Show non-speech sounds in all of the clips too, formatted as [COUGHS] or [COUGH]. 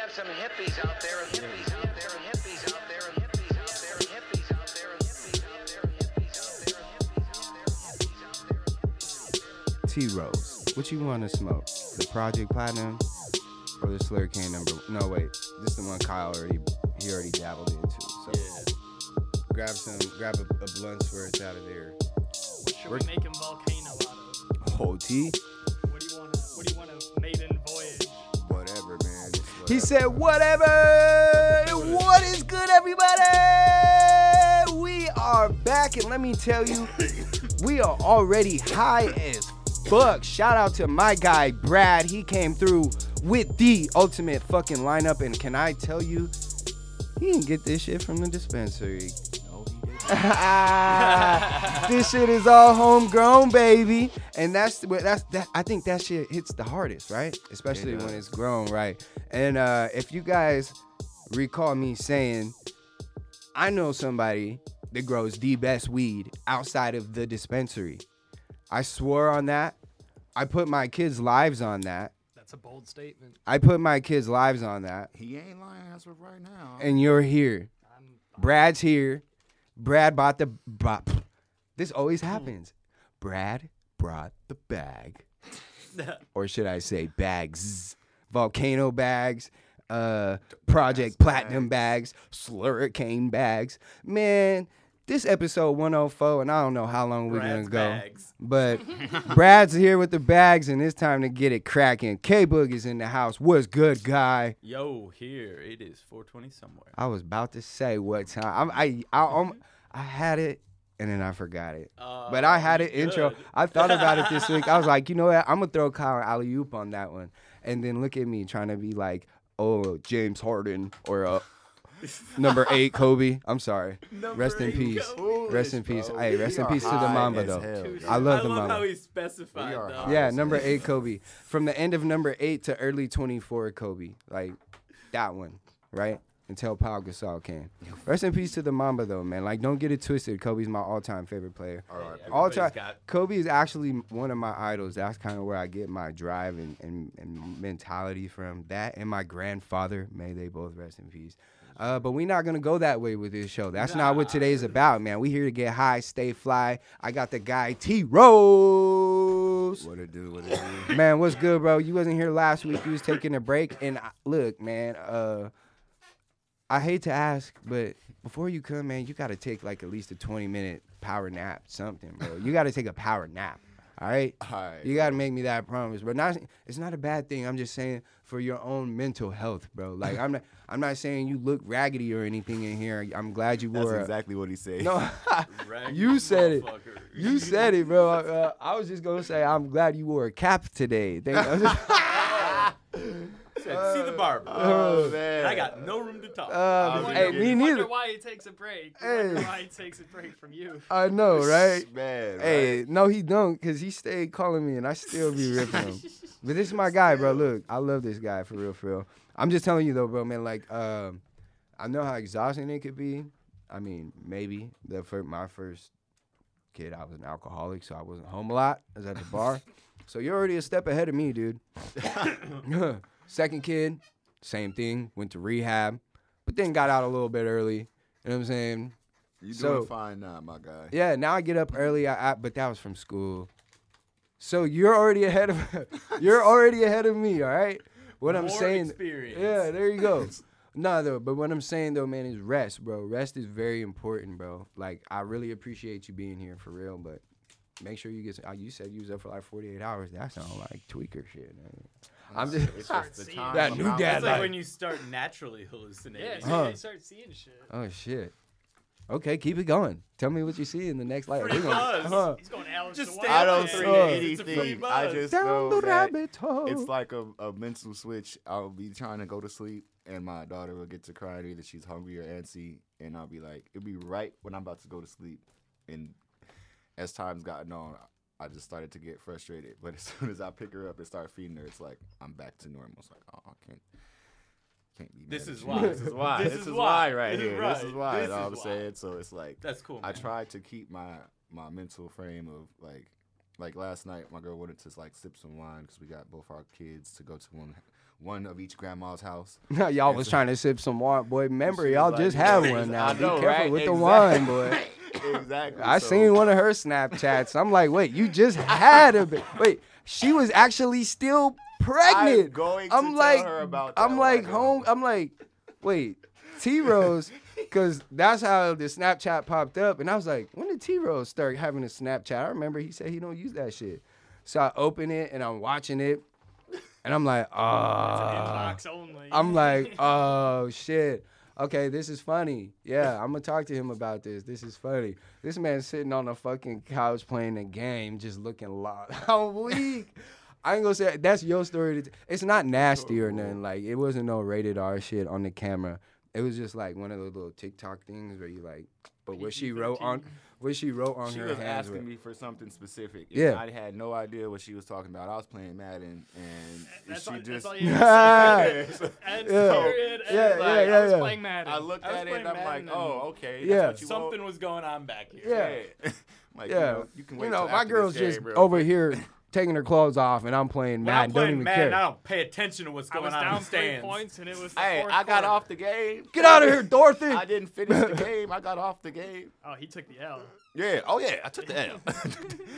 have some hippies out there, and hippies out there, and hippies out there, and hippies out there, and hippies out there, and hippies out there, and hippies out there, and hippies out there, and hippies out there, and hippies out there. T Rose, what you want to smoke? The Project Platinum or the Slurricane number? No, wait, this is the one Kyle already he already dabbled into. So grab some, grab a, a blunt where it's out of there. Should We're- we make him volcano out of? Oh, T, What do you want? to What do you want a maiden voyage? whatever, man. Just He whatever. said, whatever. What is good, everybody? We are back, and let me tell you, we are already high as fuck. Shout out to my guy, Brad. He came through with the ultimate fucking lineup, and can I tell you, he didn't get this shit from the dispensary. [LAUGHS] this shit is all homegrown, baby, and that's where- that's that. I think that shit hits the hardest, right? Especially It does. when it's grown, right? And uh, if you guys recall me saying, I know somebody that grows the best weed outside of the dispensary. I swore on that. I put my kids' lives on that. That's a bold statement. I put my kids' lives on that. He ain't lying as of right now. Uh-huh. And you're here. I'm Brad's here. Brad bought the. Brought, this always Hmm. happens. Brad brought the [LAUGHS] bag, or should I say bags? Volcano bags, uh, Project Platinum bags, Slurricane bags. Man, this episode 104, and I don't know how long we're Brad's gonna go. bags. [LAUGHS] But Brad's here with the bags, and it's time to get it cracking. K Boog is in the house. What's good, guy? Yo, here it is, 420 somewhere. I was about to say what time. I I I, um, I had it and then I forgot it. Uh, but I had an intro. good. I thought about it this week. I [LAUGHS] was like, you know what? I'm gonna throw Kyle alley oop on that one, and then look at me trying to be like, oh James Harden or uh, number eight Kobe. I'm [LAUGHS] sorry. rest in eight, peace. Kobe. Rest in peace. Bro, Hey, we rest in Oh, are peace to the high Mamba as though. hell, yo. I love the I love Mamba. how he We specified are though. high. Yeah, Honestly. number eight Kobe. From the end of number eight to early 24 Kobe. Like that one, right? Until Paul Gasol can. Rest in peace to the Mamba though, man. Like don't get it twisted. Kobe's my all-time favorite player. All right. All Everybody's time, got- Kobe is actually one of my idols. That's kind of where I get my drive and, and, and mentality from. That and my grandfather, may they both rest in peace. Uh, but we're not gonna go that way with this show. That's not what today's about, man. We here to get high, stay fly. I got the guy T Rose. What it do? What it do? Man, what's good, bro? You wasn't here last week. You was taking a break. And I, look, man, uh, I hate to ask, but before you come, man, you gotta take like at least a twenty minute power nap, something, bro. You gotta take a power nap. All right. All right. You gotta make me that promise, bro. Not it's not a bad thing. I'm just saying for your own mental health, bro. Like I'm not I'm not saying you look raggedy or anything in here. I'm glad you That's wore. a- exactly what he said. no, Raggedy you said it. motherfucker. You said it, bro. Uh, I was just gonna say I'm glad you wore a cap today. Thank- [LAUGHS] Said, See the barber. [LAUGHS] Oh, man. And I got no room to talk. Uh, wonder, hey, me you neither. Wonder why he takes a break. You wonder Hey. why he takes a break from you. I know, right? Man. Hey, right? no, he don't, cause he stayed calling me, and I still be ripping him. But this is my guy, bro. Look, I love this guy for real, for real. I'm just telling you though, bro, man. Like, um, I know how exhausting it could be. I mean, maybe the fir- my first kid, I was an alcoholic, so I wasn't home a lot. I was at the bar, so you're already a step ahead of me, dude. [LAUGHS] Second kid, same thing. Went to rehab, but then got out a little bit early. You know what I'm saying? You doing so- fine now, my guy. Yeah, now I get up early. I, I but that was from school. So you're already ahead of [LAUGHS] you're already ahead of me. All right. What I'm More saying. experience. Yeah, there you go. nah, though. But what I'm saying though, man, is rest, bro. Rest is very important, bro. Like I really appreciate you being here for real, but. Make sure you get. uh, You said you was up for like forty eight hours. That sound like tweaker shit. Man. I'm just. It's just the See, time. that I'm new out. dad It's like life. when you start [LAUGHS] naturally Yeah, hallucinating. so Huh. they start seeing shit. Oh shit. Okay, keep it going. Tell me what you see in the next light. Pretty We gonna- much. Huh. He's going Alex Just the stay I Wild Man. don't see Yeah, it's a free anything. I buzz. just Down know the that rabbit hole. it's like a, a mental switch. I'll be trying to go to sleep, and my daughter will get to crying either she's hungry or antsy, and I'll be like, it'll be right when I'm about to go to sleep. And as time's gotten on, I just started to get frustrated. [LAUGHS] But as soon as I pick her up and start feeding her, it's like I'm back to normal. It's like, oh, I can't. Can't be mad This at is you. why. [LAUGHS] This is why. This This is is why. why right This is here. This right. is why. This you know is what I'm why. saying. So it's like That's cool. I man. tried to keep my my mental frame of like like last night my girl wanted to like sip some wine because we got both our kids to go to one one of each grandma's house. [LAUGHS] y'all was trying to sip some wine, boy. Remember, She was y'all like, just "Yeah, had I one now. Be know, careful right? with the wine, Exactly. [LAUGHS] boy. [LAUGHS] exactly. I so- seen one of her Snapchats. I'm like, wait, you [LAUGHS] just had a ba- wait. She was actually still pregnant. I'm going to I'm tell like, her about that I'm like right now. home. I'm like, wait, T [LAUGHS] Rose, because that's how the Snapchat popped up, and I was like, when did T Rose start having a Snapchat? I remember he said he don't use that shit. So I open it and I'm watching it, and I'm like, ah. Inbox only. I'm like, oh shit. Okay, this is funny. Yeah, I'm gonna talk to him about this. This is funny. This man's sitting on a fucking couch playing a game, just looking lost. [LAUGHS] How weak. I ain't gonna say that's your story. To t- it's not nasty or nothing. Like it wasn't no rated R shit on the camera. It was just like one of those little TikTok things where you like, but what she wrote on, what she wrote on She her was hands. asking Were, me [LAUGHS] for something specific. and Yeah. I had no idea what she was talking about. I was playing Madden, and that's she all, just. [LAUGHS] that's all [LAUGHS] you Yeah. [LAUGHS] End Yeah. [LAUGHS] period. End Yeah, like, yeah, I yeah, was yeah. playing Madden. I looked I was at it playing and I'm Madden like, oh, okay. Yeah. That's what you want. Something was going on back here. Yeah. Yeah. [LAUGHS] I'm like, yeah, you, know, you can wait. till my after girl's this game, just bro. over here taking her clothes off, and I'm playing When Madden. I'm playing don't even Madden, care. I don't pay attention to what's I going was on in down the three stands. points and it was. the Hey, fourth I got quarter. off the game. Get out of here, Dorothy. [LAUGHS] I didn't finish [LAUGHS] the game. I got off the game. Oh, he took the L. Yeah. Oh yeah. I took the L.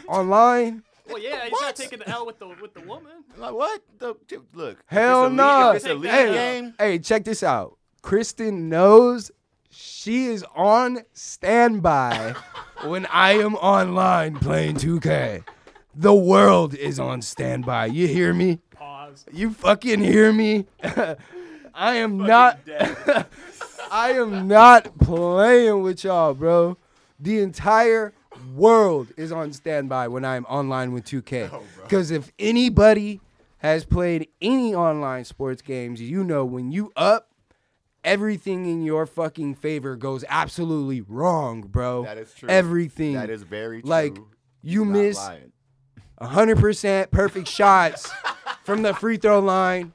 Online. Well, yeah, he's What? not taking the L with the with the woman. [LAUGHS] I'm like what? The dude, look. if Hell it's a league- no. If it's a Take league that L. game. Hey, check this out. Kristen knows she is on [LAUGHS] standby when I am online playing 2K. The world is on standby. You hear me? Pause. You fucking hear me? [LAUGHS] I am not [LAUGHS] I am not playing with y'all, bro. The entire world is on standby when I'm online with Oh, 2K. Because if anybody has played any online sports games, you know when you up, everything in your fucking favor goes absolutely wrong, bro. That is true. Everything. That is very true. Like, you Not miss lying. 100% perfect shots from the free throw line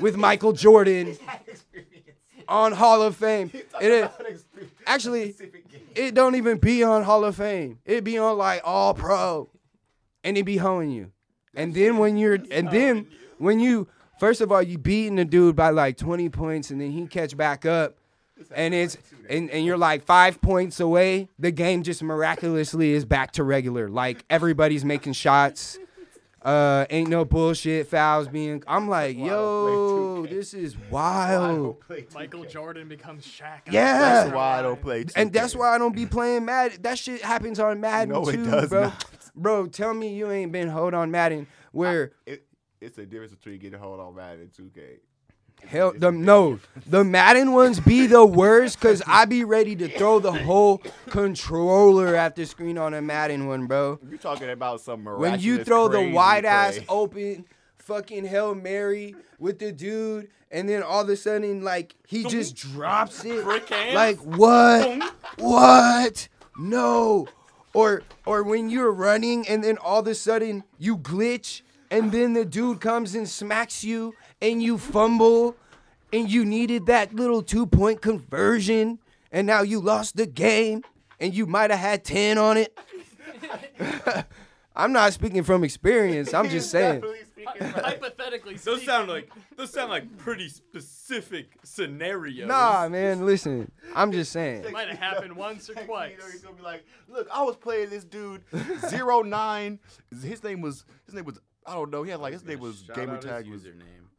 with Michael Jordan on Hall of Fame. It is, actually, it don't even be on Hall of Fame. It be on like All Pro, and it be hoeing you. And then when you're, and then when you, first of all, you beating the dude by like 20 points, and then he catch back up, and it's and, and you're like five points away. The game just miraculously is back to regular. Like everybody's making [LAUGHS] shots. Uh, ain't no bullshit fouls being. I'm like, yo, this is wild. Michael Jordan becomes Shaq. Oh. Yeah. That's why I don't play. 2K. And that's why I don't be playing Madden. That shit happens on Madden No, it too, does bro. not. [LAUGHS] Bro, tell me you ain't been hold on Madden where It, it's a difference between getting hold on Madden and 2K. hell it's the a big no the Madden ones be the worst because I be ready to throw the whole controller at the screen on a Madden one, bro. You're talking about some miraculous. When you throw the crazy wide ass [LAUGHS] play. open fucking Hail Mary with the dude and then all of a sudden like he just drops it. Brick hands. Like what? What? No. Or or when you're running and then all of a sudden you glitch and then the dude comes and smacks you and you fumble and you needed that little two point conversion and now you lost the game and you might have had 10 on it. I'm not speaking from experience. I'm [LAUGHS] just saying. Hypothetically, Those speaking, sound like those sound like pretty specific scenarios. Nah, man, listen. I'm just saying. it [LAUGHS] might have happened once or twice. You know, he's gonna be like, look, I was playing this dude, [LAUGHS] zero nine. His name was his name was I don't know. He had like his name was Shout gamer out his tag was. username.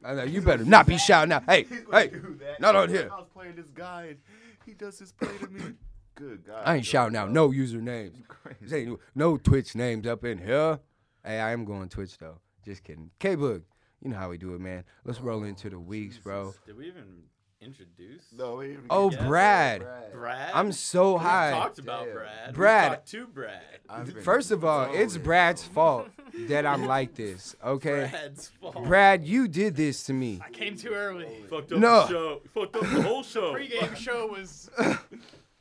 I know, you better not be shouting out. Hey, [LAUGHS] He's gonna hey, do that. not on here. I was playing this guy, and he does his play to me. [COUGHS] Good God. I ain't shouting out no usernames. This ain't No Twitch names up in here. Hey, I am going Twitch though. Just kidding. K Boog, you know how we do it, man. Let's roll into the weeks, bro. Did we even introduce No, he, Oh, Yeah, Brad. Brad? I'm so We high. talked about Brad. We Brad. talked to [LAUGHS] Brad. I've been- First of all, it's Oh, Brad's fault that I'm like this, okay? Brad's fault. Brad, you did this to me. I came too early. fucked up No. the show. Fucked up the whole [LAUGHS] show. Pre-game show was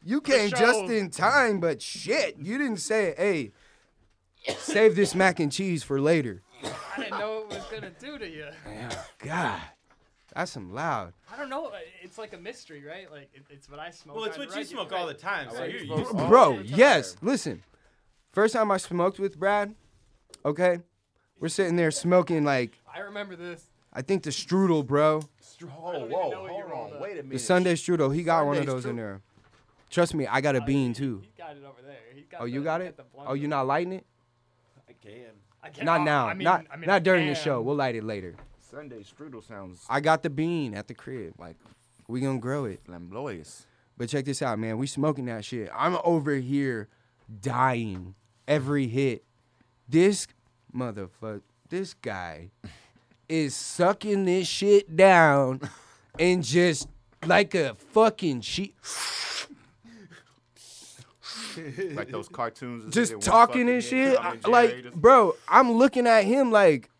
You came show. just in time, but shit, you didn't say, hey, save this mac and cheese for later. I didn't know what it was gonna do to you. God, that's some loud. I don't know. It's like a mystery, right? Like it, it's what I smoke. Well, it's on what you regu- smoke all the right. time, so like you're smoke used to Oh, all it. Bro, the time. yes, listen. First time I smoked with Brad, okay, we're sitting there smoking like I remember this. I think the strudel, bro. Oh, even whoa, know what hold you're on on. about. Wait a minute. The Sunday strudel. He got one of Sunday those in strudel. there. Trust me, I got a bean too. He got it over there. He's got Oh, you the- got he's it? the blunt Oh, of you it. not lighting it? I can. I can't- Not oh, now. I mean- not I mean, I not during the can. show. We'll light it later. Sunday strudel sounds I got the bean at the crib. like We gonna grow it. flamboyant. But check this out, man. We smoking that shit. I'm over here dying every hit. This motherfucker, this guy is sucking this shit down and just like a fucking sheep. Like those cartoons. that did just one talking fucking and day, shit. Tom and I- Jerry, like, just- bro, I'm looking at him like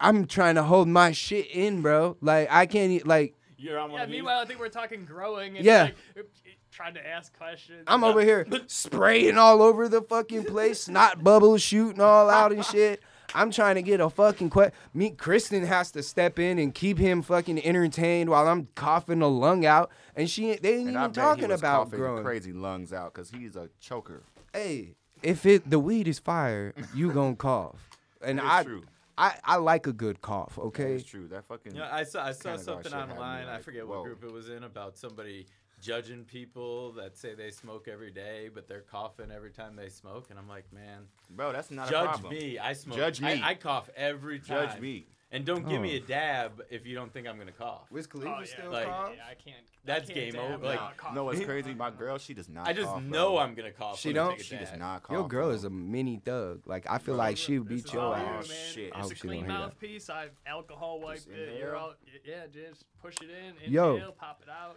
I'm trying to hold my shit in, bro. Like I can't e- like You're on one Yeah, of these. meanwhile, I think we're talking growing and Yeah. like it- it- trying to ask questions. I'm over [LAUGHS] here spraying all over the fucking place, not bubbles shooting all out and shit. I'm trying to get a fucking que- me. Kristen has to step in and keep him fucking entertained while I'm coughing a lung out, and she ain't- they ain't And I even bet he talking was about coughing growing. crazy lungs out because he's a choker. hey, if it the weed is fire, you gonna cough. And It's I, true. I, I like a good cough. Okay, It's true. That fucking. You know, I saw I saw Kinda got something shit happening, online. I like, forget whoa. what group it was in about somebody judging people that say they smoke every day, but they're coughing every time they smoke. And I'm like, man, bro, that's not a judge problem. me. I smoke. Judge me. I, I cough every time. Judge me. And don't give me Oh. a dab if you don't think I'm gonna cough. Wiz Khalifa Oh, yeah. still Like- cough? Yeah, I can't. That's I can't game dab over, now. like, I cough. No, [LAUGHS] it's crazy. My girl, she does not. I just cough, know bro. I'm gonna cough. She when I don't? take a She dab. does not cough. Your girl bro. is a mini thug. Like I feel like she would This beat is your all Oh, you, ass. man. I shit. It's a hope she don't clean hear that. mouthpiece. I've alcohol wiped Just it. You're inhale. all, y- yeah, just push it in, Yo. inhale, pop it out.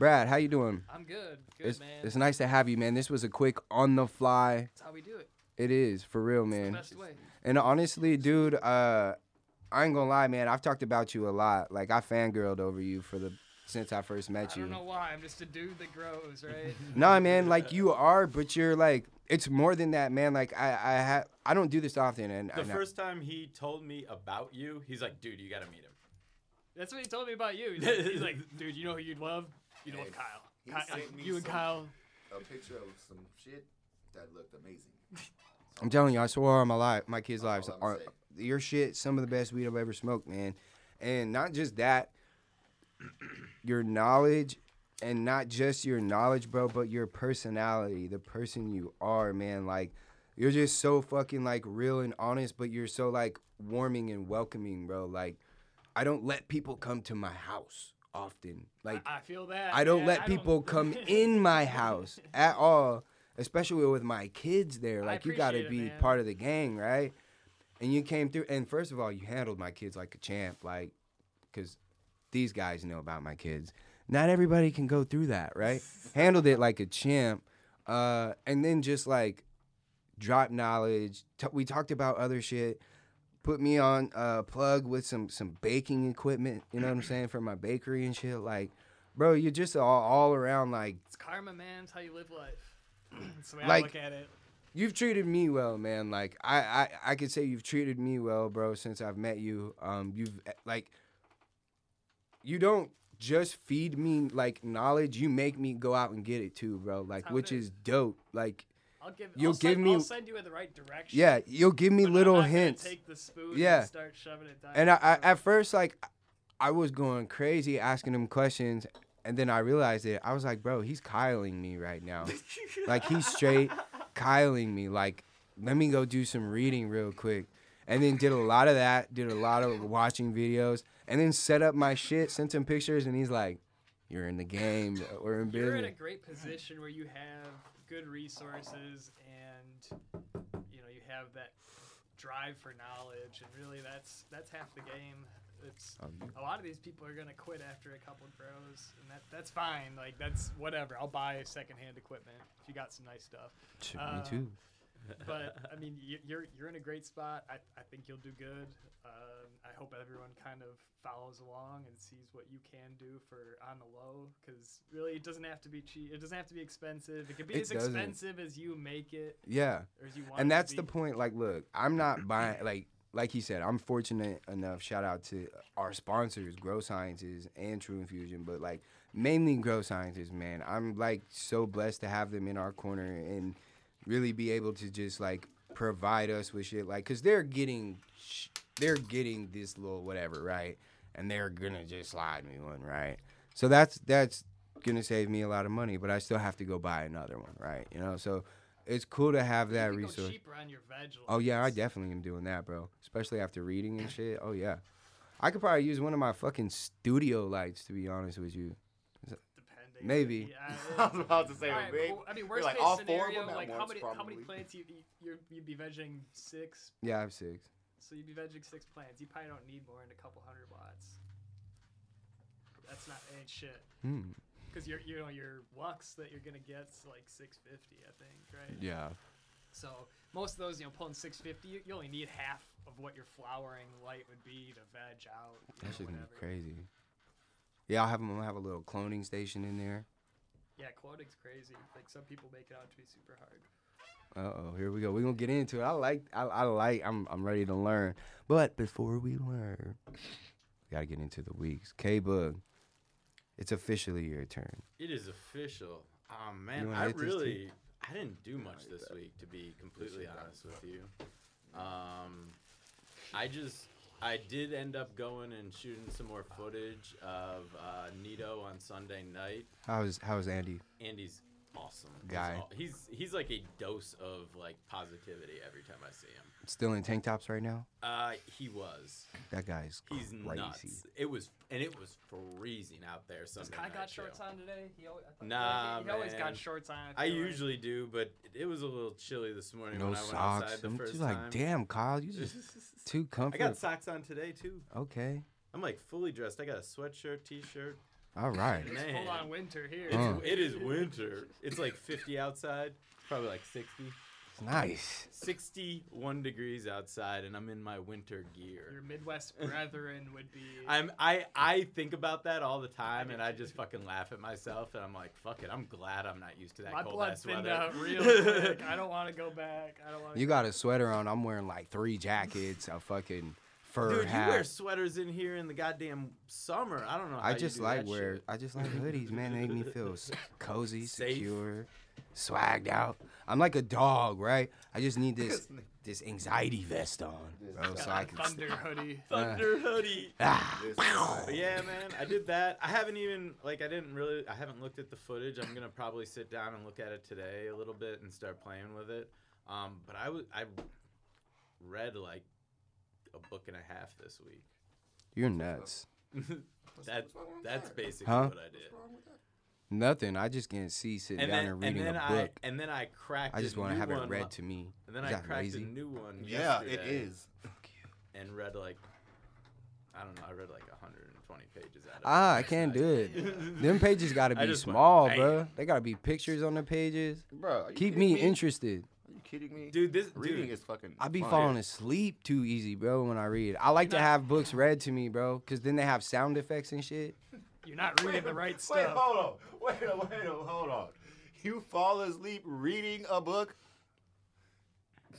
Brad, how you doing? I'm good. Good It's, man. it's nice to have you, man. This was a quick on the fly. That's how we do it. It is for real, It's the man. best way. And honestly, dude, uh, I ain't gonna lie, man. I've talked about you a lot. Like I fangirled over you for the since I first I met you. don't know why. I'm just a dude that grows, [LAUGHS] right? Nah, man, like you are, but you're like it's more than that, man. Like I, I ha- I don't do this often, and The and I- first time he told me about you, he's like, dude, you gotta meet him. That's what he told me about you. He's like, he's like, [LAUGHS] dude, you know who you'd love? You'd love Hey, he Kyle. Ky- sent me you and some- Kyle. a picture of some shit that [LAUGHS] looked amazing. I'm telling you, I swear on my life, my kids' lives, all I'm are, your shit, some of the best weed I've ever smoked, man. And not just that, [CLEARS THROAT] your knowledge, and not just your knowledge, bro, but your personality, the person you are, man. Like, you're just so fucking like real and honest, but you're so like warming and welcoming, bro. Like, I don't let people come to my house often. Like, I feel that. I don't man. let [LAUGHS] people [LAUGHS] come in my house at all, especially with my kids there. I Like you got to appreciate it, be man. part of the gang, right? And you came through, and first of all, you handled my kids like a champ, like because these guys know about my kids. Not everybody can go through that, right? handled it like a champ, uh, and then just like drop knowledge. T- we talked about other shit. Put me on uh, plug with some some baking equipment. You know what I'm saying for my bakery and shit. Like, bro, you're just all, all around like It's karma, man. It's how you live life. [CLEARS THROAT] That's the way Like- I look at it. you've treated me well, man. Like I, I, I could say you've treated me well, bro. Since I've met you, um, you've eh, like, you don't just feed me like knowledge. You make me go out and get it too, bro. Like, how it which is. is dope. Like, I'll give. You'll I'll send, give me- I'll send you in the right direction. yeah, you'll give me but I'm little not gonna hints. Take the spoon. Yeah. And start shoving it down. And I, your I, throat. at first, like, I was going crazy asking him questions, and then I realized it. I was like, bro, he's kyling me right [LAUGHS] now. like, he's straight kyling me. Like, let me go do some reading real quick. And then did a lot of that, did a lot of watching videos, and then set up my shit, sent him pictures, and he's like, you're in the game. bro. We're in You're in a business. great position where you have good resources and you know you have that drive for knowledge, and really that's that's half the game. It's Um, a lot of these people are gonna quit after a couple grows, and that that's fine. Like that's whatever. I'll buy secondhand equipment if you got some nice stuff. Shit, uh, me too. But I mean, you- you're you're in a great spot. I, I think you'll do good. Um, I hope everyone kind of follows along and sees what you can do for on the low, because really it doesn't have to be cheap. It doesn't have to be expensive. It can be It as doesn't. expensive as you make it Yeah. or as you want. and it to that's the be. point like look i'm not buying like like he said i'm fortunate enough shout out to our sponsors grow sciences and true infusion but like mainly grow sciences man i'm like so blessed to have them in our corner and really be able to just like provide us with shit like because they're getting sh- they're getting this little whatever right and they're gonna just slide me one right so that's that's gonna save me a lot of money but i still have to go buy another one right you know so it's cool to have that you can resource Go cheaper on your veg. Oh yeah, I lines. definitely am doing that, bro. Especially after reading and shit. Oh yeah, I could probably use one of my fucking studio lights to be honest with you. Depending. Maybe. [LAUGHS] Yeah, [LAUGHS] I well, was about to say, all right, big- well, I mean, you're worst like, case all four of scenario, them at like how once, many how many probably. plants you you're, you'd be vegging six, Yeah, I have six. so you'd be vegging six plants. You probably don't need more than a couple hundred watts. That's not ain't shit. Hmm. Because your you know your lux that you're gonna get's like 650, I think, right? Yeah. So most of those, you know, pulling 650, you, you only need half of what your flowering light would be to veg out. you know, That shit's gonna whatever. be crazy. Yeah, I'll have them have a little cloning station in there. Yeah, quoting's crazy. Like some people make it out to be super hard. Uh oh, here we go. We're gonna get into it. I like I, I like I'm I'm ready to learn. But before we learn, we gotta get into the weeks. K Bug, it's officially your turn. It is official. Oh You man, wanna I hit this, T? really I didn't do much this week to be completely honest with you. Um I just I did end up going and shooting some more footage of uh, Nito on Sunday night. How's how's Andy? Andy's awesome He's Guy. aw- He's he's like a dose of like positivity every time I see him. Still in tank tops right now? Uh, he was. That guy's He's crazy. nuts. It was and it was freezing out there. Sunday Kai night, got too. shorts on today. He always, I thought- Nah, he, he always man. got shorts on. I feel like. usually do, but it was a little chilly this morning No when I went socks. outside the I'm first just like, time. [LAUGHS] damn, Kyle, you just too I comfortable. got socks on today too. okay. I'm like fully dressed. I got a sweatshirt, t-shirt. All [LAUGHS] right. It's Man. full on winter here. It's, Uh. It is winter. It's like 50 outside, probably like 60, nice. 61 degrees outside, and I'm in my winter Your gear. Midwest brethren would be. I'm [LAUGHS] I I think about that all the time, and I just fucking laugh at myself, and I'm like, fuck it. I'm glad I'm not used to that my cold blood ass thinned weather. out [LAUGHS] real quick. I don't want to go back. I don't want. You got a sweater on. I'm wearing like three jackets, a fucking fur Dude, hat. you wear sweaters in here in the goddamn summer. I don't know. How I you just do like that wear. shit. I just like hoodies, man. They make me feel [LAUGHS] s- cozy, Safe. secure, swagged out. I'm like a dog, right? I just need [LAUGHS] this this anxiety vest on, bro, so I can. thunder [LAUGHS] hoodie. uh, thunder hoodie. Ah, This- But yeah, man, I did that. I haven't even like I didn't really I haven't looked at the footage. I'm gonna probably sit down and look at it today a little bit and start playing with it. Um, but I was I read like a book and a half this week. you're nuts. That what's wrong with that's that? basically Huh? what I did. Nothing. I just can't see sitting And down and then and reading then a I book. and then I cracked. I just want to have it read read to me. And then Is I that cracked lazy? a new one. Yeah, it yesterday is. And read like I don't know. I read like 120 pages out of it. Ah, I last can't night. do it. Them pages gotta [LAUGHS] I be just went, small, "Bam." bro. They gotta be pictures on the pages. Bro, are you Keep kidding me, me interested. Are you kidding me? Dude, this reading dude, is fucking. I be fun. falling asleep too easy, bro, when I read. I like to Nah. have books read to me, bro, because then they have sound effects and shit. You're not reading the right Wait, stuff. hold on. Wait, a- wait, a- hold on. You fall asleep reading a book?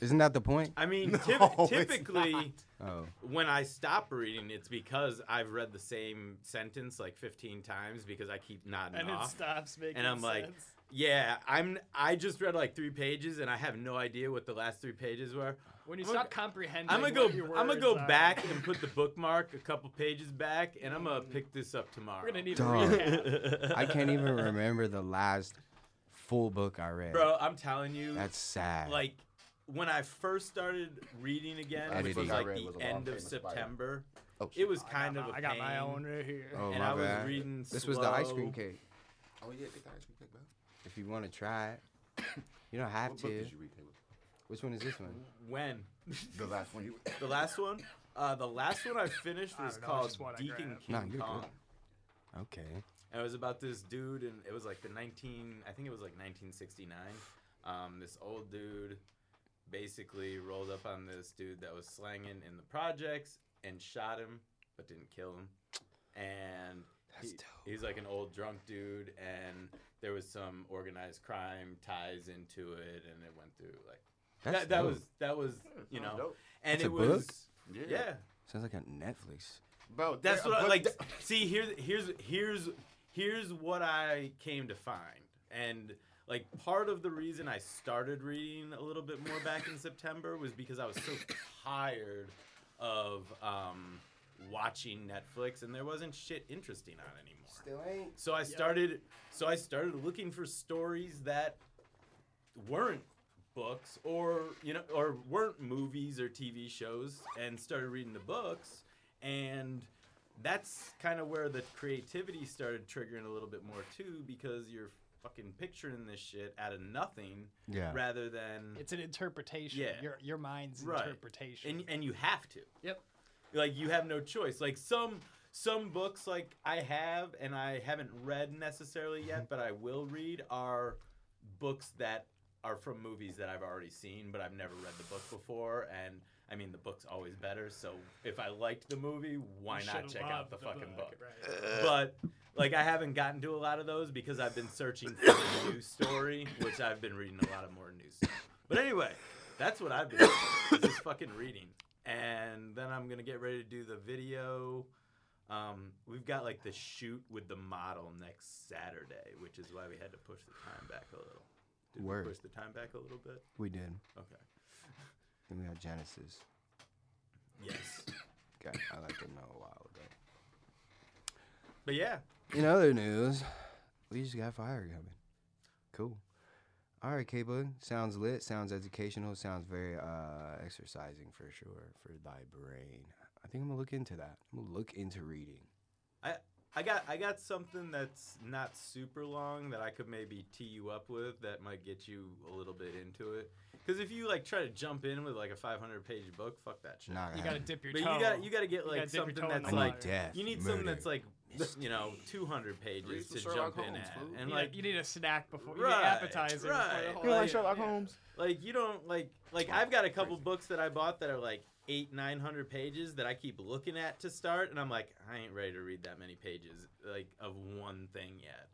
Isn't that the point? I mean, typ- [LAUGHS] No, it's typically Oh, when I stop reading, it's because I've read the same sentence like 15 times because I keep nodding and it off. stops making And I'm like, sense. yeah, I'm. I just read like three pages and I have no idea what the last three pages were. when you I'm gonna stop comprehending, I'm gonna what go. your I'm gonna words uh? go are, back and put the bookmark a couple pages back, and I'm gonna pick this up [LAUGHS] tomorrow. We're [LAUGHS] gonna need a Dog. recap. I can't [LAUGHS] even remember the last full book I read. Bro, I'm telling you, That's sad. like when I first started reading again, Editing. which was I like read the was a long end time of in the spider. September. Oh, shit. It was [LAUGHS] kind I of got a my- I got my pain. own right here. oh and my I was bad. reading This was the ice cream slow. cake. Oh, yeah, get the ice cream cake, bro. If you want to try it, you don't have What book to. did you read, Caleb? Which one is this one? When The last one you the last one, uh, the last one I finished I was don't know, called just what I Deacon grabbed. King Nah, you're good. Kong. Okay. And it was about this dude, and it was like the 19, I think it was like 1969. Um, this old dude basically rolled up on this dude that was slanging in the projects and shot him, but didn't kill him. And That's he- dope. he's like an old drunk dude, and there was some organized crime ties into it, and it went through like That's that, that dope. was that was you know, dope. and That's it a book? was Yeah. yeah. Sounds like a Netflix. [COUGHS] Bro, That's there- what I but like. th- See, here's here's here's here's what I came to find, and like part of the reason I started reading a little bit more back in September was because I was so tired of um, watching Netflix and there wasn't shit interesting on anymore. Still ain't. So I started so I started looking for stories that weren't books or you know or weren't movies or TV shows and started reading the books and that's kind of where the creativity started triggering a little bit more too because you're fucking picturing this shit out of nothing Yeah. rather than It's an interpretation. Yeah. Your your mind's Right. interpretation. and and you have to yep. like you have no choice like some some books like i have and i haven't read necessarily Mm-hmm. yet but i will read are books that are from movies that i've already seen but i've never read the book before and i mean the book's always better so if i liked the movie why You not should've check loved out the, fucking book, Right. [LAUGHS] but like i haven't gotten to a lot of those because i've been searching for a new story which i've been reading a lot of more news stuff. but anyway that's what i've been doing, is just fucking reading and then i'm gonna get ready to do the video um, we've got like the shoot with the model next saturday which is why we had to push the time back a little did Word. we push the time back a little bit We did. okay Then we got Genesis. yes God, I like to know a while ago. but yeah In other news, we just got fire coming. Cool. All right, Cable. Sounds lit. Sounds educational. Sounds very uh, exercising for sure for thy brain. I think I'm gonna look into that. I'm gonna look into reading. I I got I got something that's not super long that I could maybe tee you up with that might get you a little bit into it. Because if you like try to jump in with like a 500 page book, fuck that shit. Not You gotta happening. dip your But you toe. got you got to get You like gotta dip your something toe in that's the like water. death. you need something murder. that's like you know 200 pages some to Sherlock jump in Holmes, at. fool. And You like need- you need a snack before you Right, need appetizer. Before right. the whole You're like yeah, Sherlock yeah. Holmes. Like you don't like like I've got a couple books that I bought that are like eight nine hundred pages that I keep looking at to start, and I'm like I ain't ready to read that many pages like of one thing yet.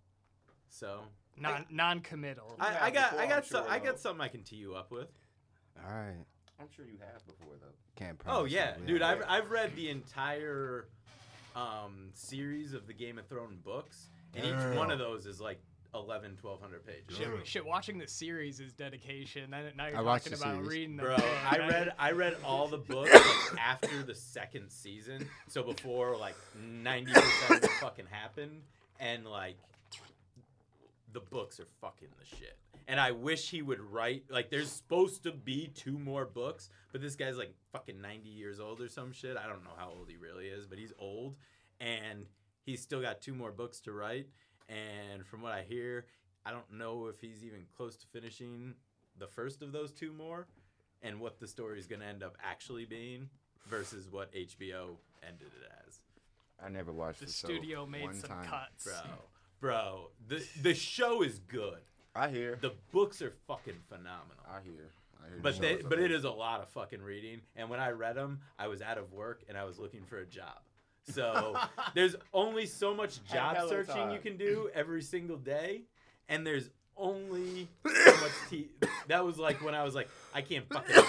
So Non non committal. You I, I have got before, I got I'm some sure, I though. got something I can tee you up with. All right. I'm sure you have before though. Can't. Oh promise yeah, it, dude, I've Yeah. I've read the entire um, series of the Game of Thrones books, and each one of those is like 11, 1200 pages. Shit, shit, watching the series is dedication. Now, now you're I watched talking the about series. reading the [LAUGHS] Bro, book. I That- read I read all the books like, after the second season, so before like ninety percent of it fucking happened, and like the books are fucking the shit. And I wish he would write like there's supposed to be two more books, but this guy's like fucking ninety years old or some shit. I don't know how old he really is, but he's old, and he's still got two more books to write. And from what I hear, I don't know if he's even close to finishing the first of those two more and what the story is going to end up actually being versus what HBO ended it as. I never watched The this show studio made one some time. cuts. Bro, bro, the the show is good. I hear. The books are fucking phenomenal. I hear. I hear. But the they, shows, I but it think. is a lot of fucking reading. And when I read them, I was out of work and I was looking for a job. [LAUGHS] So there's only so much job hella searching you time. can [LAUGHS] do every single day, and there's only so [COUGHS] much. T- that was like when I was like, I can't fucking watch [COUGHS]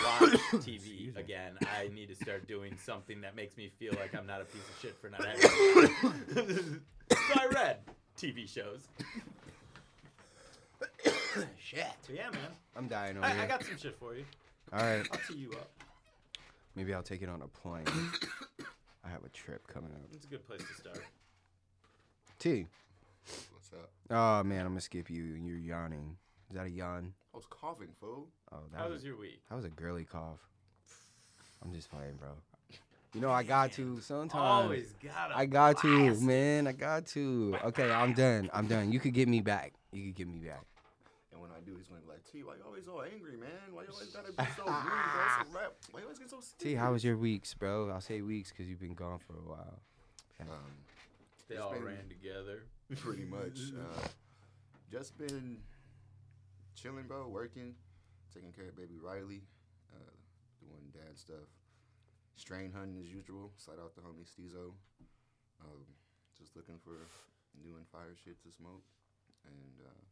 TV again. I need to start doing something that makes me feel like I'm not a piece of shit for not [COUGHS] having. so I read TV shows. [COUGHS] Shit. So yeah, man, I'm Oh, dying over I, here. I got some shit for you. All right. I'll tee you up. Maybe I'll take it on a plane. [COUGHS] I have a trip coming up. It's a good place to start. T. What's up? Oh man, I'm gonna skip you. and You're yawning. Is that a yawn? I was coughing, fool. Oh, that How was, was your week? that was a girly cough. I'm just playing, bro. You [LAUGHS] know I got to sometimes. Always gotta. I got to, blast. man. I got to. Okay, I'm done. I'm done. You could get me back. You could get me back. And when I do, he's gonna be like, "T, why you always all angry, man? Why you always gotta be so rude, bro? So rap? Why you always get so T, serious?" how was your weeks, bro? I'll say weeks because you've been gone for a while. Um, They It's all been- ran together. [LAUGHS] [LAUGHS] pretty much. Uh, just been chilling, bro. Working, taking care of baby Riley, uh, doing dad stuff, strain hunting as usual. Slide out the homie Steezo. Um, just looking for new and fire shit to smoke, and uh,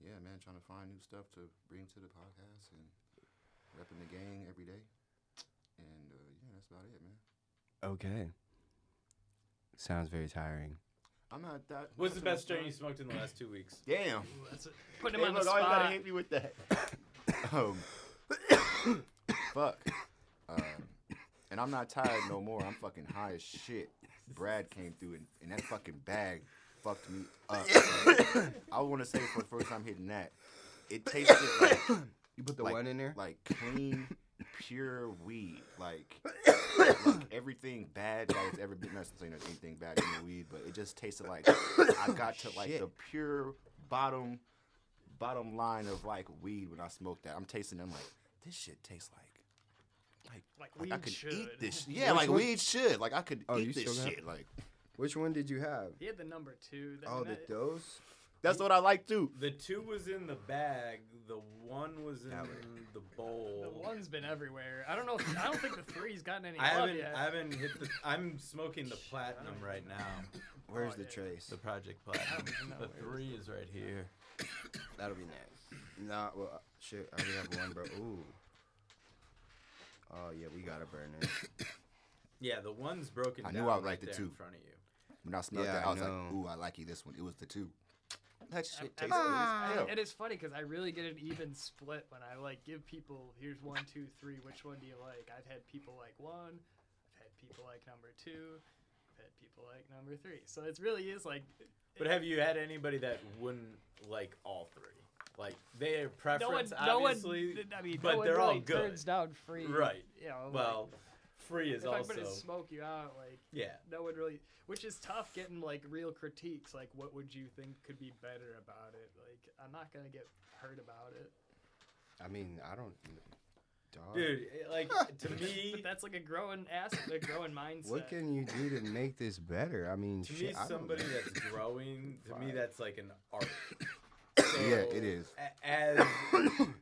yeah, man, trying to find new stuff to bring to the podcast and repping the gang every day. And uh, yeah, that's about it, man. Okay. Sounds very tiring. I'm not that. What's the best strain you smoked in the last two weeks? Damn. Ooh, that's it. Putting him Hey, on the look, always gotta spot. hit me with [COUGHS] that. um, fuck. Um, and I'm not tired no more. I'm fucking high as shit. Brad came through and, and that fucking bag fucked me up. I want to say for the first time hitting that, it tasted like You put the like- one in there. like clean, pure weed. Like, [COUGHS] like everything bad that has ever been. Not saying there's anything bad in the weed, but it just tasted like I got to like the pure bottom, bottom line of like weed when I smoked that. I'm tasting. I'm like, this shit tastes like, Like like we I could should. [LAUGHS] eat this. sh- Yeah, Which like one? weed should. Like I could Oh, you eat still this got- shit. Like Which one did you have? He had the number two. That, Oh, the that- dose. that's what I like too. The two was in the bag. The one was in the bowl. the one's been everywhere. I don't know. If, I don't think the three's gotten any [LAUGHS] I love haven't. yet. I haven't hit the. I'm [LAUGHS] smoking the platinum right now. Where's Oh, the yeah. trace? [LAUGHS] The Project Platinum. even know The where three is right here. That'll be nice. Nah, well, uh, shit. I already have one, bro. [LAUGHS] Ooh. Oh yeah, we gotta burn it. Yeah, the one's broken. I knew down I right would like the there two. in front of you. When I smelled Yeah, that, I I was like, know. ooh, I like you this one. It was the two. That shit I- tastes good as hell. It is funny because I really get an even split when I like give people here's one, two, three. Which one do you like? I've had people like one. I've had people like number two. I've had people like number three. So it really is like But have you had anybody that wouldn't like all three? Like their no one, preference, no one. obviously. I mean, but no one they're all really good. turns down free. Right. You know, like, well, free is if I'm also. gonna smoke you out, like [LAUGHS] Yeah. no one really, which is tough getting like real critiques. Like, what would you think could be better about it? Like, I'm not gonna get hurt about it. I mean, I don't. Dog. Dude, it- like to But me, that's like a growing ass, a growing mindset. What can you do to make this better? I mean, to shit, me, I don't somebody know. [LAUGHS] that's growing, to me, Fine. that's like an art. [COUGHS] Yeah, So, it is. a- As [COUGHS]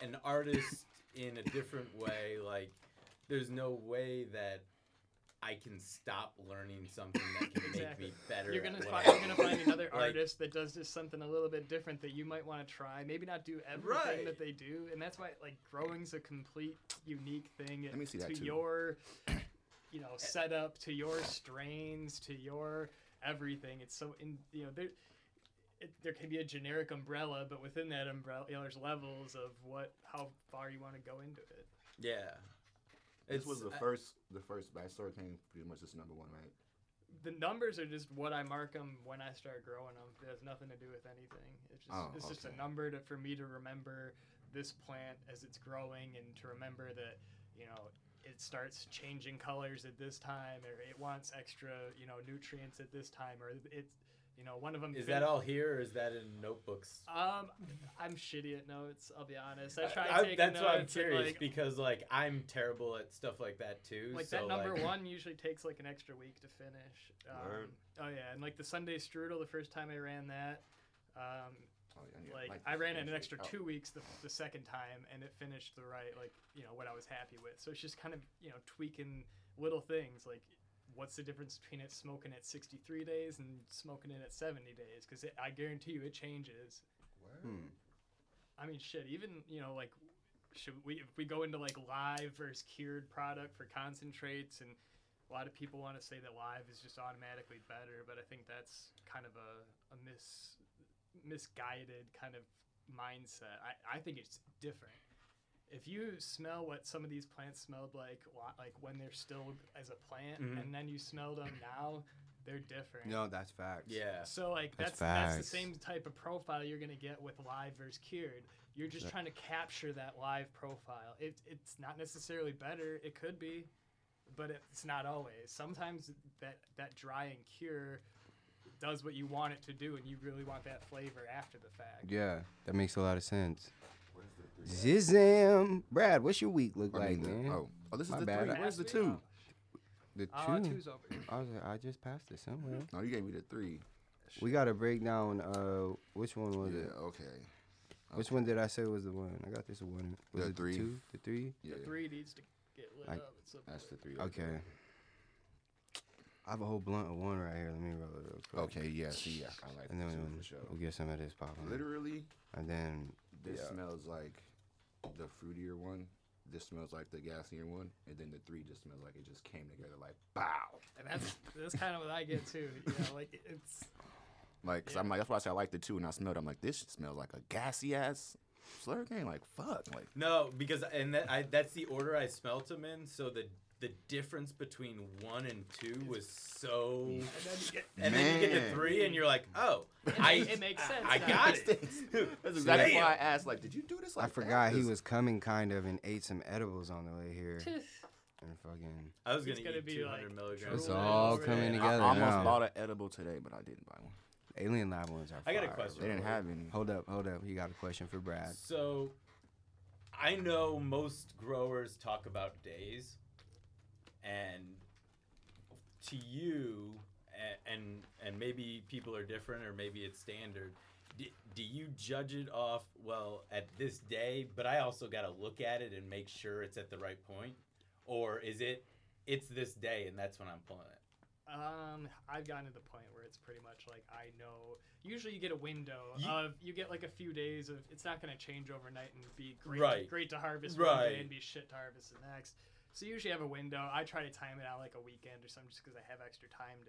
an artist in a different way, like there's no way that I can stop learning something that can make Exactly. me better. You're at gonna what find I you're gonna find do. another [LAUGHS] Like, artist that does just something a little bit different that you might want to try. Maybe not do everything Right. that they do, and that's why like growing's a complete unique thing. Let me see that to too. your, [CLEARS THROAT] you know, setup, to your strains, to your everything. It's so in you know there. It, there can be a generic umbrella, but within that umbrella, you know, there's levels of what, how far you want to go into it. Yeah. This was uh, the I- first, the first Bad Story came pretty much this number one, right? the numbers are just what I mark them when I start growing them. It has nothing to do with anything. It's just Oh, it's just a okay. number to, for me to remember this plant as it's growing and to remember that you know it starts changing colors at this time or it wants extra you know nutrients at this time or it's you know one of them Is that all here, or is that in notebooks? um i'm shitty at notes i'll be honest i I- try I- taking that's why I'm notes and, curious like, because like I'm terrible at stuff like that too. Like so, that number like, one usually takes like an extra week to finish. Um, Word. oh yeah, and like the Sunday strudel, the first time I ran that, um, Oh, yeah, yeah, like like I this ran it one an shit. extra Oh. two weeks the, the second time, and it finished the right like you know what I was happy with. So it's just kind of you know tweaking little things like what's the difference between it smoking at 63 days and smoking it at 70 days because I guarantee you it changes. Hmm. I mean, shit. Even you know, like, should we if we go into like live versus cured product for concentrates, and a lot of people want to say that live is just automatically better, but I think that's kind of a, a mis misguided kind of mindset. I, I think it's different. If you smell what some of these plants smelled like, wa- like when they're still as a plant, Mhm. and then you smell them now, they're different. No, that's facts. Yeah. So like that's That's that's, facts. the same type of profile you're gonna get with live versus cured. You're just trying to capture that live profile. It, it's not necessarily better. It could be, but it's not always. Sometimes that that dry and cure does what you want it to do, and you really want that flavor after the fact. Yeah, that makes a lot of sense. Zizam, Brad, what's your week look I like, mean, the- man? oh, oh, this is My the bad. three. Ask Where's the me. two? the Uh, Ah, two. two's over. I, was like, I just passed it somewhere. No, you gave me the three. Mm-hmm. We gotta break down. Uh, which one was Yeah, it? okay. Which one did I say was the one? I got this one. Was The it three. The two, the three. Yeah, The three needs to get lit Like, up. At some that's the point. three. right Okay. there. I have a whole blunt of one right here. Let me roll it real quick. Okay, yeah, see, I, I like And then the two we'll, for sure. we'll get some of this popping. Literally, And then this Yeah. smells like the fruitier one. this smells like the gassier one, and then the three just smells like it just came together like bow. And that's that's kind of what I get too. You know, like it's Like, i I'm like, that's why I say I like the two, and I smelled. it, I'm like, this shit smells like a gassy ass slurricane. Like, fuck, like No, because and that I that's the order I smelt them in. So the the difference between one and two was so. and then you get And then you get to Man. three, and you're like, oh, [LAUGHS] It I, makes- [LAUGHS] it makes sense I, I now. got it. that's exactly Damn. why I asked. Like, did you do this? Like I that? forgot he This- was coming kind of and ate some edibles on the way here. and fucking I was gonna, It's gonna eat be 200 like milligrams. It's of all edibles coming today. I together almost now. bought an edible today, but I didn't buy one. alien lab ones are. I got a fire. question. They didn't have any. Hold up, hold up. You got a question for Brad? So, I know most growers talk about days, and to you, a- and and maybe people are different, or maybe it's standard. Do, do you judge it off? Well, at this day, but I also got to look at it and make sure it's at the right point, or is it? It's this day, and that's when I'm pulling it. Um, I've gotten to the point where it's pretty much like I know. Usually, you get a window Ye- of you get like a few days of it's not going to change overnight and be great, Right. great to harvest one Right. day and be shit to harvest the next. So you usually have a window. I try to time it out like a weekend or something, just because I have extra time to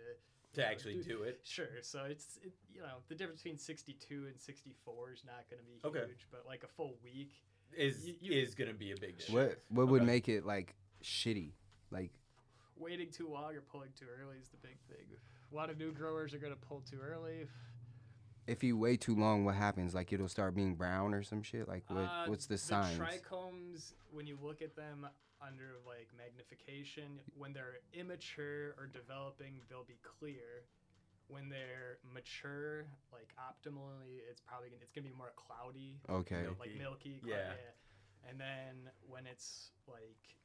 To you know, actually do it. Sure. So it's it, you know the difference between sixty two and sixty four is not going to be Okay. huge, but like a full week. is You- you- is gonna be a big issue. What what would Okay. make it like shitty? Like Waiting too long or pulling too early is the big thing. A lot of new growers are going to pull too early. if you wait too long, what happens? Like it'll start being brown or some shit. Like what? Uh, what's the signs? trichomes, when you look at them under like magnification, when they're immature or developing, they'll be clear. When they're mature, like optimally, it's probably gonna, it's gonna be more cloudy, okay. Nope. like Milky. milky. clou- Yeah. yeah. And then when it's like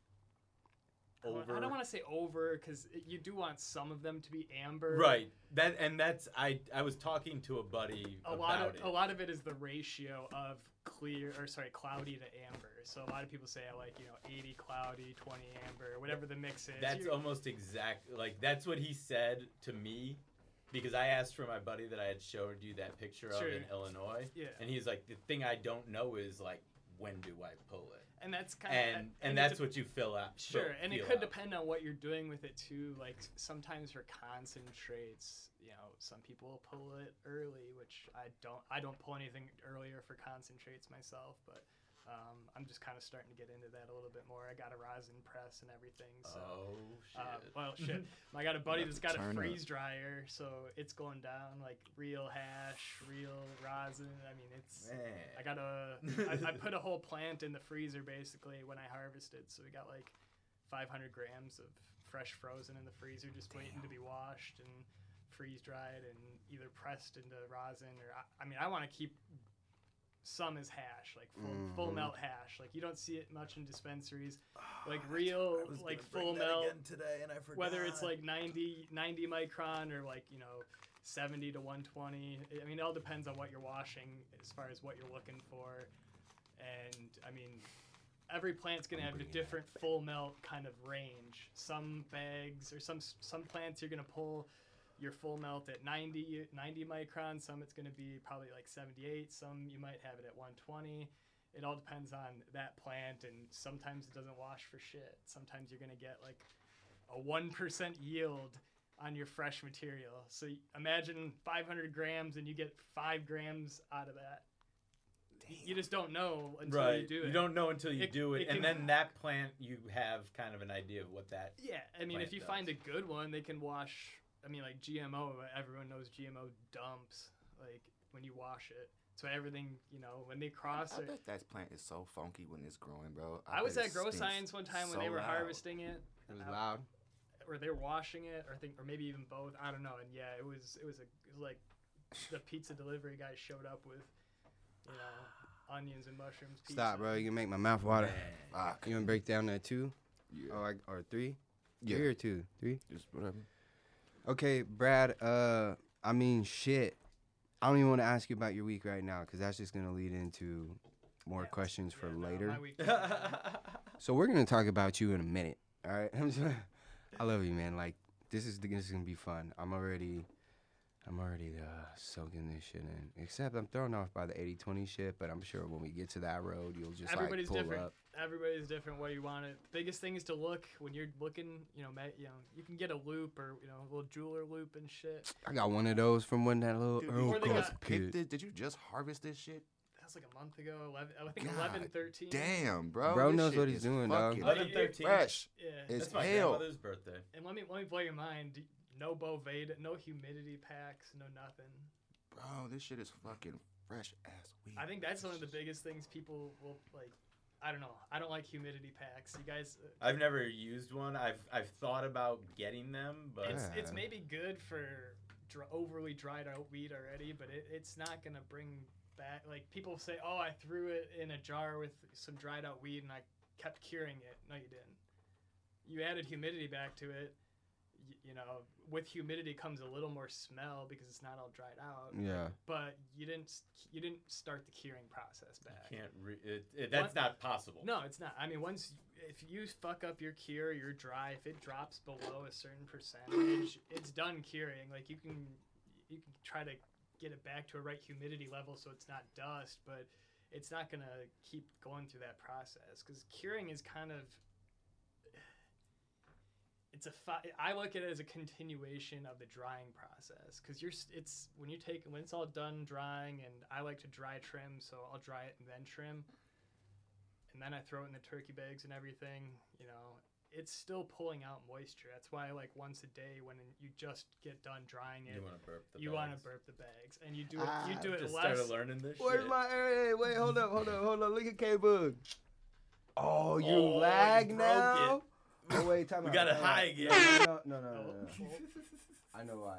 I don't- Over. I don't want to say over because you do want some of them to be amber. Right. That and that's I I was talking to a buddy a about lot of it. a lot of it is the ratio of clear or sorry cloudy to amber so a lot of people say I like you know 80 cloudy 20 amber whatever the mix is that's You're- almost exact like that's what he said to me because I asked for my buddy that I had showed you that picture Sure. of in Illinois. Yeah. And he's like, the thing I don't know is like when do I pull it? and that's kind And of and, that's what you fill out. fill- sure and it feel could out. depend on what you're doing with it too like s- sometimes for concentrates you know some people will pull it early which I don't I don't pull anything earlier for concentrates myself but um, I'm just kind of starting to get into that a little bit more I got a rosin press and everything so Oh shit. Uh, well, [LAUGHS] shit. I got a buddy About that's got to turn a up. freeze dryer, so it's going down like real hash, real rosin. I mean, it's. Man. I got a. I, I put a [LAUGHS] whole plant in the freezer basically when I harvested, so we got like 500 grams of fresh frozen in the freezer, just waiting to be washed and freeze dried and either pressed into rosin or. I, I mean, I want to keep some as hash, like full, full Mm-hmm. Mhm. melt hash. Like you don't see it much in dispensaries, like real, Ah, I was like gonna bring full that melt again today and I forgot. whether it's like 90 90 micron or like you know 70 to 120 I- i mean it all depends on what you're washing as far as what you're looking for and i mean every plant's going to have a different full melt kind of range some bags or some s- some plants you're going to pull your full melt at 90 90 micron some it's going to be probably like 78 some you might have it at 120 it all depends on that plant and sometimes it doesn't wash for shit sometimes you're going to get like a 1% yield on your fresh material. So y- imagine 500 grams and you get 5 grams out of that. Y- You just don't know until right. you do it. don't know until you It- do it, it and can- then that plant you have kind of an idea of what [LAUGHS] that Yeah, I mean, plant if you does. find a good one, they can wash. I mean, like GMO, everyone knows GMO dumps, like when you wash it. So everything, you know, when they cross I it. bet that plant is so funky when it's growing, bro. I was bet at it Grow stinks Science one time when so they were loud. harvesting it. It was Uh, loud. or they were washing it, or I think, or maybe even both. I don't know. And yeah, it was it was a it was like the pizza delivery guy showed up with, you know, onions and mushrooms. Pizza. Stop, bro. You can make my mouth water. Fuck. You wanna break down that two? Yeah. Or like or three? Yeah. Three or two? Three? Just whatever. Okay, Brad. Uh, I mean, shit. I don't even want to ask you about your week right now because that's just gonna lead into more Yeah. questions for Yeah, no, later. my week- so we're gonna talk about you in a minute. All right. [LAUGHS] I'm just, I love you, man. Like this is this is gonna be fun. I'm already, I'm already uh, soaking this shit in. Except I'm thrown off by the 80-20 shit, but I'm sure when we get to that road, you'll just Everybody's like pull different. up. everybody's different way you want it. Biggest thing is to look when you're looking. You know, ma- you know, you can get a loop or you know a little jeweler loop and shit. I got one of those from when that little Dude, Earl before they Cross got kid. Picked this- Did you just harvest this shit? That was like a month ago. Eleven, I think God 11, 13. Damn, bro. Bro this knows shit what he's is doing, dog. fucking 11, 13. Fresh. Yeah. It's That's my hell. grandmother's birthday. and let me let me blow your mind. No Boveda, no humidity packs, no nothing. Bro, this shit is fucking fresh ass weed. I think that's one of the biggest things people will like. I don't know. I don't like humidity packs. You guys, uh, I've never used one. I've I've thought about getting them, but it's it's Yeah. maybe good for dr- overly dried out weed already, but it, it's not gonna bring back. Like people say, oh, I threw it in a jar with some dried out weed and I kept curing it. No, you didn't. You added humidity back to it. Y- you know, with humidity comes a little more smell because it's not all dried out. Mm. Yeah. But you didn't s- you didn't start the curing process back. you can't. Re- it, it, What? that's not possible. No, it's not. I mean, once if you fuck up your cure, your dry, if it drops below a certain percentage, it's done curing. Like you can, you can try to get it back to a right humidity level so it's not dust, but it's not gonna keep going through that process because curing is kind of. It's a fi- I look at it as a continuation of the drying process because you're s- it's when you take when it's all done drying and I like to dry trim so I'll dry it and then trim and then I throw it in the turkey bags and everything, you know, it's still pulling out moisture. That's why like once a day when you just get done drying it, You want to burp the you want bags. to burp the bags and you do it you Ah, do I it just less started learning this Where's [LAUGHS] shit. my hey, hey, wait, hold up, hold up, hold up. Look at K Boog. Oh, you Oh, you lag broke now? Oh wait, time We out, got a time high out. again. No, no, no, no, [LAUGHS] no, Oh, no. oh. I know why.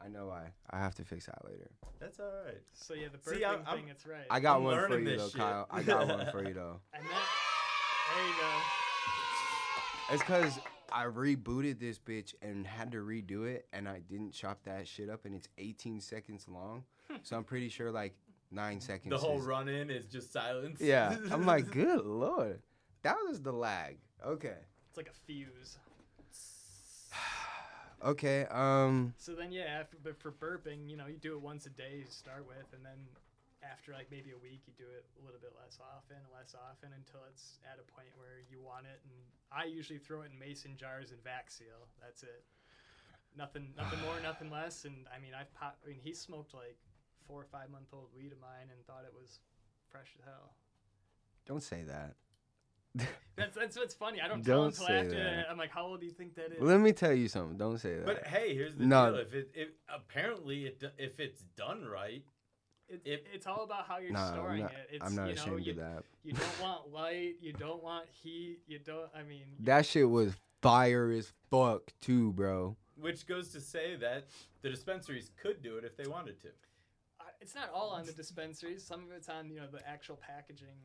I know why. I have to fix that later. That's all right. so yeah the See, I'm- burping I'm- thing it's right I got I'm one for learning you this though, shit. Kyle. I got one [LAUGHS] for you though. and that there you go It's because I rebooted this bitch and had to redo it, and I didn't chop that shit up, and it's 18 seconds long. So I'm pretty sure like nine seconds. Hmm. The whole is- run in is just silence. Yeah, [LAUGHS] I'm like, good lord, that was the lag. Okay, it's like [LAUGHS] a fuse okay. Um, so then yeah after, but for burping you know you do it once a day to start with and then after like maybe a week you do it a little bit less often less often until it's at a point where you want it and I usually throw it in mason jars and vac seal that's it nothing nothing [SIGHS] more nothing less and I mean I've pop, I mean he smoked like four or five month old weed of mine and thought it was fresh as hell don't say that. That's that's what's funny. I don't, tell Don't until say after that. that. I'm like, how old do you think that is? Let me tell you something. Don't say that. But hey, here's the No. deal. If it, if apparently it, do- if it's done right, It- if- it's all about how you're Nah, I'm storing not- it. It's, I'm not you know, ashamed you, of that. You don't want light. You don't want heat. You don't. I mean, That shit was fire as fuck too, bro. which goes to say that the dispensaries could do it if they wanted to. I, it's not all on the dispensaries. Some of it's on you know the actual packaging,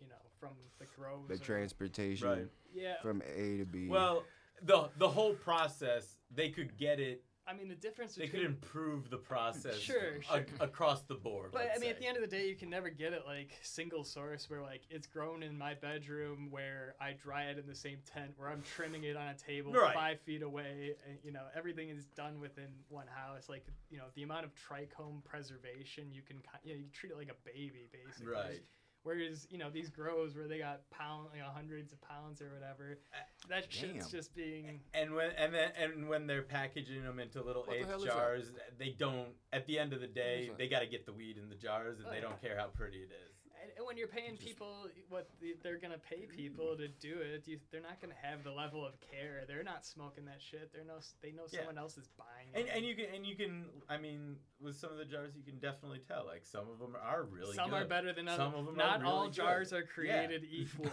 you know, from the grows. The or- transportation Right. Yeah. from A to B. Well, the the whole process, they could get it. I mean, the difference They between could improve the process Sure, sure. ac- across the board. But let's I mean, at say. the end of the day, you can never get it like single source where like it's grown in my bedroom where I dry it in the same tent where I'm trimming it on a table Right. five feet away. And, you know, everything is done within one house. Like you know, the amount of trichome preservation you can ki- you, know, you treat it like a baby basically. right. Whereas you know these grows where they got pound you know hundreds of pounds or whatever, Uh, that shit's Damn. just being And when and then and when they're packaging them into little What the hell eighth is that? jars, they don't. At the end of the day, that? they got to get the weed in the jars, and Oh, they yeah. don't care how pretty it is. And, and when you're paying people what the, they're gonna pay people to do it, you, they're not gonna have the level of care. They're not smoking that shit. They're no, they know Yeah. someone else is buying And, it. and you can and you can I mean with some of the jars you can definitely tell like some of them are really some are good. better than others. Some of 'em are not all really good. jars are Yeah. created [LAUGHS] equal.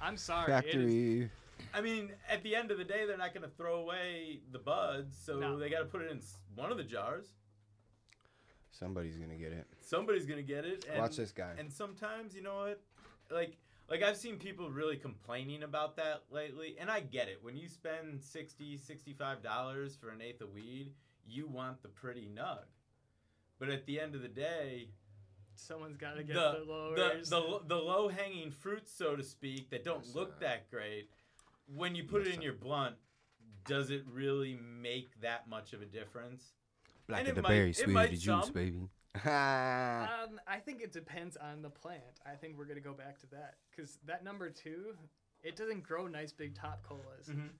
I'm sorry. it is- factory. I mean at the end of the day they're not going to throw away the buds so No. they got to put it in s- one of the jars Somebody's gonna get it. somebody's going to get it and, Watch this guy. and sometimes you know what like like I've seen people really complaining about that lately and I get it when you spend 60 65 dollars for an eighth of weed you want the pretty nug but at the end of the day someone's gotta get the, the, the, lowers. the, low hanging fruit, so to speak, that don't Yes, look sir. that great, when you put Yes, it in sir. your blunt, does it really make that much of a difference? Black And of it the might- berry, it sweet of might the juice, [LAUGHS] some. baby. Um, I think it depends on the plant. I think we're gonna go back to that because that number two, it doesn't grow nice big top colas. Mhm.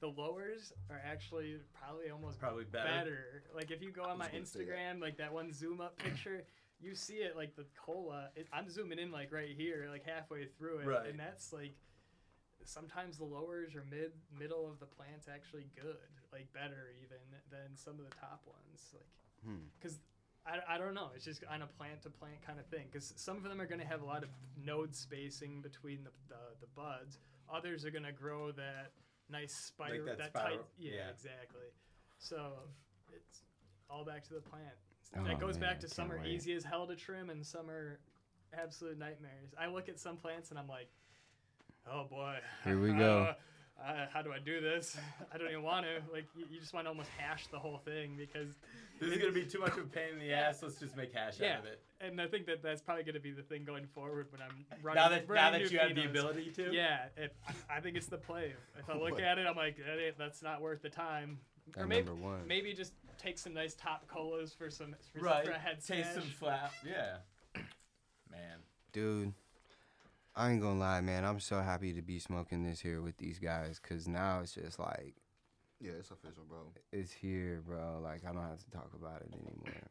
The lowers are actually probably almost Probably better. Like if you go on my was gonna say that. Instagram, like that one zoom up picture, you see it like the cola. It, I'm zooming in like right here, like halfway through it, Right. and that's like sometimes the lowers or mid middle of the plant's actually good, like better even than some of the top ones. Like because I, I don't know. It's just on a plant to plant kind of thing. Because some of them are going to have a lot of node spacing between the, the, the buds. Others are going to grow that nice spiral. that tight. spiral, Yeah, yeah. exactly. So it's all back to the plant. Oh, that goes man, back to can't some are wait. easy as hell to trim and some are absolute nightmares. I look at some plants and I'm like, oh boy. Here we I- go. [LAUGHS] Uh, how do I do this? [LAUGHS] I don't even want to. Like, you, you just want to almost hash the whole thing because This is gonna be too much of a pain in the ass. Let's just make hash out of it. and I think that that's probably going to be the thing going forward when I'm running. Now that now running new that you have the phenos. ability to. Yeah, if, I think it's the play. If I look at it, I'm like, that ain't- that's not worth the time. That or maybe number one. maybe just take some nice top colas for some for, some- Right. for a head Taste some stash. flap. Yeah. Man. Dude, I ain't gonna lie, man. I'm so happy to be smoking this here with these guys because now it's just like, [LAUGHS] Yeah, it's official, bro. it's here, bro. Like, I don't have to talk about it anymore.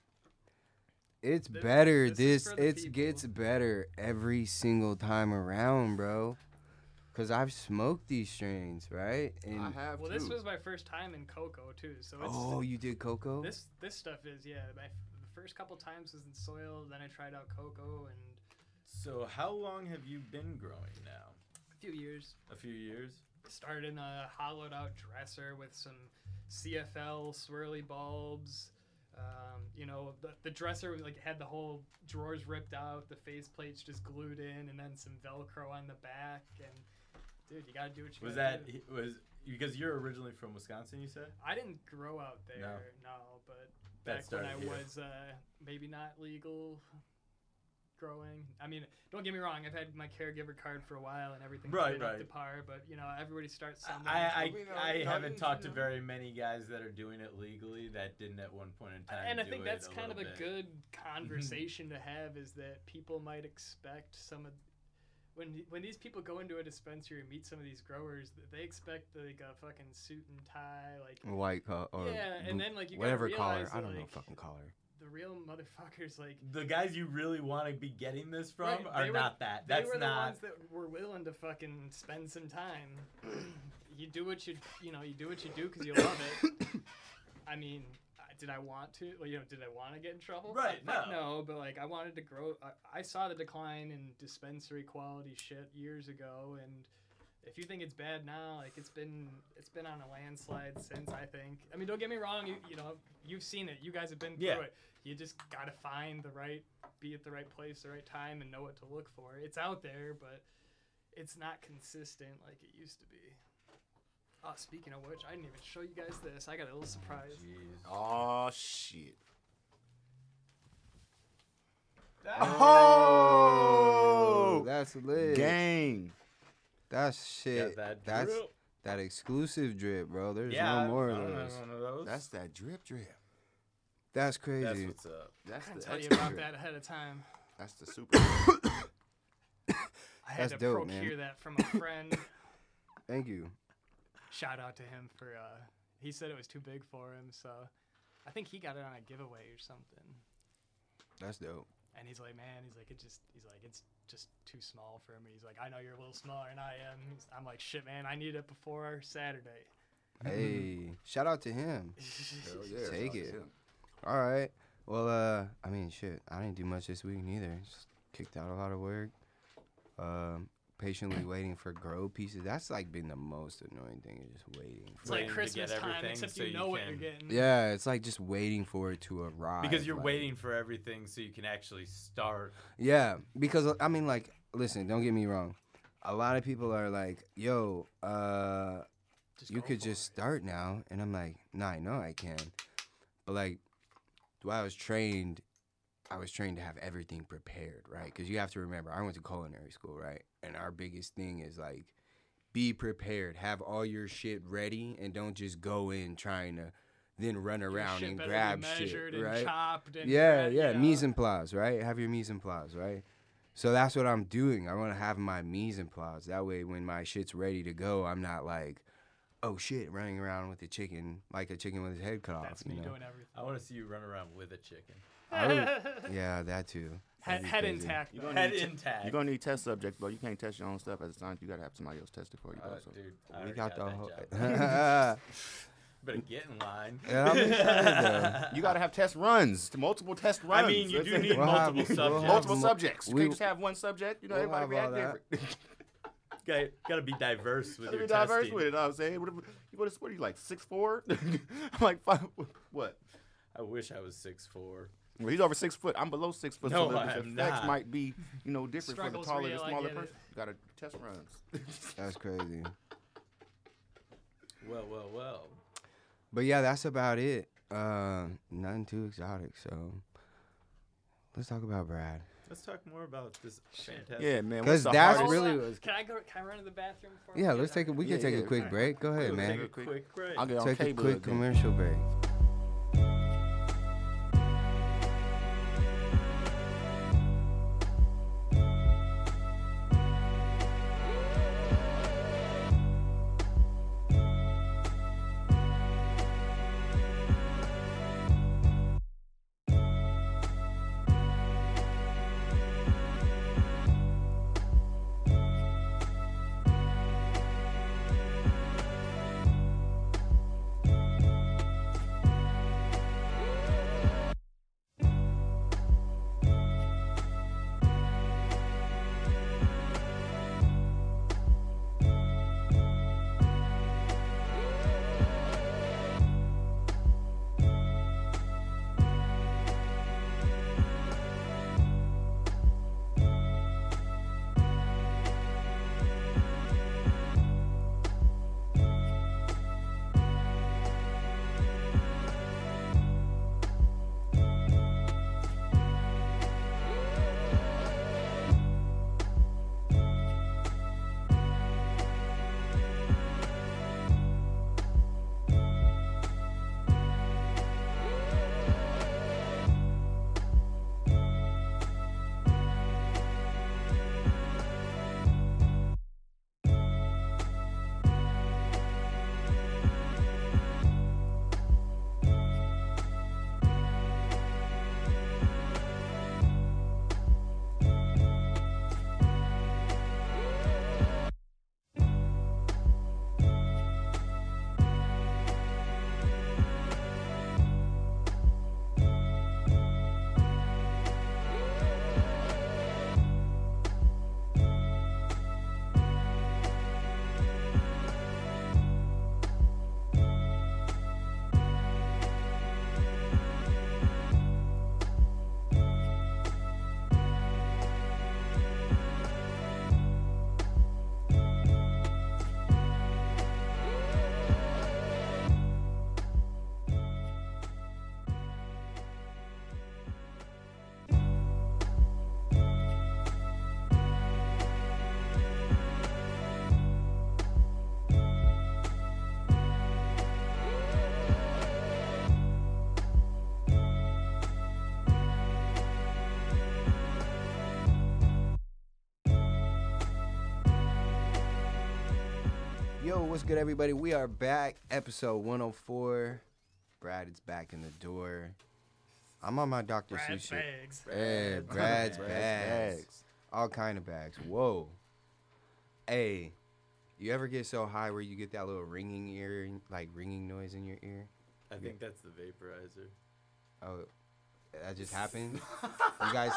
It's Th- better. this is This, for the it people. gets better every single time around, bro. Cause I've smoked these strains, right? And I have Well, too. this was my first time in cocoa too, so it's oh, you did cocoa. this this stuff is yeah. My, f- the first couple times was in soil, then I tried out cocoa and So how long have you been growing now? a few years. A few years. started in a hollowed out dresser with some CFL swirly bulbs. Um, you know, the, the dresser was like had the whole drawers ripped out, the face plates just glued in, and then some Velcro on the back. And dude, you gotta do what you Was gotta that do. was because you're originally from Wisconsin? You said I didn't grow out there, No. no, but That back when started I here. was uh, maybe not legal growing. I mean, don't get me wrong, I've had my caregiver card for a while and everything's Right, been up to right. par, but you know, everybody starts somewhere. I we know- I, I we know haven't you, talked to you know. very many guys that are doing it legally that didn't at one point in time. and I do think it that's kind of a little bit. good [LAUGHS] conversation to have is that people might expect some of when when these people go into a dispensary and meet some of these growers, th- they expect like a fucking suit and tie, like White collar or yeah, and blue- then like you gotta whatever collar. realize I that, don't know like, fucking collar. the real motherfuckers like. The guys you really want to be getting this from Right, are they were- not that. they That's were the not. ones that were willing to fucking spend some time. [COUGHS] you do what you you know you do what you do because you love [COUGHS] it. I mean, I- did I want to? Well, you know, did I want to get in trouble? Right, Fuck no. no. But like, I wanted to grow. I, I saw the decline in dispensary quality shit years ago, and if you think it's bad now, like it's been it's been on a landslide since I think. I mean, don't get me wrong. You you know you've seen it. You guys have been through Yeah. it. You just gotta find the right, be at the right place, the right time, and know what to look for. It's out there, but it's not consistent like it used to be. Oh, speaking of which, I didn't even show you guys this. I got a little surprise. Jeez. Oh shit. Oh, Oh, that's lit. gang. That's shit. that that's drip. that exclusive drip, bro. There's yeah, no more I of don't those. have one of those. That's that drip drip. That's That's crazy. what's up. That's I the didn't tell you extra about drip. that ahead of time. That's the super. drip. I had That's to dope, man. procure that from a friend. Thank you. Shout out to him for. uh He said it was too big for him, so I think he got it on a giveaway or something. That's [LAUGHS] dope. And he's like, man, he's like, it just, he's like, it's just too small for me. He's like, I know you're a little smaller than I am. He's- I'm like, shit, man, I need it before Saturday. [LAUGHS] Hey, shout out to him. Hell yeah, Take that's it. him. All right. Well, uh, I mean, shit, I didn't do much this week neither. Just kicked out a lot of work. Um, patiently waiting for grow pieces. That's like been the most annoying thing. is Just waiting. It's For Waiting like to Christmas get time, everything except so you you know what you're can- getting. Yeah, it's like just waiting for it to arrive. Because you're like- waiting for everything so you can actually start. Yeah, because I mean, like, listen, don't get me wrong. A lot of people are like, "Yo, uh, Just you go could for just it. start now," and I'm like, "Nah, I know I can," but like, while I was trained, I was trained to have everything prepared, right? Because you have to remember, I went to culinary school, right? And our biggest thing is like, be prepared, have all your shit ready, and don't just go in trying to then run around shit and better be grab measured shit, and right? chopped [LAUGHS] and uh, yeah, gra- yeah, you know. mise en place, right? Have your mise en place, right? So that's what I'm doing. I want to have my mise en place. That way, when my shit's ready to go, I'm not like, oh shit, running around with a chicken like a chicken with his head cut That's off. me You know? doing everything. I want to see you run around with a chicken. I would- yeah, that too. Head, That'd be head crazy. intact. You though. head intact. You're gonna need test subjects, but you can't test your own stuff at the time. You gotta have somebody else test it for you. Uh, though, so. dude, I We already got the that whole. [LAUGHS] job. yeah, Better get in line. I'm excited, [LAUGHS] though. You gotta have test runs, multiple test runs. I mean, you That's do it. need We'll have- multiple we'll have subjects. [LAUGHS] multiple mul- subjects. You we- can't just have one subject. You know, we'll everybody have react all that. different. [LAUGHS] Gotta, gotta be diverse with Gotta your be diverse testing. with it. I'm saying, what, if- you go to what are you like six four? [LAUGHS] I'm like five. What? I wish I was six four. Well, he's over six foot. I'm below six foot. No, so the I the am effects not. might be, you know, different Struggles for the taller, real, the I smaller get it. person. You gotta test runs. That's crazy. Well, well, well. But yeah, that's about it. Uh, nothing too exotic. So let's talk about Brad. Let's talk more about this fantastic. yeah, man. Because what's the that's Hold hardest- [LAUGHS] really on. was- Can I go? Can I run to the bathroom? before we Yeah, get let's out take a. of We Yeah, can take a yeah, quick alright. break. Go ahead, We'll man. Take a quick break. I'll get on Take a cable quick again. [LAUGHS] commercial break. Yo, what's good, everybody? We are back, episode 104. Brad is back in the door. I'm on my Dr. Brad Seuss shit. Bags. Hey, Brad's, Brad's bags. bags. All kind of bags. Whoa. Hey, you ever get so high where you get that little ringing ear, like ringing noise in your ear? I think that's the vaporizer. Oh, that just happened. you guys,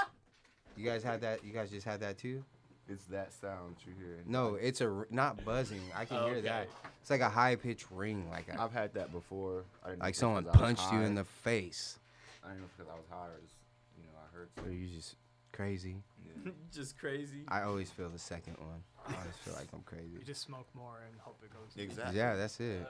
you guys had that. You guys just had that too. It's that sound you hear. No, it's a r- not buzzing. I can hear Okay. that. It's like a high pitched ring, like a, I've had that before. I didn't know like if it's someone 'cause I was punched you high. in the face. I didn't know because I was high or just, you know, I heard. Or something. you just crazy. [LAUGHS] Just crazy. I always feel the second one. I always feel like I'm crazy. You just smoke more and hope it goes. Exactly. Yeah, that's it.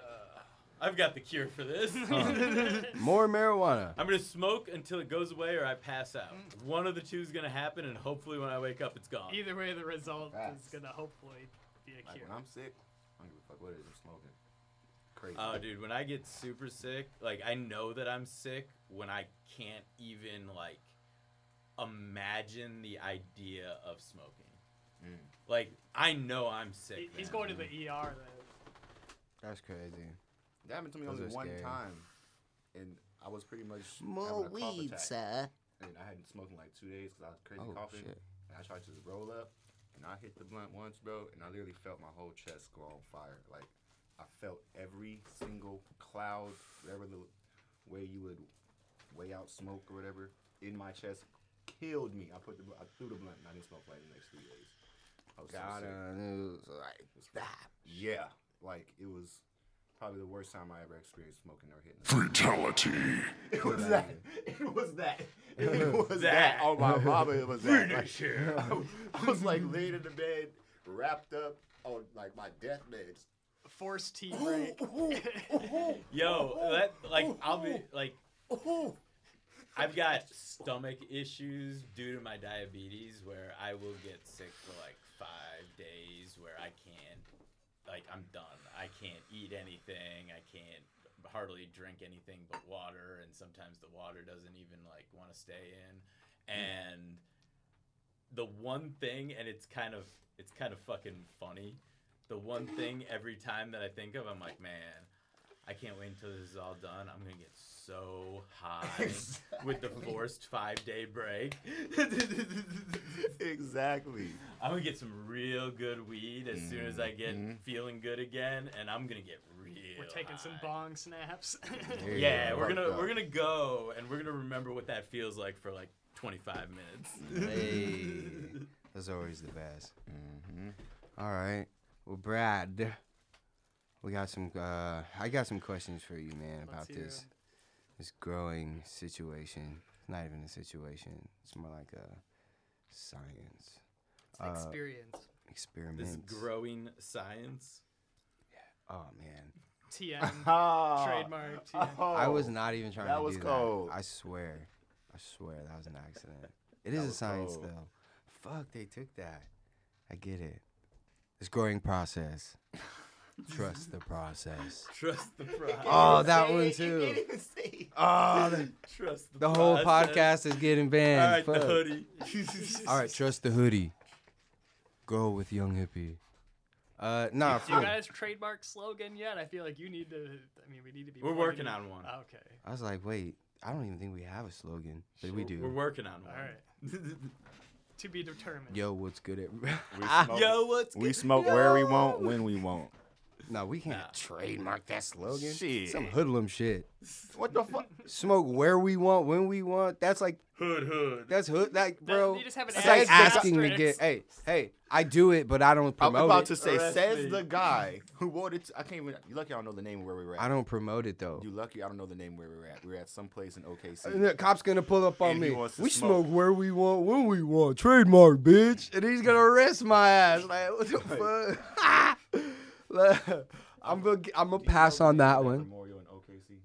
I've got the cure for this. [LAUGHS] More marijuana. I'm gonna smoke until it goes away or I pass out. One of the two is gonna happen, and hopefully when I wake up, it's gone. Mm. Either way, the result is Facts. gonna hopefully be a Like cure. when I'm sick, I don't give a fuck what it is. I'm smoking. crazy. Oh, dude, when I get super sick, like I know that I'm sick when I can't even like imagine the idea of smoking. Mm. Like I know I'm sick. He- he's then. going to the ER then. That's crazy. that happened to me Those only are one scary. time, and I was pretty much More having a cough weed, attack. sir. And I hadn't smoked in like two days because I was crazy Oh coughing. shit. And I tried to just roll up, and I hit the blunt once, bro, and I literally felt my whole chest go on fire. Like I felt every single cloud, whatever the way you would weigh out smoke or whatever, in my chest killed me. I put the bl- I threw the blunt, and I didn't smoke for like the next three days. I was so Got sick. Uh, it. It was uh, like It's like- Yeah, like it was probably the worst time I ever experienced smoking or hitting. Fatality. [LAUGHS] It was that. It was that. It was that. Oh my mama, it was that. Like, [LAUGHS] I was like laying in the bed, wrapped up on like my deathbed. Forced tea [LAUGHS] break. [LAUGHS] Yo, that like I'll be like I've got stomach issues due to my diabetes where I will get sick for like five days where I can't like I'm done. I can't eat anything. I can't hardly drink anything but water and sometimes the water doesn't even like want to stay in. And the one thing and it's kind of it's kind of fucking funny. The one thing every time that I think of I'm like, man, I can't wait until this is all done. I'm gonna get so high with the forced five day break. [LAUGHS] exactly. I'm gonna get some real good weed as soon as I get Mm-hmm. Mhm. feeling good again, and I'm gonna get real. We're taking some high. bong snaps. [LAUGHS] Yeah, Yeah, I we're like gonna that. we're gonna go, and we're gonna remember what that feels like for like 25 minutes. Hey, that's always the best. Mm-hmm. All right. Well, Brad, we got some. Uh, I got some questions for you, man, Let's about hear this 'em. this growing situation. It's not even a situation. It's more like a science It's Uh, an experience. experiment. this growing science. oh man, TM. [LAUGHS] Ah, Oh. Trademark TM. I was not even trying that to was do cold. that. I swear, I swear that was an accident. It is a was science cold. though. Fuck, they took that. I get it. This growing [LAUGHS] process. Trust the process. Trust [LAUGHS] the process. Oh, that one too. Oh, the, Trust the, the whole process. podcast is getting All banned. right, the Fuck. hoodie. [LAUGHS] All right, trust the hoodie. Go with young hippie. Uh, nah, Do you for real. guys trademark slogan yet? I feel like you need to. I mean, we need to be. We're working plugging- on one. Okay. I was like, wait, I don't even think we have a slogan, but we We're do. working on one. All right. to be determined. Yo, what's good [LAUGHS] at? [LAUGHS] Yo, what's We smoke where we want, when we want. no, we can't Nah. trademark that slogan. Shit. Some hoodlum shit. What the fuck? Smoke where we want, when we want. That's like hood hood? that's hood. Like bro, you just have an that's like asterisk. asking to get. Hey, hey, I do it, but I don't I'm promote about it. to say, Arrest says me. the guy who wanted. To, I can't even. You lucky I don't know the name of where we were at. I don't promote it though. You lucky I don't know the name where we were at. We were at some place in OKC. And the cop's gonna pull up on And me. he We wants to smoke. smoke. where we want, when we want. Trademark, bitch. And he's gonna arrest my ass. Like, what the fuck? [LAUGHS] Like, [LAUGHS] I'm gonna, get- I'm gonna Do you know pass where on there's that a one. Memorial in OKC.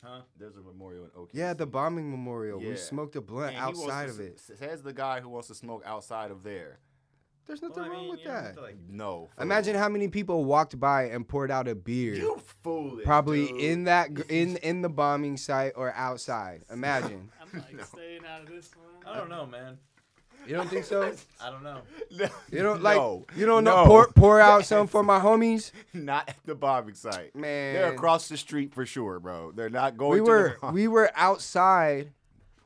Huh? There's a memorial in OKC. Yeah, the bombing memorial. Yeah. We smoked a blunt And he wants outside to of it. s- Says the guy who wants to smoke outside of there. There's nothing Well, I wrong mean, with you don't have that. to, like, No. fool. Imagine how many people walked by and poured out a beer. you foolish. Probably dude. [LAUGHS] in that gr- in in the bombing site or outside. Imagine. I'm like staying out of this one. I don't know, man. You don't think [LAUGHS] so? I don't know. You don't like No. you don't know No. pour pour out some for my homies? [LAUGHS] not at the bombing site. Man. they're across the street for sure, bro. They're not going. we to were The bomb- we were outside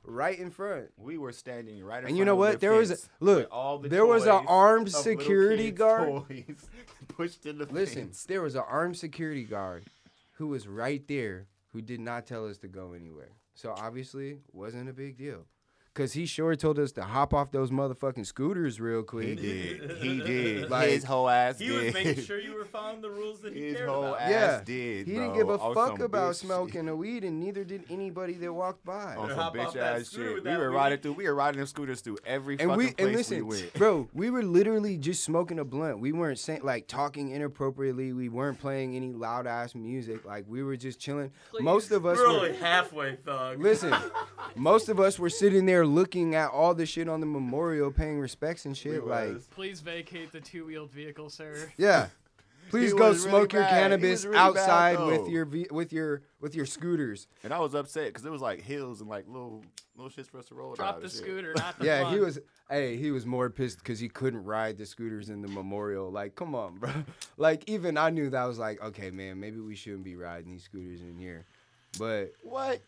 right in front we were standing right. In and you front know of what the there was a, fence look with all the there was an toys armed of little security kids' guard toys [LAUGHS] pushed in the listen fence. there was an armed security guard who was right there who did not tell us to go anywhere so obviously wasn't a big deal because he sure told us to hop off those motherfucking scooters real He quick [LAUGHS] did. He did. Like- His whole ass He did. [LAUGHS] was making sure you were following the rules that he His cared whole about. ass Yeah. did. he bro, didn't give a on fuck some about bitch [LAUGHS] smoking shit. the weed and neither did anybody that walked by on some Hop off bitch that ass scooter shit. with We that were weed. riding through. We were riding them scooters through every and fucking we place and listen, we [LAUGHS] went. bro, we were literally just smoking a blunt. We weren't saying like talking inappropriately. We weren't playing any loud ass music. Like we were just chilling. Most of us We're were only halfway [LAUGHS] thug. listen. most of us were sitting there looking at all the shit on the [LAUGHS] memorial, paying respects and shit. like Please vacate the two-wheeled vehicle, sir. yeah, Please He go was really smoke your bad. He cannabis was really bad, outside though. with your ve- with your with your scooters. And I was upset because it was like hills and like little little shits for us to roll. Drop down the and shit. scooter, not the Yeah, he blunt. was. Hey, he was more pissed because he couldn't ride the scooters in the memorial. Like, come on, [LAUGHS] bro. Like, even I knew that I was like, okay, man, maybe we shouldn't be riding these scooters in here. [LAUGHS] But What?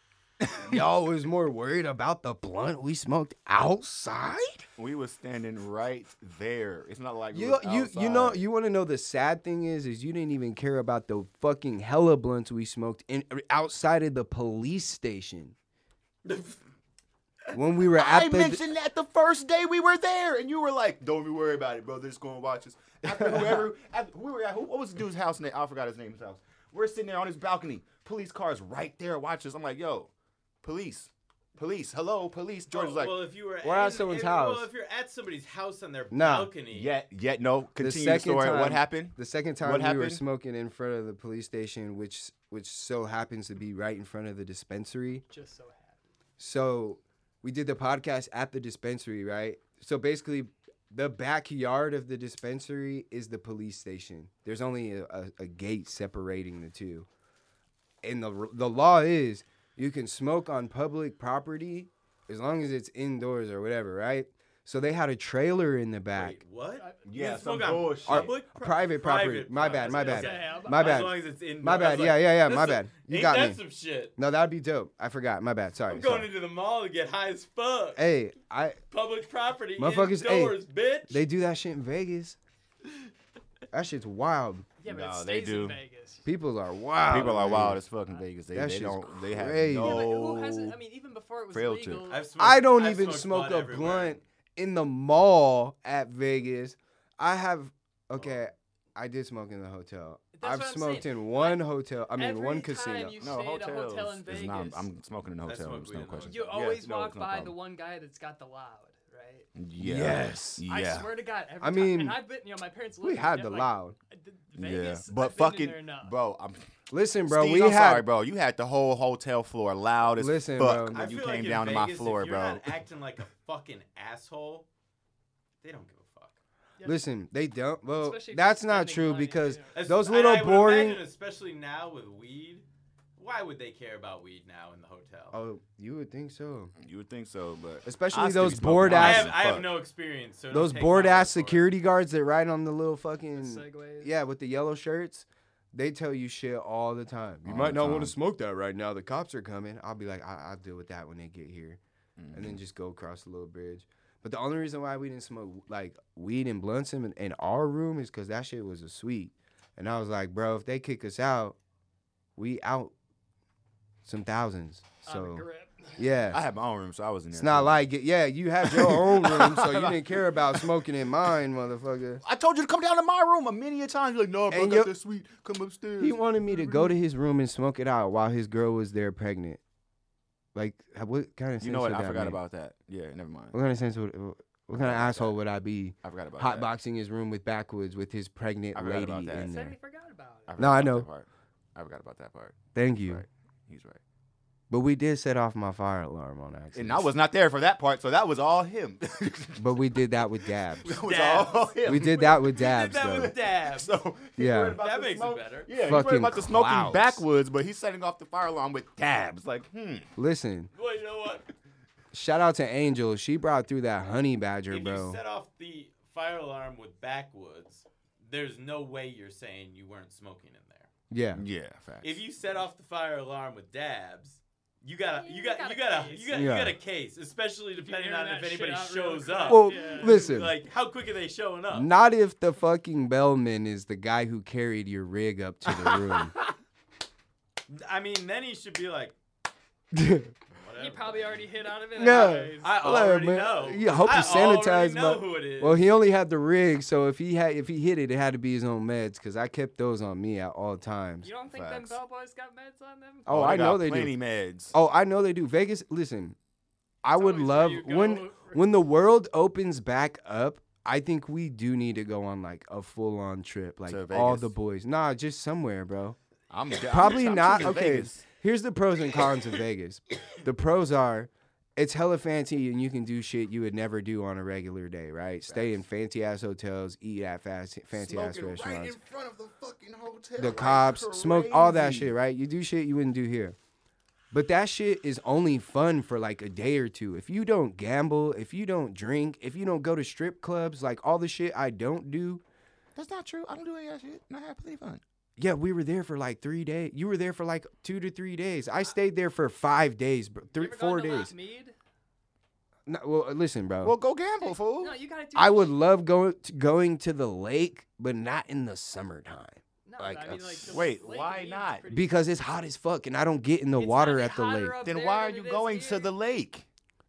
y'all was more worried about the blunt we smoked outside. We was standing right there. It's not like we You was you you know outside. you want to know the sad thing is is you didn't even care about the fucking hella blunts we smoked in outside of the police station. [LAUGHS] when we were at I the mentioned that the first day we were there, and you were like, "Don't be worried about it, bro. They're just going to watch us." [LAUGHS] After whoever, after, we were at who, what was the dude's house name? I forgot his name's house. We're sitting there on his balcony. Police cars right there, watch us. I'm like, "Yo, police, police, hello, police." George was like, Oh, well, if you were, We're at someone's house. Well, if you're at somebody's house on their Nah. balcony, "Yet, yet, no." the Continue the second story. time, what happened? The second time What we were happened? smoking in front of the police station, which which so happens to be right in front of the dispensary. just so happy. So we did the podcast at the dispensary, right? So basically, the backyard of the dispensary is the police station. There's only a, a, a gate separating the two, and the r- the law is you can smoke on public property as long as it's indoors or whatever, right? So they had a trailer in the back. Wait, what? You Yeah, can some smoke on bullshit. public pro- private property. My bad, my property. bad. Okay. I'm- My As long bad. as it's in. My I was bad. Yeah, yeah, yeah, that's my some- bad. You ain't got that me. some shit. No, that'd be dope. I forgot. My bad. Sorry. I'm going sorry. into the mall to get high as fuck. Hey, I Public property. Motherfuckers, hey, indoors, bitch. they do that shit in Vegas. That shit's wild. Yeah, but it Nah, stays they do. in Vegas. People are wild. People are man. wild as fuck in Vegas. They, That they shit's don't. They have crazy. Yeah, Yeah, but no. who hasn't? I mean, even before it was Frailty. legal, I've smoked- I don't I've even smoked smoke bud a everywhere. blunt in the mall at Vegas. I have okay. I did smoke in the hotel. That's I've what I'm smoked saying. in one hotel. I mean, Every one time casino. you no stay at a hotels. hotel in is not- Vegas, I'm smoking in a That's hotel. what There's we no did. question. you Yeah, always no, walk it's no by the problem. one guy that's got the loud, right? Yeah. Yes. Yeah. I swear to God, every I time, mean, and I've been, you know, my parents. we lived in had it, the like, loud. I did- Vegas, yeah, but I've been in fucking, there enough. bro, I'm Listen, bro, Steve, we I'm had sorry, bro. You had the whole hotel floor loud as Listen, fuck bro. when I you feel came like in down to my Vegas, floor, if you're bro. Not acting like a fucking asshole. They don't give a fuck. Listen, they don't. Well, Especially if that's you're not spending true money, because you know. As- those and little I would boring. imagine, especially now with weed. Why would they care about weed now in the hotel? Oh, you would think so. [LAUGHS] You would think so, but Especially I still those be smoking bored weed I ass- as have, I have fuck. no experience. So Those don't take bored my ass word for it. [LAUGHS] security guards that ride on the little fucking Segways. yeah with the yellow shirts, they tell you shit all the time. You All might the not want time. to smoke that right now. The cops are coming. I'll be like, I- I'll deal with that when they get here, and then just go across the little bridge. But the only reason why we didn't smoke like weed and blunts in, in our room is because that shit was a suite, and I was like, bro, if they kick us out, we out some thousands. On the So grip. [LAUGHS] yeah, I had my own room, so I was in there. it's not too. like it. Yeah, you have your [LAUGHS] own room, so you didn't care about smoking in mine, motherfucker. I told you to come down to my room a many a times. You're like, no, bro, I And got yo- the suite. Come upstairs. He wanted me to go to his room and smoke it out while his girl was there pregnant. Like, h- what kind of sense you know what? would I that forgot make? about that. Yeah, never mind. What kind of sense would? What kind of asshole would I be? I forgot about that. Hotboxing his room with backwoods with his pregnant I forgot lady about that. in Said he there. forgot about I it. forgot No, I about know. that part. I forgot about that part. Thank you. Right. He's right. But we did set off my fire alarm on accident. And I was not there for that part, so that was all him. [LAUGHS] that But we did [LAUGHS] that with dabs. was Dabs. all him. we did that with He [LAUGHS] dabs did that though. [LAUGHS] with dabs. So he Yeah. worried about That the makes it smoke- better. Yeah, he's worried Fucking about the smoking clouds. backwoods, but he's setting off the fire alarm with tabs. Like, hmm. Listen, Well, you know [LAUGHS] what? shout out to Angel. She brought through that honey badger, If bro. you set off the fire alarm with backwoods, there's no way you're saying you weren't smoking in there. yeah. Yeah, facts. If you set off the fire alarm with dabs, you got a Yeah, you you got got you a got a case. you got, you Yeah. got a case, especially depending air on that if shit anybody out real shows quick. up. Well, Yeah. listen. like how quick are they showing up? Not if the fucking bellman is the guy who carried your rig up to the I mean, then he should be like, [LAUGHS] room. whatever. He probably already hit on it. No. anyways. I Hello, already man. know. Yeah, I hope I you sanitize, already know but- who it is. well, he only had the rig, so if he had if he hit it, it had to be his own meds because I kept those on me at all times. You don't think Facts. them bellboys got meds on them? Oh, I got know they plenty do. meds. Oh, I know they do. Vegas, listen, I It's would always where love you go. when when the world opens back up. I think we do need to go on like a full on trip, like To all Vegas? the boys. Nah, just somewhere, bro. I'm Probably not. choosing Okay. Vegas. Here's the pros and cons of Vegas. The pros are it's hella fancy and you can do shit you would never do on a regular day, right? Stay in fancy ass hotels, eat at fast, fancy ass Smoking restaurants. Right in front of the fucking hotel. the like cops, smoke, all that crazy. shit, right? You do shit you wouldn't do here. But that shit is only fun for like a day or two. If you don't gamble, if you don't drink, if you don't go to strip clubs, like all the shit I don't do. That's not true. I don't do any of that shit. Not happily fun. Yeah, we were there for like three days. You were there for like two to three days. I stayed there for five days, bro. You Three, ever gone four to Lap days. Mead? No, well, uh, listen, bro. Well, go gamble, fool. No, you gotta do. I would shit. love going to, going to the lake, but not in the summertime No, like, I mean, like, the wait, Lake why Mead's not? pretty- because it's hot as fuck, and I don't get in the It's water gotta at be the hotter lake. up Then there why are than you it is going to here. the lake?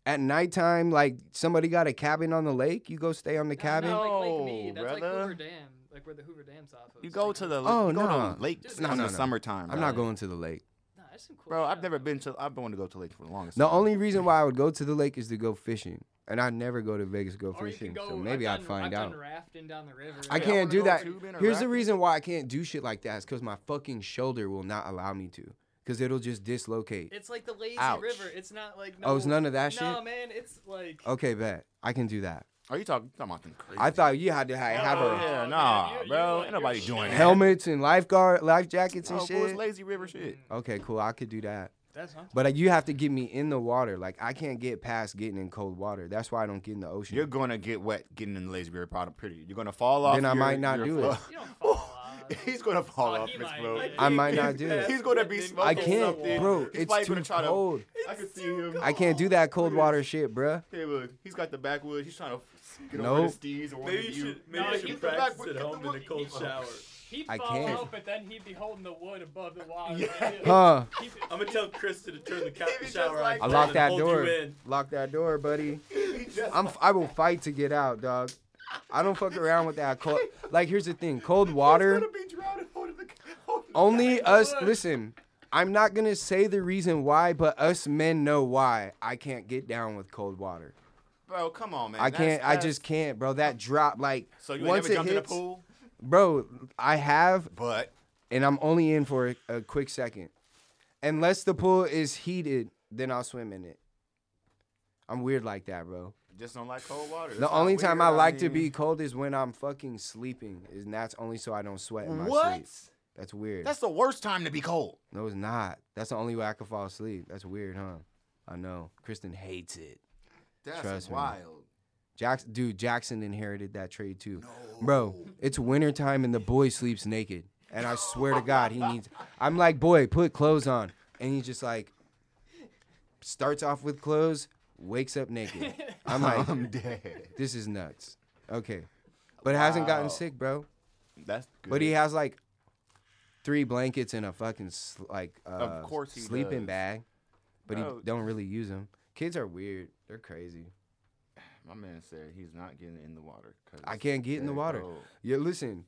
At nighttime, like somebody got a cabin on the lake, you go stay on the No, cabin. No, like Lake No, Mead. That's brother. like Hoover Dam, like where the Hoover Dam's off of. You It's go like- to the Oh, you go nah. to lakes No, in no, the no. summertime. I'm bro. not going to the lake. Nah, there's some cool Bro, I've shit never out been there. to. I've been wanting to go to the lake for the longest. The time. only reason why I would go to the lake is to go fishing, and I never go to Vegas to go Or you fishing. can go. so maybe I've I'd done, find I've out. Done rafting down the river. I Yeah, I can't wanna do go that. tubing or Here's the rafting. reason why I can't do shit like that is because my fucking shoulder will not allow me to. Because it'll just dislocate. It's like the lazy Ouch. river. It's not like. No, Oh, it's none of that No, shit? man, it's like. Okay, bet. I can do that. Are you talking? Talking about them crazy. I thought you had to ha- have Oh, a Yeah, man, nah, you- you bro. like Ain't your nobody shit. doing that. helmets and lifeguard life jackets and oh, fool, it's shit. lazy river shit. Okay, cool. I could do that. That's not. But uh, you have to get me in the water. Like I can't get past getting in cold water. That's why I don't get in the ocean. You're gonna get wet getting in the lazy river pot. Pretty. You're gonna fall off. Then I your- might not your do flo- it. You don't fall off. [LAUGHS] He's gonna fall Oh, off he and might. explode. I might not do it. He's gonna be smoking I can't, something. bro. He's it's probably too gonna try [LAUGHS] cold. To, I can see him. I can't do that cold water shit, [LAUGHS] bruh. Hey, look, he's got the backwoods. He's trying to get Nope. over his steez or one Maybe of you you. should, maybe No, you you should go back practice with- at get the home in the monkey. cold shower. He'd I fall can't. off, but then he'd be holding the wood above the [LAUGHS] water. Yeah. Huh? He'd- I'm gonna tell Krista to [LAUGHS] turn the ca- Maybe just shower like on. I Well, locked and that hold you door. in. Lock that door, buddy. [LAUGHS] He just- I'm. I will fight to get out, dog. I don't fuck around with that cold. Like here's the thing, [LAUGHS] cold water. He's gonna be drowning. [LAUGHS] Holding the, holding the Only uh, bag. us. would. Listen, I'm not gonna say the reason why, but us men know why I can't get down with cold water. Bro, come on, man. I That's- can't. I that's- just can't, bro. That drop, like, So you ain't once never it jumped in a hits, pool, bro. I have, but and I'm only in for a, a quick second. Unless the pool is heated, then I'll swim in it. I'm weird like that, bro. just don't like cold water. That's the not only time weird, I like to mean- be cold is when I'm fucking sleeping, and that's only so I don't sweat in my What? sleep. That's weird. That's the worst time to be cold. no, it's not. That's the only way I can fall asleep. That's weird, huh? I know. Kristen hates it. That's Trust me. wild. Jackson, dude, Jackson inherited that trait too. Bro, it's wintertime and the boy sleeps naked. And I swear to God, he needs. I'm like, boy, put clothes on. And he just like starts off with clothes, wakes up naked. I'm [LAUGHS] like, I'm dead. this is nuts. Okay. But hasn't Wow. gotten sick, bro. That's good. But he has like three blankets and a fucking sl- like uh, Of course he sleeping does. bag. But Bro. he don't really use them. Kids are weird. They're crazy. My man said he's not getting in the water. 'cause I it's can't get in the very water. cold. Yeah, listen,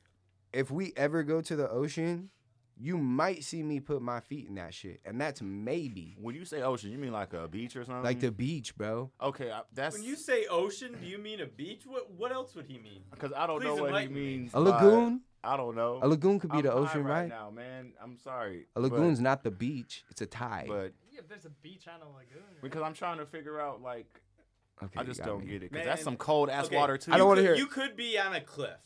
if we ever go to the ocean, you might see me put my feet in that shit. And that's maybe. When you say ocean, you mean like a beach or something? Like the beach, bro. okay, I, that's When you say ocean, do you mean a beach? What what else would he mean? because I don't Please know what he enlighten me. means. A by- lagoon? I don't know. A lagoon could be I'm the high ocean, right? Now, man, I'm sorry. A lagoon's not the beach, it's a tide. but, but Yeah, if there's a beach on a lagoon. right? because I'm trying to figure out like okay, I you just got don't me. get it because that's Man, some cold ass okay, water too. I don't wanna could- hear it. You could be on a cliff.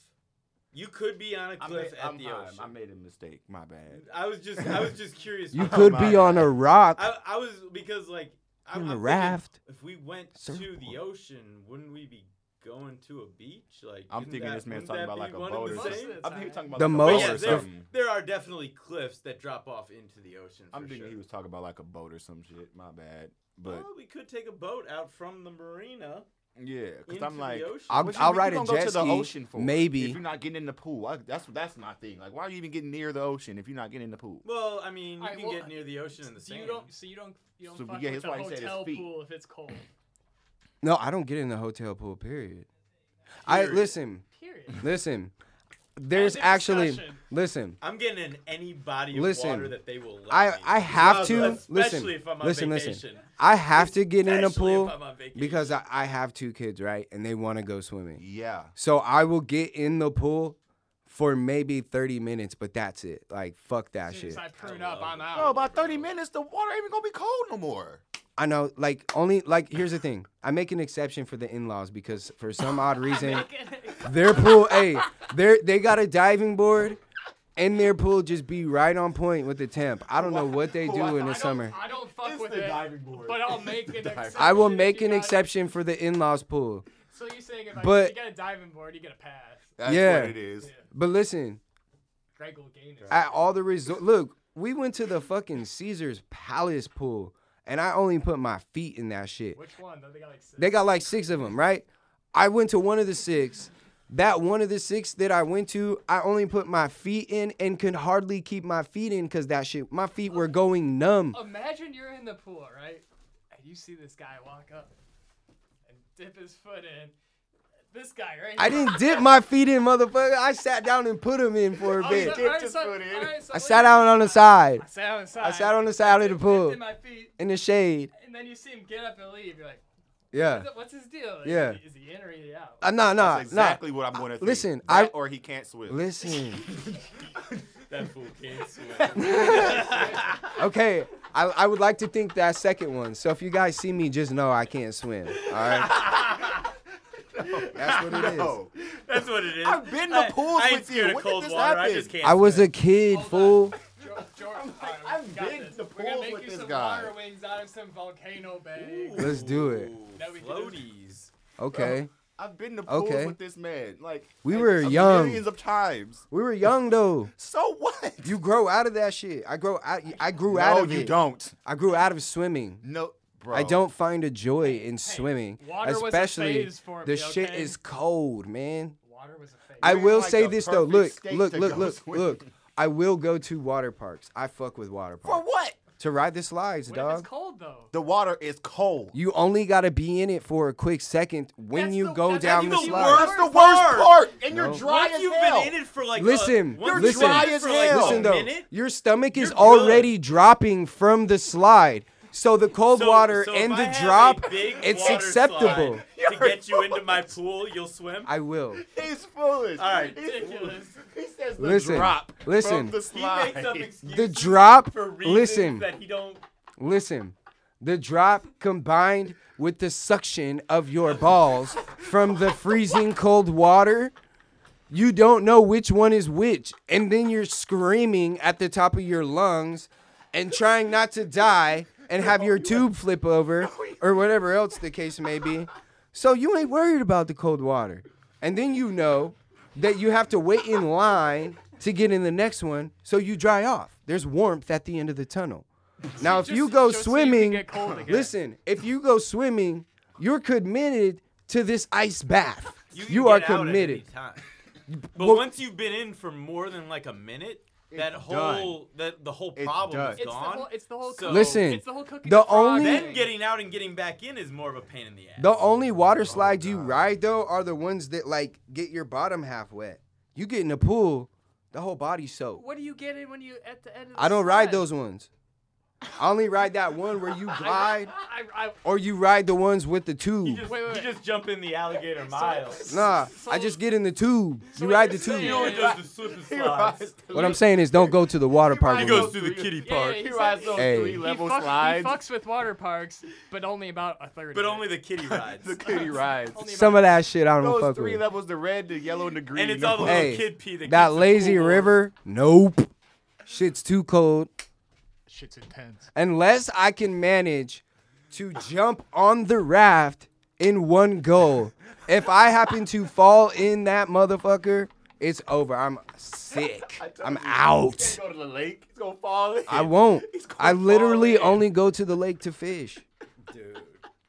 You could be on a I cliff made- at I'm the high. ocean. I made a mistake. My bad. I was just I was [LAUGHS] just curious. You [LAUGHS] about- could my be on a God. rock. I, I was because like On I'm, a I'm thinking, raft. If we went to the Surfboard. ocean, wouldn't we be going to a beach? Like I'm wouldn't thinking that- this man's wouldn't that talking about be like a one and boat or the most something. of same? the I'm thinking he's talking about The But like a most boat yeah, or of- there, something. there are definitely cliffs that drop off into the ocean. For I'm thinking sure. he was talking about like a boat or some shit. My bad. But Well, we could take a boat out from the marina yeah, because into I'm like, the ocean. I'm- what you I'll mean ride you a gonna go jet to the ski, ocean for it maybe. If you're not getting in the pool, I, that's that's my thing. Like, why are you even getting near the ocean if you're not getting in the pool? well, I mean, you Alright, can well, get near the ocean in the So sand. you don't. So you don't. You don't So, fuck yeah, with that's why the he said his hotel feet. pool if it's cold. no, I don't get in the hotel pool, period. I Period. listen, [LAUGHS] Period. listen. There's of actually discussion. listen. I'm getting in any body of Listen, water that they will. Let I, me. I have Especially to listen. if I'm on listen, listen. vacation. I have to get in a Especially if pool I'm on vacation. because I, I have two kids, right? And they want to go swimming. Yeah. So I will get in the pool for maybe 30 minutes, but that's it. Like, fuck that As soon as shit. Oh, I prune up, I'm out. [LAUGHS] Bro, by 30 minutes, the water ain't even gonna be cold no more. I know, like only like here's the thing. I make an exception for the in-laws because for some odd [LAUGHS] reason their pool, hey, they they got a diving board and their pool just be right on point with the temp. I don't know what they do in I the don't- summer. I don't fuck It's with the it, diving board. but I'll make an exception. I will if make you an got- exception for the in-laws pool. So you're saying if I, But- if you got a diving board, you get a pass. That's Yeah. what it is. But listen, Greg will gain it. at all the resort. Look, we went to the fucking Caesar's Palace pool, and I only put my feet in that shit. Which one? Don't they got like six? They got like six of them, right? I went to one of the six. That one of the six that I went to, I only put my feet in and could hardly keep my feet in because that shit, my feet were going numb. Imagine you're in the pool, right? And you see this guy walk up and dip his foot in. This guy, right? I here. didn't dip my feet in, motherfucker. I sat down and put them in for a Oh, so- bit. alright, his so- foot in. alright, so I wait sat a out minute. on the side, I sat on the side. I sat on the side of the dipped pool. in my feet, in the shade. and then you see him get up and leave. You're like, Yeah. "What's- what's his deal? Is Yeah. he- Is he in or is [LAUGHS] he out? Uh, nah, nah, Uh, That's exactly what I'm going to think. listen, That I- or he can't swim. [LAUGHS] nah. Listen. That fool [LAUGHS] can't swim. Okay, I, I would like to think that second one. So if you guys see me, just know I can't swim. All right. That's what it is. [LAUGHS] No. That's what it is. I've been to pools I ain't with scared you. of When cold did this water. I happen? just can't I was swim. a kid, Hold fool. George, George, alright, we I've got been this. to We're gonna pools make with you this some guy. water wings out of some volcano bag. Let's do it. Ooh, That we can floaties. Okay. I've been to pools Okay. with this man. Like We like, were young. millions of times. We were young though. So what? You grow out of that shit. I grow out. I grew no, out of you it. don't. I grew out of swimming. No, bro. I don't find a joy in swimming, water was a especially phase for the me, shit okay? is cold, man. Water was a fake. I You're in, will like, say the this though. perfect Look, state look, to look, go look, swimming. look. I will go to water parks. I fuck with water For parks what? to ride the slides, what if dog. it's cold though? The water is cold. You only gotta be in it for a quick second when That's you the- go that's down the the worst slide. That's the worst Part. part. And No. you're dry Once as you've hell. been in it for like Listen, a, once listen. you've been in it for like You're dry as hell. a Listen though, minute, your stomach is You're already dropping from the slide. So the cold So- water so if and I the have a drop, big it's water [LAUGHS] acceptable. slide To get you into my pool, you'll swim. I will. He's foolish. All right. He's Ridiculous. He says the Listen, drop listen. from the he makes up [LAUGHS] slide. excuses. The drop, for reasons listen, that he don't. listen. The drop combined with the suction of your balls from the freezing cold water, you don't know which one is which. And then you're screaming at the top of your lungs and trying not to die and have your tube flip over or whatever else the case may be. So you ain't worried about the cold water. And then you know that you have to wait in line to get in the next one so you dry off. There's warmth at the end of the tunnel. Now, if Just- you go just so you can swimming, get cold again. listen, if you go swimming, you're committed to this ice bath. You, can are get out at any committed. time. [LAUGHS] But Well- once you've been in for more than like a minute, that whole that the whole problem done. is It's It's the gone. whole. It's the whole. So- cooking- Listen, It's the whole cooking. the frog only- then thing. getting out and getting back in is more of a pain in the ass. The only water slides you ride though are the ones that like get your bottom half wet. You get in the pool, the whole body soaked. What do you get in when you at the end? of the I don't ride slide? those ones. I only ride that one where you glide I, I, or you ride the ones with the you tube. Wait, just, wait, you wait. just jump in the alligator [LAUGHS] mile. Nah, I just get in the tube. You what ride the you're He saying tube. only does the slip and slides. What I'm saying is don't go to the water park. He with me. goes through the kiddie Yeah, yeah, park, yeah, he He said- rides those Hey. three He level he fucks, slides. He fucks with water parks, but only about a third. but of only it. the kiddie rides. [LAUGHS] the kitty rides. Only about- Some of that shit I don't Those fuck three with. levels: the red, the yellow, and the green. and it's all the Hey, little kid pee that That gets the lazy pool. river? Nope. Shit's too cold. shit's intense. unless I can manage to jump on the raft in one go. If I happen to fall in that motherfucker, it's over. I'm sick. [LAUGHS] I'm He's out. gonna go to the lake. He's gonna fall in. I won't. [LAUGHS] He's gonna I literally fall in. only go to the lake to fish Dude.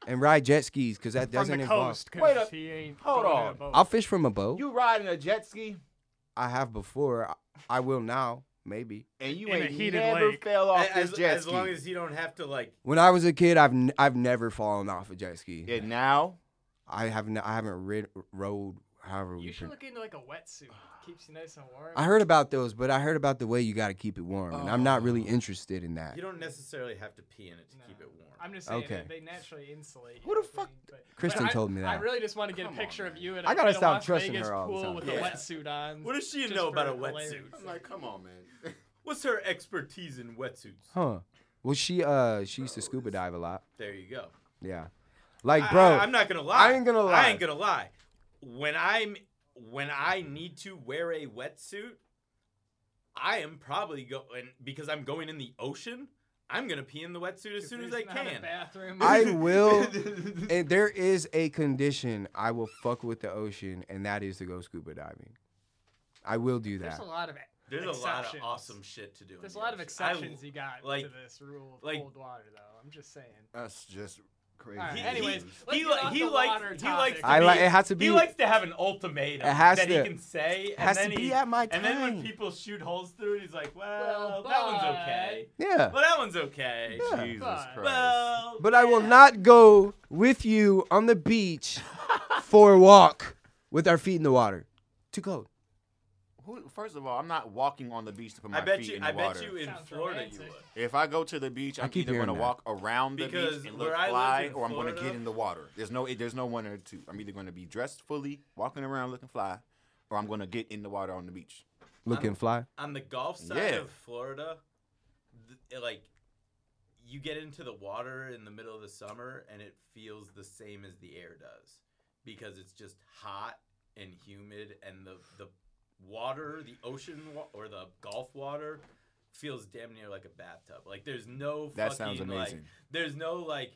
and ride jet skis because that From doesn't the involve. coast. 'cause Wait up. He ain't Hold going in a on. boat. I'll fish from a boat. You riding a jet ski I have before. I- I will now, maybe. and you In a ain't heated never lake. fell off As, this jet as ski. long as you don't have to like When I was a kid, I've n- I've never fallen off a jet ski. and now I have n- I haven't rid- rode however we You should pronounce- look into like a wetsuit. Keeps you nice and warm. I heard about those, but I heard about the way you got to keep it warm, and I'm not really interested in that. Oh. you don't necessarily have to pee in it to keep it warm. I'm just saying Okay. that they naturally insulate. Who the everything, fuck- but- but Kristen I- told me I that. really just want to get a picture of you and I gotta stop Las trusting Vegas her all the pool time. with Yeah. a wetsuit on. what does she just know for about a hilarious. wetsuit? like, come on, man. What's her expertise in wetsuits? Huh? Well, she uh she used to scuba dive a lot. There you go. Yeah, like I- bro, I, am not gonna lie. I ain't gonna I lie. ain't gonna lie. When I'm when I need to wear a wetsuit, I am probably going because I'm going in the ocean. I'm gonna pee in the wetsuit as soon as I There's not a can. bathroom. [LAUGHS] [LAUGHS] I will. [LAUGHS] and there is a condition I will fuck with the ocean, and that is to go scuba diving. I will do There's that. a lot of There's a lot of exceptions. awesome shit to do. in There's a the lot of ocean. I- exceptions you got like- to this rule of like- cold water, though. I'm just saying. That's just crazy. All right, He- anyways, he- let's he get li- off he the likes- water he topic. likes to I like be- it has to be He likes to have an ultimatum It has that to- he can say, and has then to be he, at my And then when time. people shoot holes through it, he's like, Well, "Well, that one's but- okay. yeah. Well, that one's okay. Yeah. Jesus But- Christ. Well, But I will not go with you on the [LAUGHS] beach for a walk with our feet in the water. Too cold. Who, first of all, I'm not walking on the beach to put my I bet feet you. in the I water. bet you in Sounds Florida you romantic. would. If I go to the beach, I'm keep either going to hearing that. walk around the Because beach and where look I live fly, in or I'm going to Florida- get in the water. There's no, there's no one or two. I'm either going to be dressed fully, walking around looking fly, or I'm going to get in the water on the beach. Looking fly. on the golf side Yeah. of Florida, th- it, like you get into the water in the middle of the summer and it feels the same as the air does because it's just hot and humid and the the water, the ocean wa- or the golf water feels damn near like a bathtub. Like there's no That fucking, sounds like- amazing. there's no like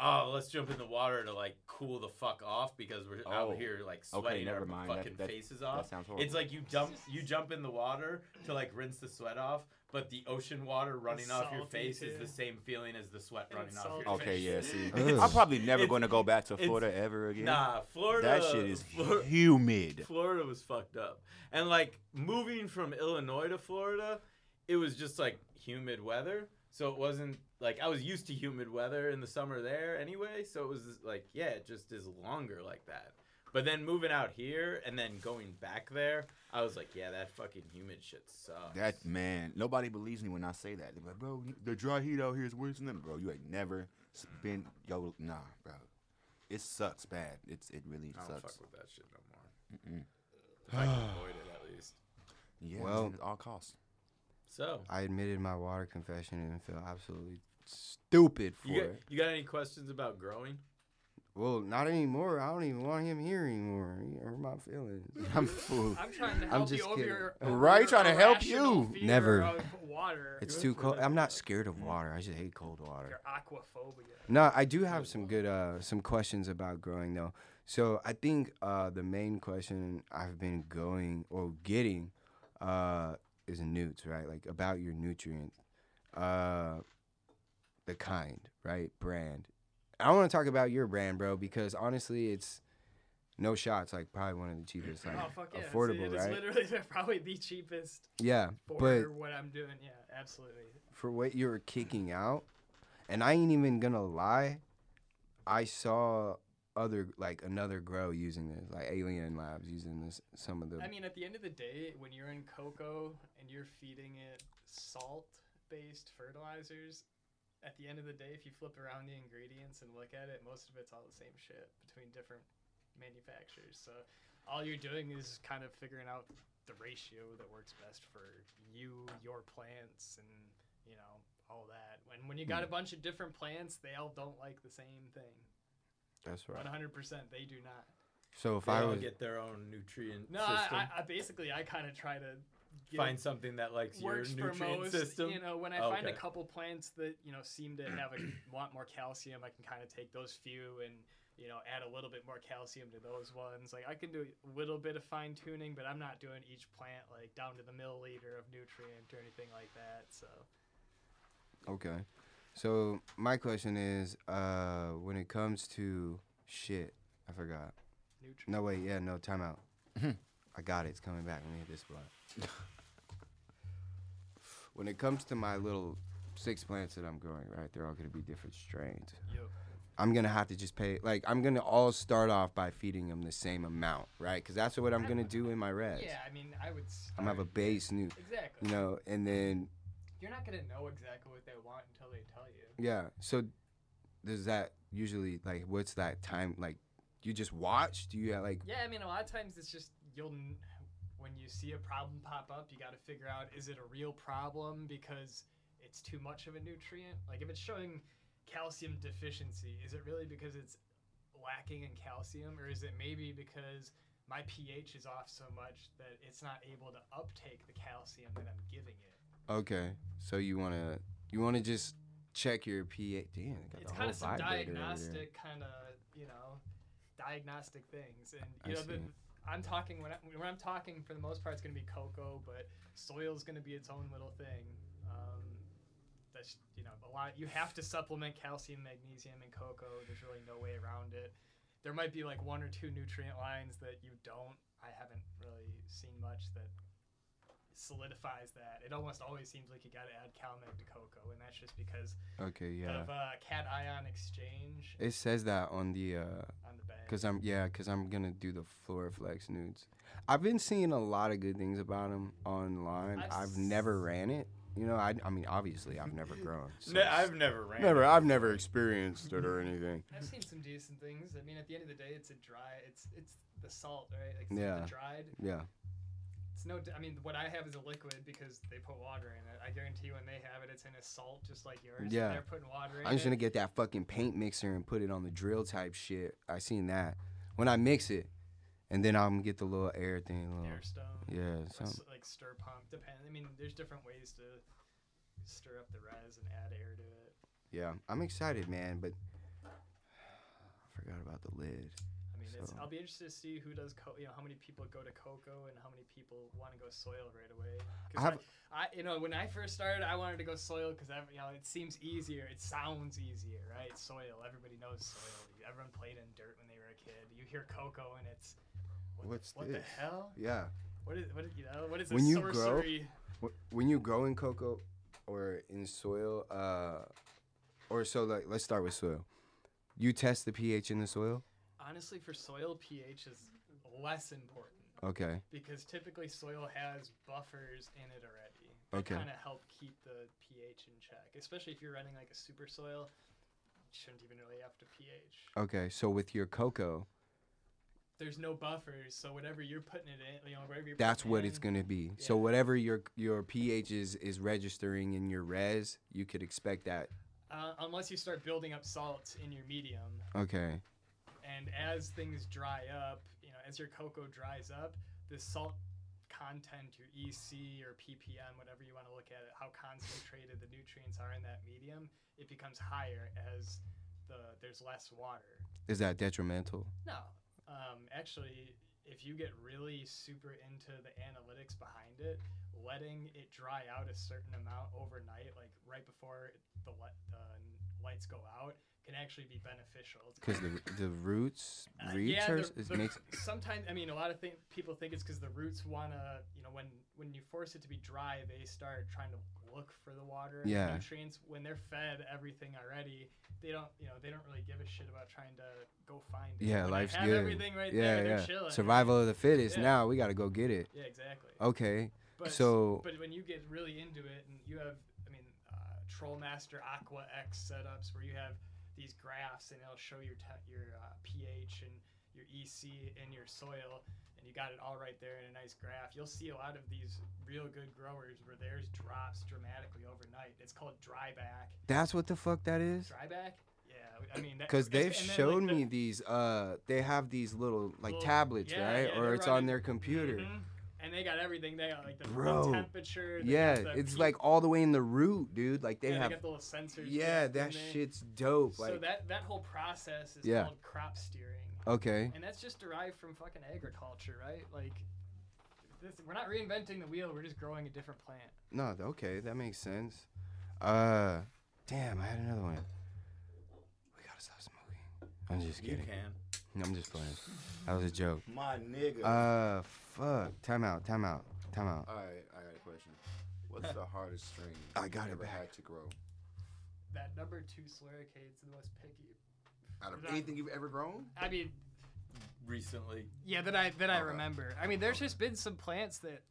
oh, let's jump in the water to like cool the fuck off because we're Oh. out here like sweating never our mind. That- fucking that- faces that off. sounds Uh, It's horrible. like you jump [LAUGHS] you jump in the water to like rinse the sweat off, but the ocean water running off your salty, face is too. the same feeling as the sweat And running it's off your salty. Okay, yeah. face. See, Ugh. I'm probably never It's- going to go back to it's- Florida ever again. Nah, Florida. that shit is Flor- humid. Florida was fucked up. And like moving from Illinois to Florida, it was just like humid weather. So it wasn't like I was used to humid weather in the summer there anyway. So it was like, yeah, it just is longer like that. But then moving out here and then going back there, I was like, yeah, that fucking humid shit sucks. That man, nobody believes me when I say that. They're like, bro, the dry heat out here is worse than them. Bro, you ain't never spent yo. Nah, bro, it sucks bad. It's it really I don't sucks. fuck with that shit no more. If I can avoid it at least. Yeah, Well- well, at all costs. So, I admitted my water confession and feel absolutely stupid for you got, it. you got any questions about growing? Well, not anymore. I don't even want him here anymore. He hurt my feelings. [LAUGHS] I'm full. I'm trying to help just you over kidding. your. Right, over trying to your help irrational you. fear Never. of water. It's too cold. I'm not scared of water. I just hate cold water. Your aquaphobia. No, I do have some good uh some questions about growing though. So I think uh the main question I've been going or getting uh is newts, right? Like about your nutrients. Uh the kind, right? Brand. I want to talk about your brand, bro, because honestly it's no shots, like probably one of the cheapest, like Oh fuck yeah! affordable, it's, it's right? literally [LAUGHS] they're probably the cheapest Yeah. for But what I'm doing. Yeah, absolutely. for what you were kicking out. And I ain't even gonna lie, I saw other like another grow using this, like Alien Labs using this some of the I mean, at the end of the day, when you're in cocoa and you're feeding it salt-based fertilizers, at the end of the day, if you flip around the ingredients and look at it, most of it's all the same shit between different manufacturers. So all you're doing is kind of figuring out the ratio that works best for you, your plants, and you know all that. When when you got a Hmm. bunch of different plants, they all don't like the same thing. that's One right. hundred percent, they do not. So if They I all was get their own nutrient No, I, system. I, I basically I kind of try to get Find something that likes your works for nutrient most. system. You know, when I Oh, find a okay. couple plants that you know seem to have [CLEARS THROAT] a want more calcium, I can kind of take those few and you know add a little bit more calcium to those ones. Like I can do a little bit of fine tuning, but I'm not doing each plant like down to the milliliter of nutrient or anything like that. So okay. So my question is, uh when it comes to shit, I forgot. nutrient. No wait, yeah, no, time out. I got it, it's coming back. Let me hit this spot. when it comes to my little six plants that I'm growing, right, they're all gonna be different strains. Yep. I'm gonna have to just pay. Like I'm gonna all start off by feeding them the same amount, right? Because that's what I'm gonna do in my reds. Yeah, I mean, I would. Start, I'm gonna have a base new, exactly. you know, and then You're not gonna know exactly what they want until they tell you. yeah. So does that usually like what's that time like? You just watch? Do you uh, like? Yeah, I mean, a lot of times it's just you'll n- when you see a problem pop up, you got to figure out is it a real problem because it's too much of a nutrient? Like if it's showing calcium deficiency, is it really because it's lacking in calcium, or is it maybe because my pH is off so much that it's not able to uptake the calcium that I'm giving it? Okay, so you wanna you wanna just check your pH? Damn, it got it's the kind whole of some vibrator over there. diagnostic kind of you know diagnostic things and I you know the, see. i'm talking when, I, when i'm talking for the most part it's going to be cocoa but soil's going to be its own little thing um, that's you know a lot you have to supplement calcium magnesium and cocoa there's really no way around it there might be like one or two nutrient lines that you don't i haven't really seen much that solidifies that it almost always seems like you got to add calmec to cocoa and that's just because Okay, yeah. of uh, cation exchange It says that on the uh, on the bag. Cause I'm yeah, cause I'm gonna do the Floriflex nudes. I've been seeing a lot of good things about them online. I've I've, never ran it. You know, I, I mean, obviously, I've never [LAUGHS] grown. So Ne- it's- I've never ran. never, I've never experienced it or [LAUGHS] anything. I've seen some decent things. I mean, at the end of the day, it's a dry. It's it's the salt, right? Like Yeah. the dried. Yeah, It's no. di- I mean, what I have is a liquid because they put water in it. I guarantee when they have it, it's in a salt just like yours. Yeah. They're putting water in I'm just it. gonna get that fucking paint mixer and put it on the drill type shit. I seen that when I mix it, and then I'm gonna get the little air thing. Little, Air stone. yeah, or something. s- like stir pump. Depend. I mean, there's different ways to stir up the res and add air to it. yeah. I'm excited, man, but [SIGHS] I forgot about the lid. I mean, it's, So- I'll be interested to see who does, co- you know, how many people go to cocoa and how many people want to go soil right away. 'Cause I've- I, I, you know, when I first started, I wanted to go soil because, you know, it seems easier. It sounds easier, right? Soil. Everybody knows soil. Everyone played in dirt when they were a kid. You hear cocoa and it's, what, What's the, what this? the hell? Yeah. What is, what is, you know, what is When a you grow- sorcery? Wh- when you grow in cocoa or in soil uh or so like let's start with soil you test the ph in the soil Honestly, for soil, pH is less important. okay because typically soil has buffers in it already that Okay. kind of help keep the pH in check. Especially if you're running like a super soil, you shouldn't even really have to pH. okay so with your cocoa There's no buffers, so whatever you're putting it in, you know, whatever you're that's putting what it it's in- going to be so Yeah. whatever your your ph is is registering in your res you could expect that Uh, unless you start building up salts in your medium, okay and as things dry up, you know, as your cocoa dries up, the salt content, your EC or PPM, whatever you want to look at it, how concentrated the nutrients are in that medium, it becomes higher as the there's less water. is that detrimental No, um, actually, if you get really super into the analytics behind it, letting it dry out a certain amount overnight, like right before the le- the lights go out, can actually be beneficial. It's because the the roots uh, reach yeah, or the- s- is the- mix [LAUGHS] sometimes I mean a lot of thing, people think it's because the roots want to you know when when you force it to be dry they start trying to look for the water and Yeah. nutrients when they're fed everything already they don't you know they don't really give a shit about trying to go find it yeah When they life's have good everything right yeah there yeah they're chilling survival of the fittest Yeah. now we got to go get it yeah exactly okay but so- but when you get really into it and you have I mean uh, Trollmaster Aqua X setups where you have these graphs and it'll show your te- your uh, pH and your EC and your soil and you got it all right there in a nice graph. You'll see a lot of these real good growers where theirs drops dramatically overnight. It's called dryback. that's what the fuck that is Dryback? Yeah, I mean that- Because it's- they've and then, like, showed the- me these, uh, they have these little like Little- tablets, yeah, right? yeah, or they're it's on running- their computer. Mhm. And they got everything. They got like the, the Bro. temperature. they Yeah, got the it's P- like all the way in the root, dude. Like they yeah, have, they got the little sensors. yeah, built in that there. shit's dope. Like, so that that whole process is Yeah. called crop steering, okay, and that's just derived from fucking agriculture, right? Like, this, we're not reinventing the wheel; we're just growing a different plant. no, th- okay, that makes sense. Uh, damn, I had another one. We gotta stop smoking. I'm just You kidding. can. I'm just playing. That was a joke. My nigga. Uh, fuck. Time out. Time out. Time out. Uh, All right, I got a question. What's the hardest strain I got you it ever back. had to grow? That number two sluricade's the most picky. Out of That- anything you've ever grown? I mean, Recently, yeah, that I that I Okay. remember. I mean, there's just been some plants that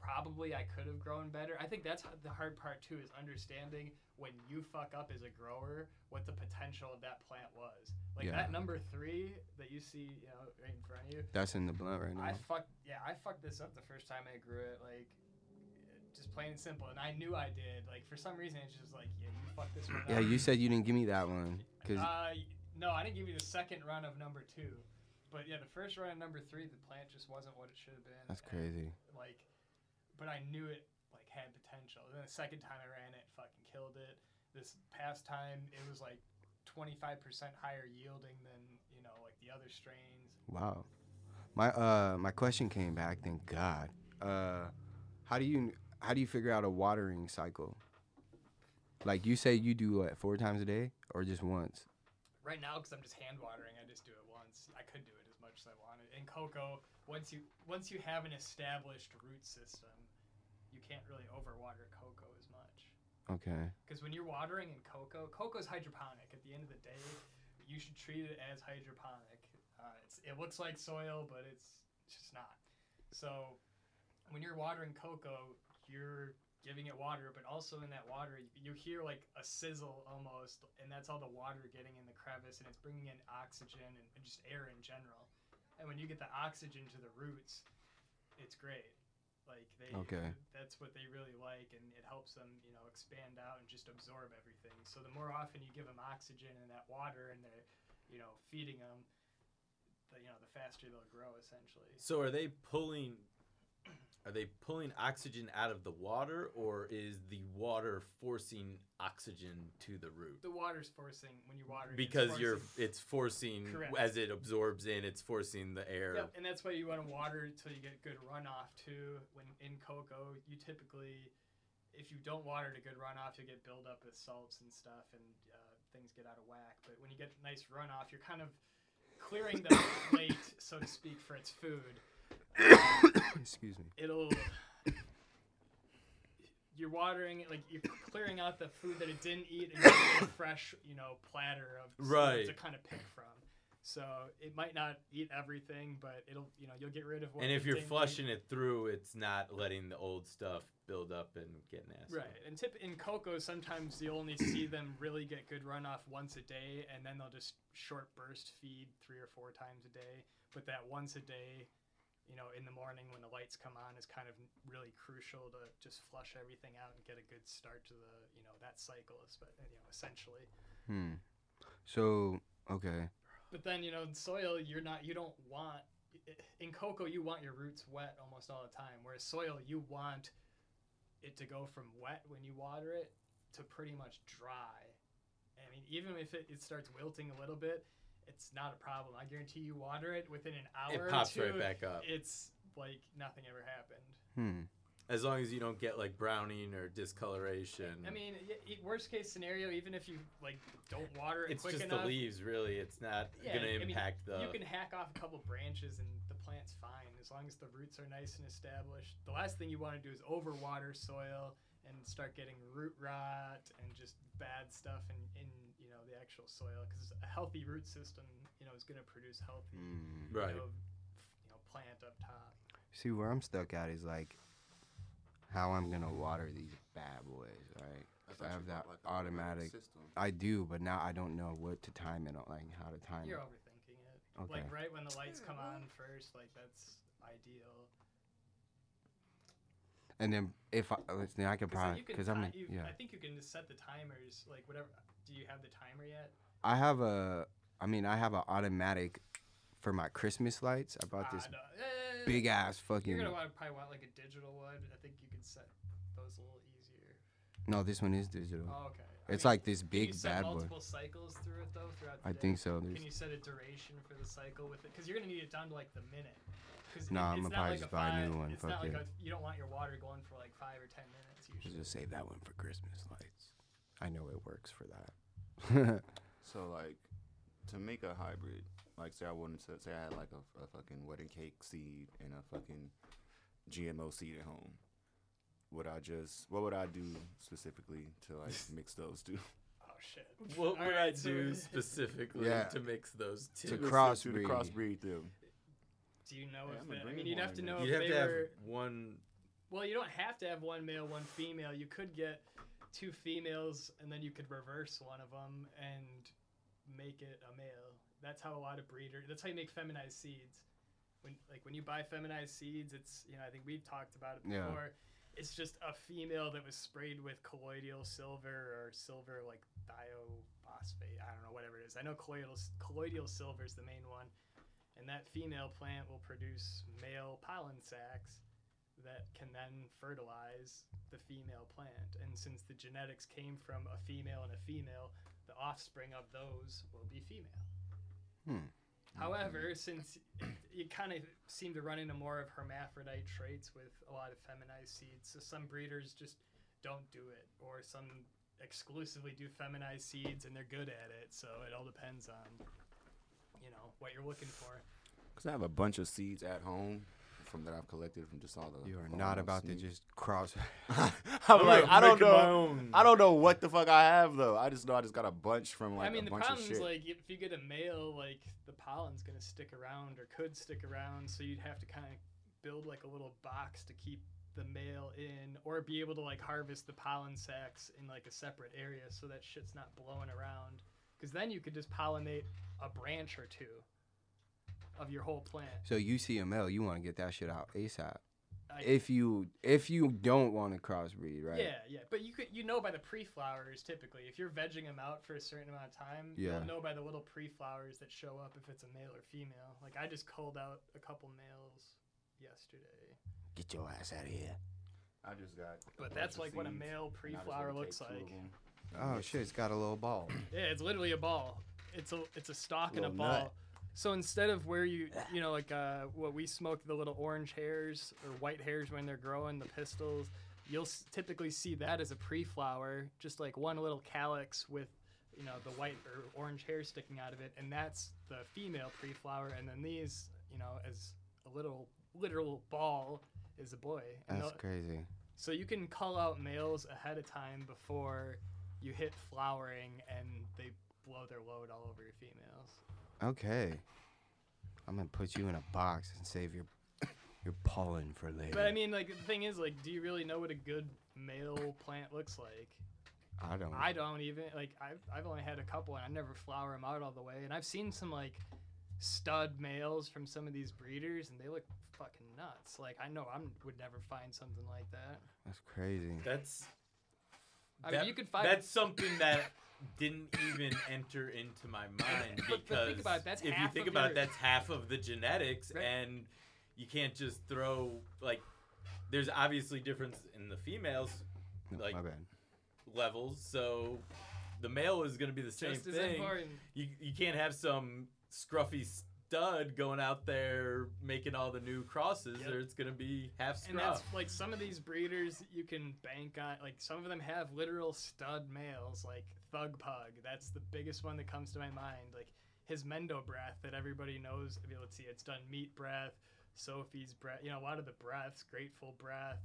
probably I could have grown better. I think that's the hard part too is understanding when you fuck up as a grower what the potential of that plant was. Like Yeah. that number three that you see, you know, right in front of you. That's in the blunt right now. I fucked yeah, I fucked this up the first time I grew it. Like, it just just plain and simple. And I knew I did. Like for some reason, it's just like, yeah, you fucked this one Yeah, up. you said you didn't give me that one because Uh, y- no, I didn't give you the second run of number two, but yeah, the first run of number three, the plant just wasn't what it should have been. that's and, crazy. Like, but I knew it like had potential. And then the second time I ran it, fucking killed it. This past time, it was like twenty five percent higher yielding than you know like the other strains. Wow. My uh my question came back, thank God. Uh how do you how do you figure out a watering cycle? Like you say you do what, four times a day or just once? Right now, because I'm just hand watering, I just do it once. I could do it as much as I wanted. In cocoa, once you once you have an established root system, you can't really overwater cocoa as much. Okay. Because when you're watering in cocoa, cocoa's hydroponic. At the end of the day, you should treat it as hydroponic. Uh, it's, it looks like soil, but it's, it's just not. So when you're watering cocoa, you're giving it water, but also in that water, y- you hear like a sizzle almost, and that's all the water getting in the crevice, and it's bringing in oxygen and, and just air in general. And when you get the oxygen to the roots, it's great. Like they, Okay. that's what they really like, and it helps them, you know, expand out and just absorb everything. So the more often you give them oxygen and that water, and they're, you know, feeding them, the, you know, the faster they'll grow essentially. So are they pulling? Are they pulling oxygen out of the water, or is the water forcing oxygen to the root? The water's forcing when you're watering. it's Because you're, forcing- it's forcing Correct. as it absorbs in, it's forcing the air. Yep, and that's why you want to water till you get good runoff too. When in cocoa, you typically, if you don't water to good runoff, you'll get buildup with salts and stuff, and uh, things get out of whack. But when you get nice runoff, you're kind of clearing [COUGHS] the plate, so to speak, for its food. Excuse me. it'll you're watering it like you're clearing out the food that it didn't eat and giving it a fresh you know platter of stuff Right. to kind of pick from so it might not eat everything but it'll you know you'll get rid of what and it if you're didn't eat. flushing it through, it's not letting the old stuff build up and get nasty. right and tip in cocoa sometimes you'll only see them really get good runoff once a day and then they'll just short burst feed three or four times a day but that once a day you know in the morning when the lights come on is kind of really crucial to just flush everything out and get a good start to the you know that cycle is but you know essentially Hmm. So okay. but then you know in soil you're not you don't want in cocoa you want your roots wet almost all the time whereas soil you want it to go from wet when you water it to pretty much dry i mean even if it, it starts wilting a little bit it's not a problem i guarantee you water it within an hour It pops or two, right back up. it's like nothing ever happened Hmm. As long as you don't get like browning or discoloration. i mean y- y- worst case scenario even if you like don't water it it's quick just enough the leaves, really. It's not Yeah, going I to mean, impact the. you can hack off a couple branches and the plant's fine as long as the roots are nice and established. The last thing you want to do is overwater soil and start getting root rot and just bad stuff in, in you know the actual soil because a healthy root system you know is going to produce healthy Hmm. right. you, know, f- you know plant up top. See where I'm stuck at is like how I'm gonna water these bad boys, right? That's I actually have that called, like, a automatic. system. I do, but now I don't know what to time it on, like how to time You're it. overthinking it. Okay. Like right when the lights come on first, like that's ideal. And then if I, then I could Because probably because I'm yeah. I think you can just set the timers like whatever. Do you have the timer yet? I have a, I mean, I have an automatic for my Christmas lights. I bought Ah, this no. Eh, big ass You're fucking. gonna want, probably want like a digital one. I think you can set those a little easier. No, this one is digital. Oh, okay. I Mm. It's mean, like this can you big set bad boy. multiple cycles through it though throughout the I day? think so. Can There's- you set a duration for the cycle with it? Because you're gonna need it down to like the minute. 'Cause Nah, it- I'ma it's not probably like just buy a new five- one, It's fuck not like it. a, you don't want your water going for like five or ten minutes Let's usually. just save that one for Christmas lights. I know it works for [LAUGHS] that. So like, to make a hybrid, like say I wanted to say I had like a, a fucking wedding cake seed and a fucking GMO seed at home. Would I just what would I do specifically [LAUGHS] to like mix those two? Oh shit. What All would I right, so- [LAUGHS] do specifically Yeah. to mix those two? To To crossbreed. crossbreed them. Do you know Yeah, if I'm the, gonna I bring mean you'd have one to and know you if have they to have were one. Well, you don't have to have one male, one female. You could get two females, and then you could reverse one of them and make it a male. That's how a lot of breeder. That's how you make feminized seeds. When like when you buy feminized seeds, it's you know I think we've talked about it Yeah. before. it's just a female that was sprayed with colloidal silver or silver like thiophosphate. I don't know whatever it is. I know colloidal colloidal silver is the main one, and that female plant will produce male pollen sacs that can then fertilize the female plant. And since the genetics came from a female and a female, the offspring of those will be female. However, since you kind of seem to run into more of hermaphrodite traits with a lot of feminized seeds, so some breeders just don't do it, or some exclusively do feminized seeds and they're good at it. So it all depends on, you know, what you're looking for. Cause I have a bunch of seeds at home from that I've collected from just all the. You are fallen not off about to seeds. just [LAUGHS] cross. [LAUGHS] I'm I'm like, I don't making my know. own. I don't know what the fuck I have though. I just know I just got a bunch from like I mean, a the bunch of problem is shit. like if you get a male, like the pollen's gonna stick around or could stick around, so you'd have to kind of build like a little box to keep the male in, or be able to like harvest the pollen sacs in like a separate area so that shit's not blowing around. Because then you could just pollinate a branch or two of your whole plant. So you see a male, you want to get that shit out ASAP. I- If you if you don't want to crossbreed, right? Yeah, yeah, but you could you know by the pre-flowers typically. If you're vegging them out for a certain amount of time, Yeah. you'll know by the little pre-flowers that show up if it's a male or female. Like I just culled out a couple males yesterday, Get your ass out of here. I just got. a bunch but that's of like what a seeds, male and I just pre-flower wanna looks take two of like. them. Oh shit, it's got a little [CLEARS THROAT] ball. Yeah, it's literally a ball. It's a it's a stalk and a Little ball. nut. So instead of where you you know like uh, what we smoke the little orange hairs or white hairs when they're growing the pistils, you'll s- typically see that as a pre-flower, just like one little calyx with you know the white or orange hair sticking out of it, and that's the female pre-flower, and then these you know as a little literal ball is a boy. And That's they'll- crazy. so you can call out males ahead of time before you hit flowering and they blow their load all over your females. Okay, I'm gonna put you in a box and save your your pollen for later. But I mean, like, the thing is, like, do you really know what a good male plant looks like? I don't. Mm. I don't even, like, I've, I've only had a couple and I never flower them out all the way. And I've seen some, like, stud males from some of these breeders and they look fucking nuts. Like, I know I would never find something like that. That's crazy. That's I that- mean, you could find that's something that didn't even enter into my mind [LAUGHS] But- because but think about it, that's if you half think of about it, your- that's half of the genetics, Right. and you can't just throw like. There's obviously difference in the females No, like my bad. levels, so the male is going to be the same just as thing. important. You you can't have some scruffy stud going out there making all the new crosses, Yep. or it's going to be half And scruff. that's like some of these breeders you can bank on. Like some of them have literal stud males, like Thug Pug. That's the biggest one that comes to my mind. Like his Mendo breath that everybody knows. I mean, let's see, it's done Meat Breath, Sophie's breath. You know, a lot of the breaths, Grateful Breath.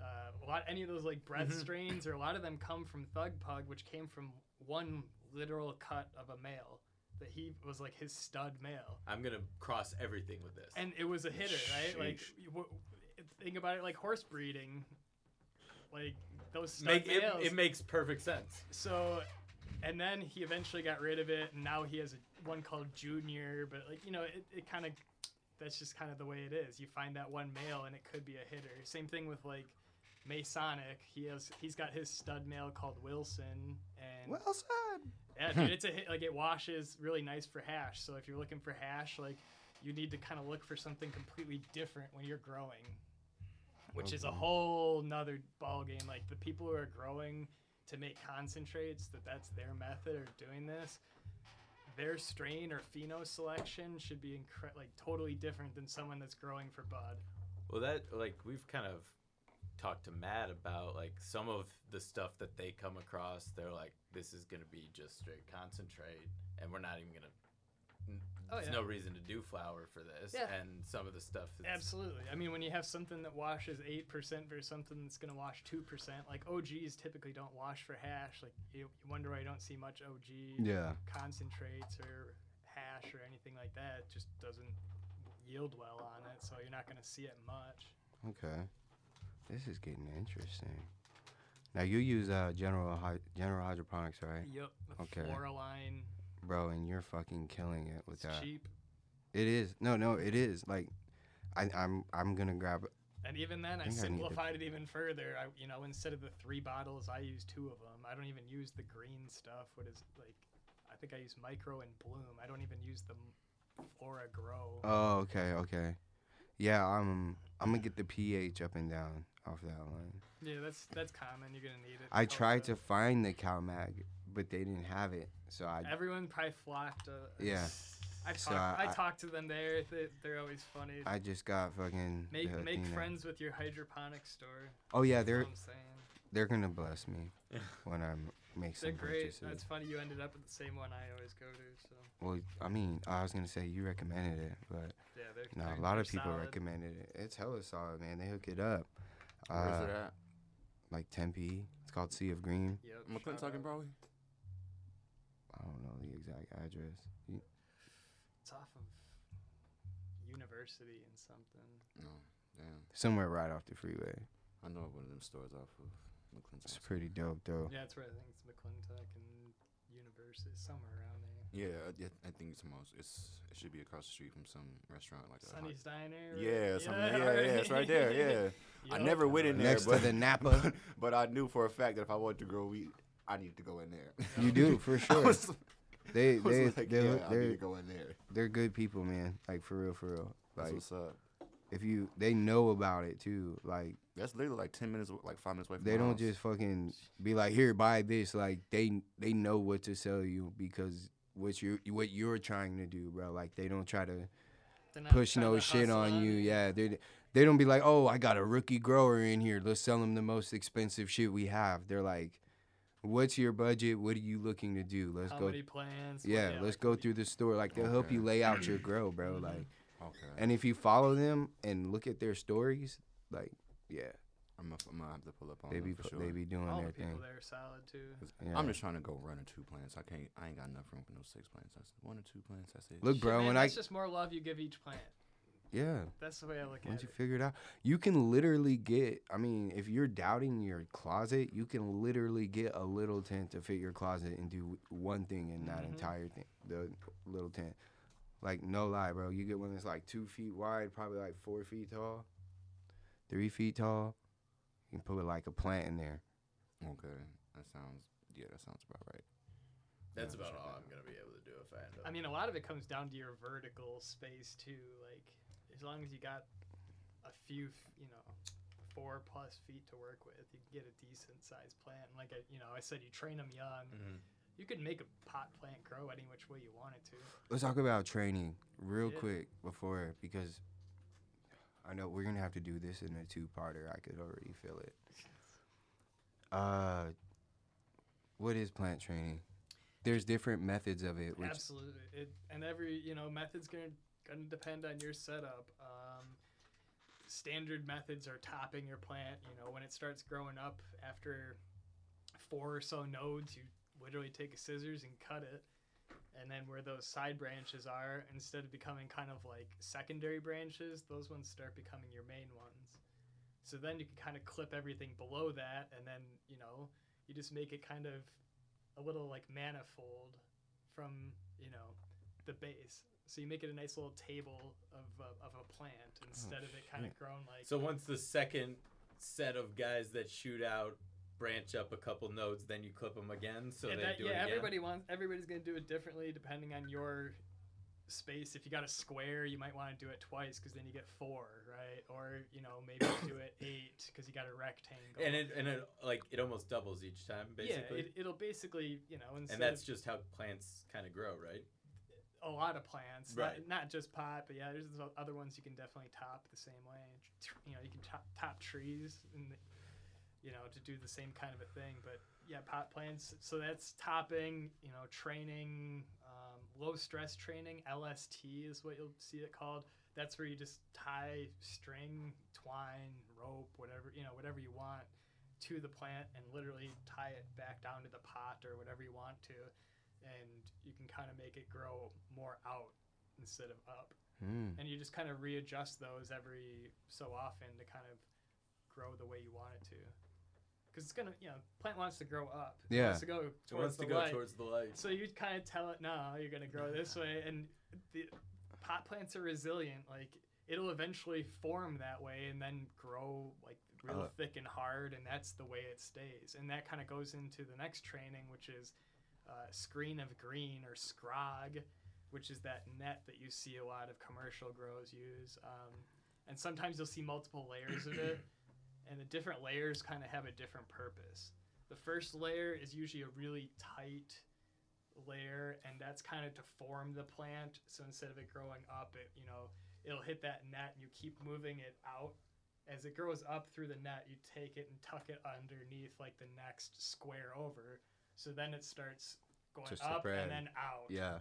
Uh, a lot, any of those like breath strains, or a lot of them come from Thug Pug, which came from one literal cut of a male that he was like his stud male I'm going to cross everything with this. and it was a hitter, right? Like, Sheesh. you- w- think about it, like horse breeding, like those stud Make, it, males. it makes perfect sense. so, and then he eventually got rid of it, and now he has a, one called Junior. But like, you know, it, it kind of that's just kind of the way it is. You find that one male, and it could be a hitter. Same thing with like Masonic. He has he's got his stud male called Wilson, and Well said. yeah, dude, it's a hit. Like it washes really nice for hash. So if you're looking for hash, like you need to kind of look for something completely different when you're growing, which is a whole nother ball game. Like the people who are growing to make concentrates, that that's their method of doing this. Their strain or pheno selection should be incre- like totally different than someone that's growing for bud. Well, that like we've kind of talked to Matt about like some of the stuff that they come across. They're like, this is gonna be just straight concentrate, and we're not even gonna. n- Oh, There's yeah. no reason to do flour for this, Yeah. and some of the stuff. Is, Absolutely. I mean, when you have something that washes eight percent versus something that's going to wash two percent, like OGs typically don't wash for hash. Like you, you wonder why you don't see much OG Yeah. concentrates or hash or anything like that. It just doesn't yield well on it, so you're not going to see it much. Okay. This is getting interesting. Now you use uh general hy- general hydroponics, right, Yep. The Okay. Floraline. bro? And you're fucking killing it with It's that. cheap. It is. No, no, it is. Like, I, I'm I'm gonna grab And even then, think I, I need to- simplified it even further. I, you know, instead of the three bottles, I use two of them. I don't even use the green stuff. What is like? I think I use micro and bloom. I don't even use the M- flora grow. Oh, okay, okay. Yeah, I'm I'm gonna get the pH up and down off that one. yeah, that's that's common. You're gonna need it. I Colour tried to code. find the CalMag, but they didn't have it, so I Everyone probably flocked. Uh, yeah, I talk, so I, I- talk to them there. They, they're always funny. I just got fucking make the make Athena. friends with your hydroponic store. Oh yeah, That's all they're I'm saying. they're gonna bless [LAUGHS] me when I m- make They're some great. purchases. That's funny. You ended up at the same one I always go to. So Well, I mean, I was gonna say you recommended it, but yeah, they're. no, they're- a lot they're of people solid. recommended it. It's hella solid, man. They hook it up. Where's Uh, it at? Like Tempe. It's called Sea of Green. Yep, shout McClintock out. and Broadway. I don't know the exact address. You- It's off of university and something. No, damn. Somewhere right off the freeway. I know one of them stores off of It's McClintock. pretty dope, though. Yeah, that's where I think it's McClintock and university, somewhere around there. Yeah, I, yeah, I think it's most. It's it should be across the street from some restaurant like a hot- Sunny's Diner. right? Yeah, something, yeah, yeah, it's right there. [LAUGHS] Yeah, I Yup. never went in there, Next but, [LAUGHS] to the Napa. but I knew for a fact that if I wanted to grow wheat, I needed to go in there. you do, for [LAUGHS] I sure. was, they, I was they, like, they're, yeah, I need to they're, go in there. they're good people, man. Like, for real, for real. That's Like, what's up. if you, they know about it, too. Like, That's literally like ten minutes, like five minutes away. From they my don't house. just fucking be like, here, buy this. Like, they, they know what to sell you because what you're, what you're trying to do, bro. Like, they don't try to, They're not push trying no to shit hustle on you. Yeah, they they don't be like, oh, I got a rookie grower in here. Let's sell them the most expensive shit we have. They're like, what's your budget? What are you looking to do? Let's How go. many plans? Well, yeah, let's like, go what do you- through the store. Like they'll help Okay. you lay out your grow, bro. Mhm. Like, Okay, and if you follow them and look at their stories, like, yeah, I'm gonna, I'm gonna have to pull up on they them be Oh, for pu- sure. they be doing All their the people thing. there are solid too. 'Cause Yeah. I'm just trying to go run or two plants. I can't. I ain't got enough room for no six plants. That's one or two plants. That's it. Look, Shit, bro, man, when I that's just more love you give each plant. yeah. That's the way I look at Once you it. figure it out, you can literally get. I mean, if you're doubting your closet, you can literally get a little tent to fit your closet and do one thing and that Mhm. entire thing. The little tent, like no lie, bro. You get one that's like two feet wide, probably like four feet tall, three feet tall. You can put like a plant in there. Okay, that sounds. Yeah, that sounds about right. That's Yeah, about check all that I'm out. gonna be able to do if I end up. I mean, a lot of it comes down to your vertical space too. Like, as long as you got a few, f- you know, four plus feet to work with, you can get a decent sized plant. And like, I, you know, I said you train them young. Mhm. You can make a pot plant grow any which way you want it to. Let's talk about training real Yeah. quick before because I know we're gonna have to do this in a two-parter. I could already feel it. Uh, what is plant training? There's different methods of it. Which, Absolutely. It, and every, you know, method's going to gonna depend on your setup. Um, standard methods are topping your plant. You know, when it starts growing up after four or so nodes, you literally take a scissors and cut it. And then where those side branches are, instead of becoming kind of like secondary branches, those ones start becoming your main ones. So then you can kind of clip everything below that, and then, you know, you just make it kind of a little like manifold from you know the base. So you make it a nice little table of a, of a plant instead of it kind of grown like. So once the second set of guys that shoot out branch up a couple nodes, then you clip them again, so and they that, do yeah, it again. everybody wants. Everybody's gonna do it differently depending on your space. If you got a square, you might want to do it twice because then you get four, right? Or you know maybe [COUGHS] do it eight because you got a rectangle. and it and it like it almost doubles each time yeah, basically. it, it'll basically you know instead and that's of just how plants kind of grow, right? a lot of plants, Right. not, not just pot, but yeah, there's o- other ones you can definitely top the same way. Tr- You know, you can top, top trees and the- you know to do the same kind of a thing. But yeah, pot plants. So that's topping. You know, training, um, low stress training (LST) is what you'll see it called. That's where you just tie string, twine, rope, whatever you know, whatever you want to the plant and literally tie it back down to the pot or whatever you want to and you can kind of make it grow more out instead of up. Mm. And you just kind of readjust those every so often to kind of grow the way you want it to. Because it's gonna, you know, plant wants to grow up. It Yeah. wants to go towards It wants the to go light. towards the light. So you kind of tell it, no, you're gonna grow this way, and the pot plants are resilient. Like it'll eventually form that way and then grow like real Uh, thick and hard, and that's the way it stays. And that kind of goes into the next training, which is uh, screen of green or scrog, which is that net that you see a lot of commercial grows use. Um, and sometimes you'll see multiple layers of it, and the different layers kind of have a different purpose. The first layer is usually a really tight layer, and that's kind of to form the plant. So instead of it growing up, it you know it'll hit that net, and you keep moving it out. As it grows up through the net, you take it and tuck it underneath like the next square over. So then it starts going To up spread. and then out Yeah.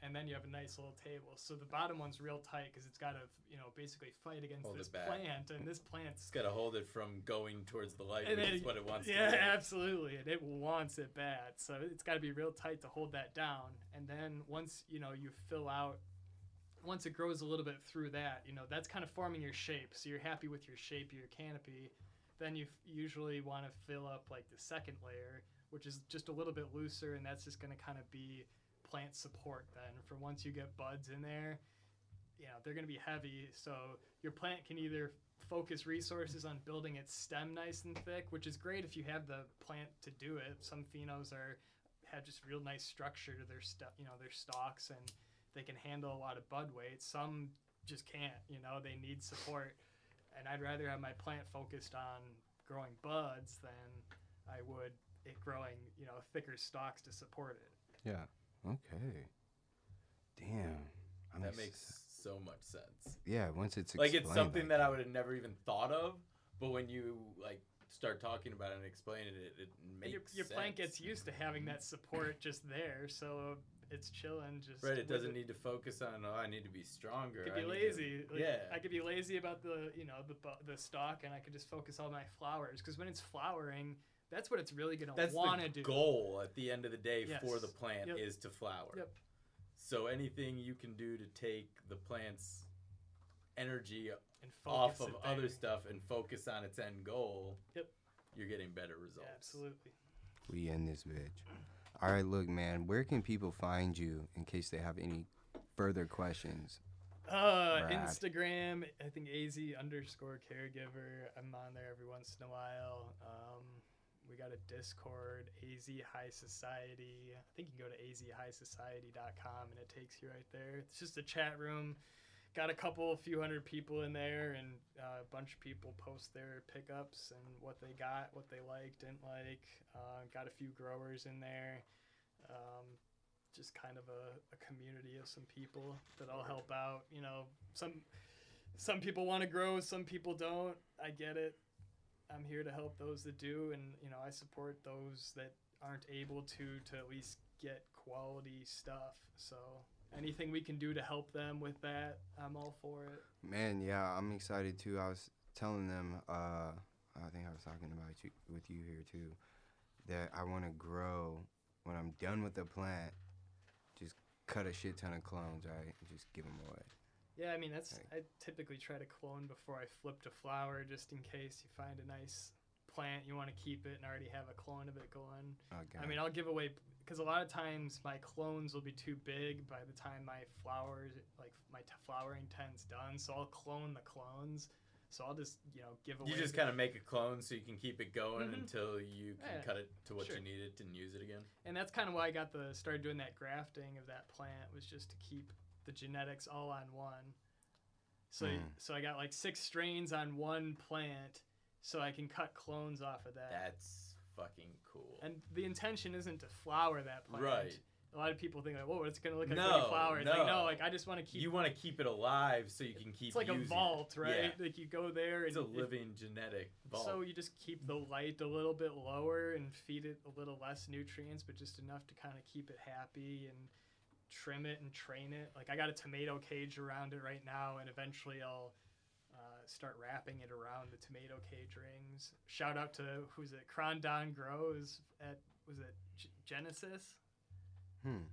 and then you have a nice little table. So the bottom one's real tight because it's got to, you know, basically fight against Hold this it back. plant, and this It's plant's got to hold it from going towards the light, and which then- is what it wants Yeah, to do. absolutely, and it wants it bad. So it's got to be real tight to hold that down. And then once you know you fill out, once it grows a little bit through that, you know that's kind of forming your shape. So you're happy with your shape, of your canopy. Then you f- usually want to fill up like the second layer, which is just a little bit looser, and that's just going to kind of be plant support. Then for once you get buds in there, you know they're going to be heavy. So your plant can either focus resources on building its stem nice and thick, which is great if you have the plant to do it. Some phenos are have just real nice structure to their stuff, you know, their stalks, and they can handle a lot of bud weight. Some just can't, you know, they need support. And I'd rather have my plant focused on growing buds than I would it growing, you know, thicker stalks to support it. Yeah. Okay. Damn. I'm That ex- makes so much sense. Yeah. Once it's Like it's explained something like that I would have never even thought of, but when you like start talking about it and explaining it, it And makes your, your sense. plant gets used to having that support just there, so it's chilling. Just right. with It doesn't need to focus on. Oh, I need to be stronger. could I be need to-" lazy. Like, yeah. I could be lazy about the you know the bu- the stock, and I could just focus on my flowers because when it's flowering, that's what it's really gonna That's want to the do. goal at the end of the day for the Yes. plant Yep. is to flower. Yep. So anything you can do to take the plant's energy And off focus of it other there. stuff and focus on its end goal, Yep. you're getting better Yeah, results. absolutely. we in this bitch. All right, look, man. Where can people find you in case they have any further questions? Uh, Rad. Instagram, I think az underscore caregiver. I'm on there every once in a while. Um, we got a Discord, az High Society. I think you can go to azhighsociety.com and it takes you right there. It's just a chat room. Got a couple, few hundred people in there, and uh, a bunch of people post their pickups and what they got, what they liked, didn't like. Uh, got a few growers in there. Um, just kind of a, a community of some people that I'll help out. You know, some some people want to grow, some people don't. I get it. I'm here to help those that do, and you know, I support those that aren't able to to at least get quality stuff. So anything we can do to help them with that, I'm all for it. Man, yeah, I'm excited too. I was telling them, uh, I think I was talking about you with you here too, that I want to grow when I'm done with the plant. Just cut a shit ton of clones, right? And just give them away. Yeah, I mean that's Right. I typically try to clone before I flip to flower, just in case you find a nice plant you want to keep it and already have a clone of it going. Okay. I mean, I'll give away because a lot of times my clones will be too big by the time my flowers, like my t- flowering tent's done. So I'll clone the clones. So I'll just you know give away. You just the- kind of make a clone so you can keep it going Mhm. until you can Yeah, cut it to what sure. you need it and use it again. and that's kind of why I got the started doing that grafting of that plant was just to keep the genetics all on one. So Mm. so I got like six strains on one plant, so I can cut clones off of that. That's fucking cool. and the intention isn't to flower that plant. Right. A lot of people think like, "Whoa, it's gonna look like No, when you flower." It's like, no. no, like I just want to keep you want to keep it alive so you can keep. it's like a using it. vault, right? Yeah. Like you go there and It's a if- living genetic vault. so you just keep the light a little bit lower and feed it a little less nutrients, but just enough to kind of keep it happy and trim it and train it. Like I got a tomato cage around it right now, and eventually I'll uh, start wrapping it around the tomato cage rings. Shout out to who's it? Crondon Grows at was it G- Genesis? Hmm.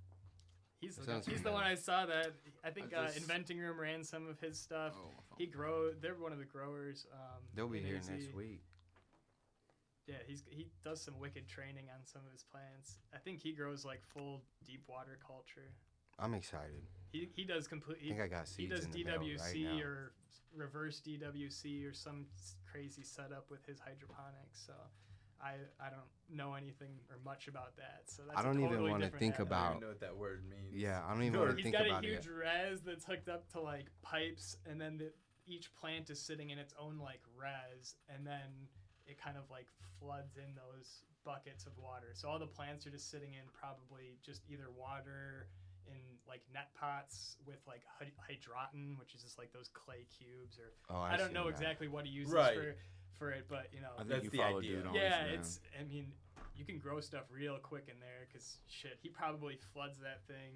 He's the, Sounds he's the one I saw that I think I uh, just- Inventing Room ran some of his stuff. Oh, my phone. He grow. They're one of the growers. Um, They'll be in here AZ. next week. Yeah, he's he does some wicked training on some of his plants. I think he grows like full deep water culture. I'm excited. He, he does complete. I He, think I got he seeds does in the mail DWC right now. or s- reverse DWC or some s- crazy setup with his hydroponics. So I I don't know anything or much about that. So that's a I don't even totally wanna different think animal. I don't about- even know what that word means. Yeah, I don't even Or want to He's think got about a it. huge res that's hooked up to like pipes, and then the, each plant is sitting in its own like res, and then it kind of like floods in those buckets of water. So all the plants are just sitting in probably just either water in like net pots with like hy- hydroton, which is just like those clay cubes, or Oh, I, don't see know that. exactly what he uses Right. for for it, but you know. I think That's you the follow idea. dude on Yeah, Instagram. it's. I mean, you can grow stuff real quick in there because shit, he probably floods that thing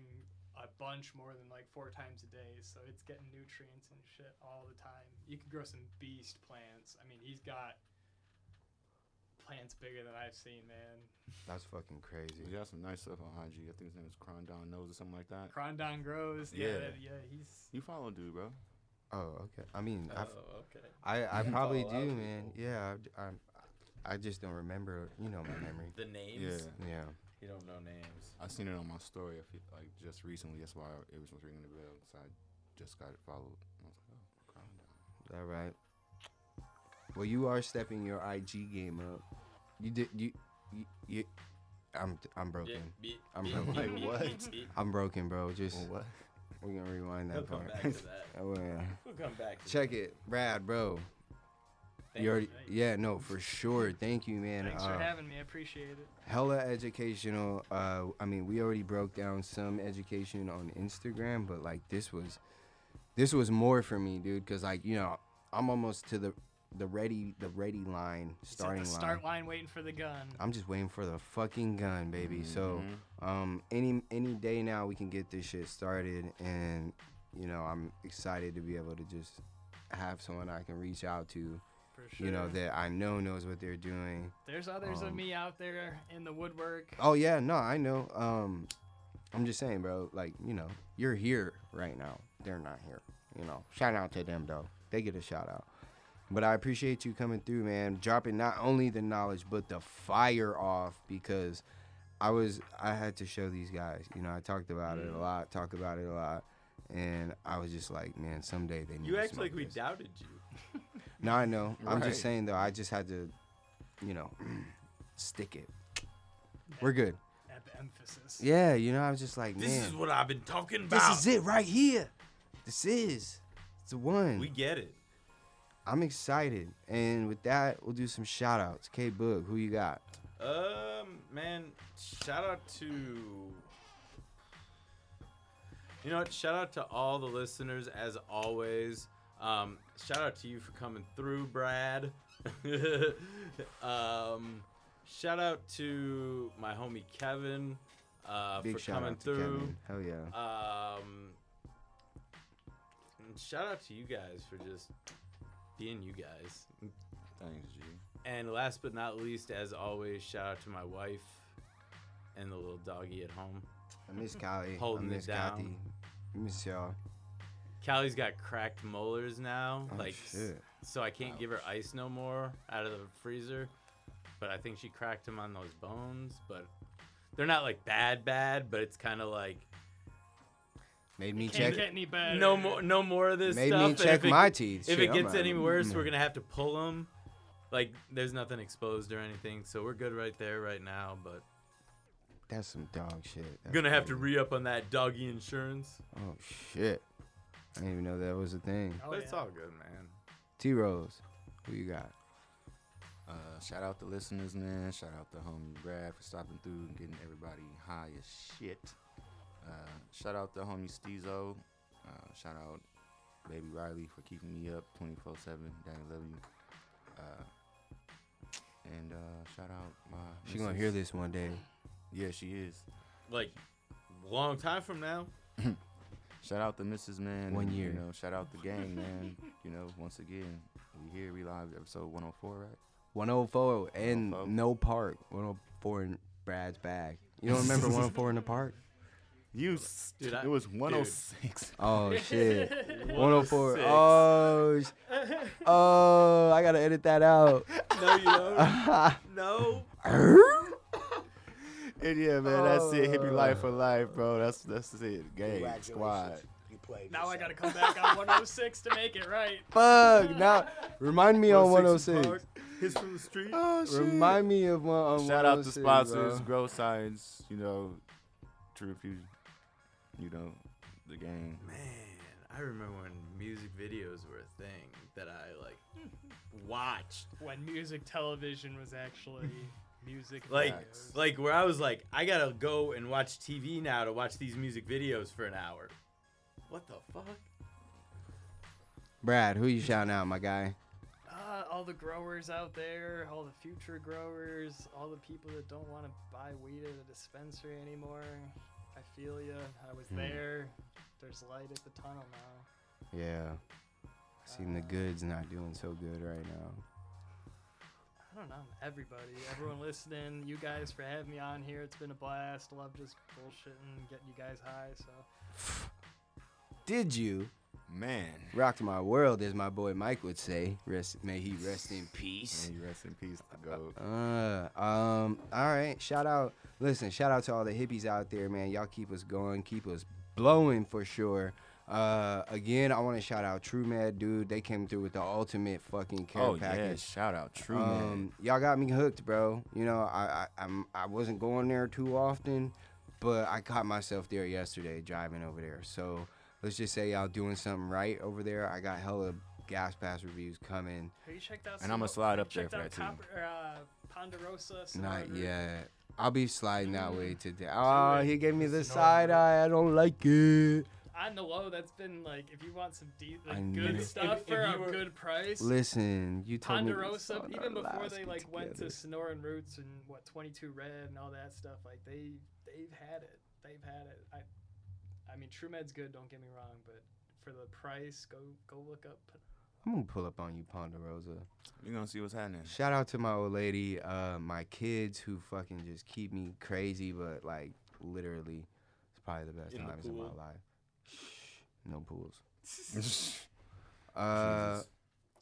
a bunch more than like four times a day, so it's getting nutrients and shit all the time. You could grow some beast plants. I mean, he's got plants bigger than I've seen, man. That's fucking crazy. He got some nice stuff on IG. I think his name is Crondon Nose or something like that. Crondon grows. Yeah. Yeah, yeah, he's. You follow dude, bro. Oh, okay. I mean, Oh, I've okay. [LAUGHS] I, I You probably Oh, follow a lot do, of man. Yeah, I, I'm- I, just don't remember. You know my memory. The names. Yeah. Yeah. You don't know names. I seen it on my story a few, like just recently. That's why it was ringing the bell. So I just got it followed. And I was like, oh, Crondon. All right. Well, you are stepping your IG game up. You did. You. You. you I'm. I'm broken. Yeah, beep, I'm beep, like, beep, beep, what? beep, beep. I'm broken, bro. Just Well, we're gonna rewind We'll that come part. back to [LAUGHS] that. Oh yeah. We'll come back. To Check it, Brad, bro. That. you already. Yeah, no, for sure. Thank you, man. Thanks for Uh, having me. I appreciate it. hella educational. Uh, I mean, we already broke down some education on Instagram, but like this was, this was more for me, dude. Cause like you know, I'm almost to the the ready the ready line He's at starting the line. start line, waiting for the gun. I'm just waiting for the fucking gun, baby. So, um, any any day now we can get this shit started, and you know I'm excited to be able to just have someone I can reach out to, For sure. you know, that I know knows what they're doing. there's others of um, me out there in the woodwork. Oh yeah, no, I know. Um, I'm just saying, bro. Like you know, you're here right now. They're not here. You know, shout out to them though. They get a shout out. But I appreciate you coming through, man. Dropping not only the knowledge but the fire off because I was I had to show these guys. You know, I talked about Mm. it a lot. Talked about it a lot. And I was just like, man, someday they need. You to act smoke like we this. doubted you. No, I know. I'm Right. just saying though. I just had to, you know, [CLEARS THROAT] stick it. We're good. At the emphasis. Yeah, you know, I was just like, This man, is what I've been talking this about. is it right here. This is it's the one. We get it. I'm excited, and with that, we'll do some shout outs. K Boog, who you got? Um, man, shout out to. You know what? Shout out to all the listeners as always. Um, shout out to you for coming through, Brad. [LAUGHS] um, shout out to my homie Kevin uh, Big for shout coming out to through. Kevin. Hell yeah. Um, and shout out to you guys for just being you guys. Thanks, G. And last but not least, as always, shout out to my wife and the little doggy at home. I [LAUGHS] miss Kylie. Holding I it miss down. Kathy. I miss y'all. Callie's got cracked molars now, Oh, like shit. so I can't give her ice no more out of the freezer. But I think she cracked him on those bones, but they're not like bad bad, but it's kind of like Made me Can't check. get any better. no more no more of this Made stuff. me and check if it- my teeth. If Shit, it I'm gets not- any worse, mm. we're gonna have to pull them. Like there's nothing exposed or anything, so we're good right there right now, but That's some dog shit. That's gonna have to crazy. re up on that doggy insurance. Oh shit. I didn't even know that was a thing. Oh, but it's yeah. all good, man. T Rose, who you got? Uh, shout out the listeners, man. Shout out the homie Brad for stopping through and getting everybody high as shit. Uh, shout out the homie Steezo. Uh, shout out baby Riley for keeping me up 24 7. Daddy love you. Uh, and uh, shout out my. She gonna missus. hear this one day. Yeah, she is. Like long time from [LAUGHS] now. Shout out the missus, man. One and, year. You know, shout out the gang, man. [LAUGHS] you know, once again, we here, we live episode 104, right? 104 and 104. no park. 104 in Brad's bag. You don't [LAUGHS] remember 104 in the park? You. Dude, I- it was 106. Oh shit. 104. 106. Oh. sh- Oh, I gotta [LAUGHS] [LAUGHS] edit that out. No, you don't. no. And yeah, man, that's it. Hippie life for life, bro. That's that's it. Gang squad. You played. Now I yourself. gotta come back [LAUGHS] on 106 to make it right. Fuck. Now, remind me on 106. His from the street. Oh Remind me of one on Shout oh out to 106, sponsors, bro. Grow Science. You know, True Fusion. You know, the game. Man, I remember when music videos were a thing that I like watched. When music television was actually music. Like videos. like where I was like, I gotta go and watch TV now to watch these music videos for an hour. What the fuck? Brad, who you shouting out, my guy? uh, all the growers out there, all the future growers, all the people that don't want to buy weed at a dispensary anymore. I feel you. I Hmm. was there. There's light at the tunnel now. Yeah. Seeing the goods not doing so good right now. I don't know. Everybody, everyone listening, you guys for having me on here. It's been a blast. Love just bullshitting, getting you guys high. So Did you Man. rock my world, as my boy Mike would say? Rest, may he rest in peace. May you rest in peace to go. Uh, um, all right. Shout out. Listen, shout out to all the hippies out there, man. Y'all keep us going, keep us blowing for sure. Uh, again, I want to shout out True Mad Dude. They came through with the ultimate fucking care Oh yeah, package. shout out True Man. Um, y'all got me hooked, bro. You know, I I I'm, I wasn't going there too often, but I caught myself there yesterday driving over there. So let's just say y'all doing something right over there. I got hella gas pass reviews coming. have you checked out? And I'ma Sonora- have slide you up there checked for out that too. Copper- uh, Ponderosa. Sonora Not Group? yet. I'll be sliding that Mm. way today. Oh, he gave me the It's an side order. eye. I don't like it. On the low, oh, that's been like, if you want some deep, I like, know. good If- if- stuff if for you a were- good price. Listen, you told Ponderosa, me. this on even our before last they get like went to together. Sonoran Roots and what 22 Red and all that stuff, like they they've had it. They've had it. I I mean, True Med's good. Don't get me wrong, but for the price, go go look up. I'm gonna pull up on you, Ponderosa. You gonna see what's [LAUGHS] happening? Shout out to my old lady, uh, my kids who fucking just keep me crazy, but like literally, it's probably the best In the times in my pool. life. Shh, no pools. Uh, Jesus.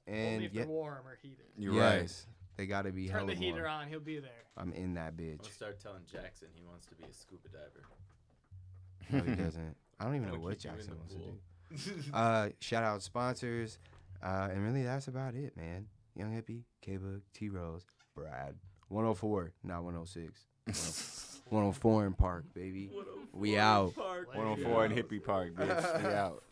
and only if they're ye- warm or heated. You're yes, they gotta be Turn hella the heater warm. on. Oh, He'll be there. I'm in that I'm bitch. gonna start telling Jackson he wants to be a scuba diver. No, he doesn't. I [LAUGHS] don't even I'ma know what keep you in Jackson the wants to do. pool. [LAUGHS] Uh, shout out sponsors, uh, and really that's about it, man. Young Hippie, K Book, T Rose, Brad, 104, not 106. [LAUGHS] 104 in Park, baby. We out. oh right. 104 in Hippie Park, bitch. We out.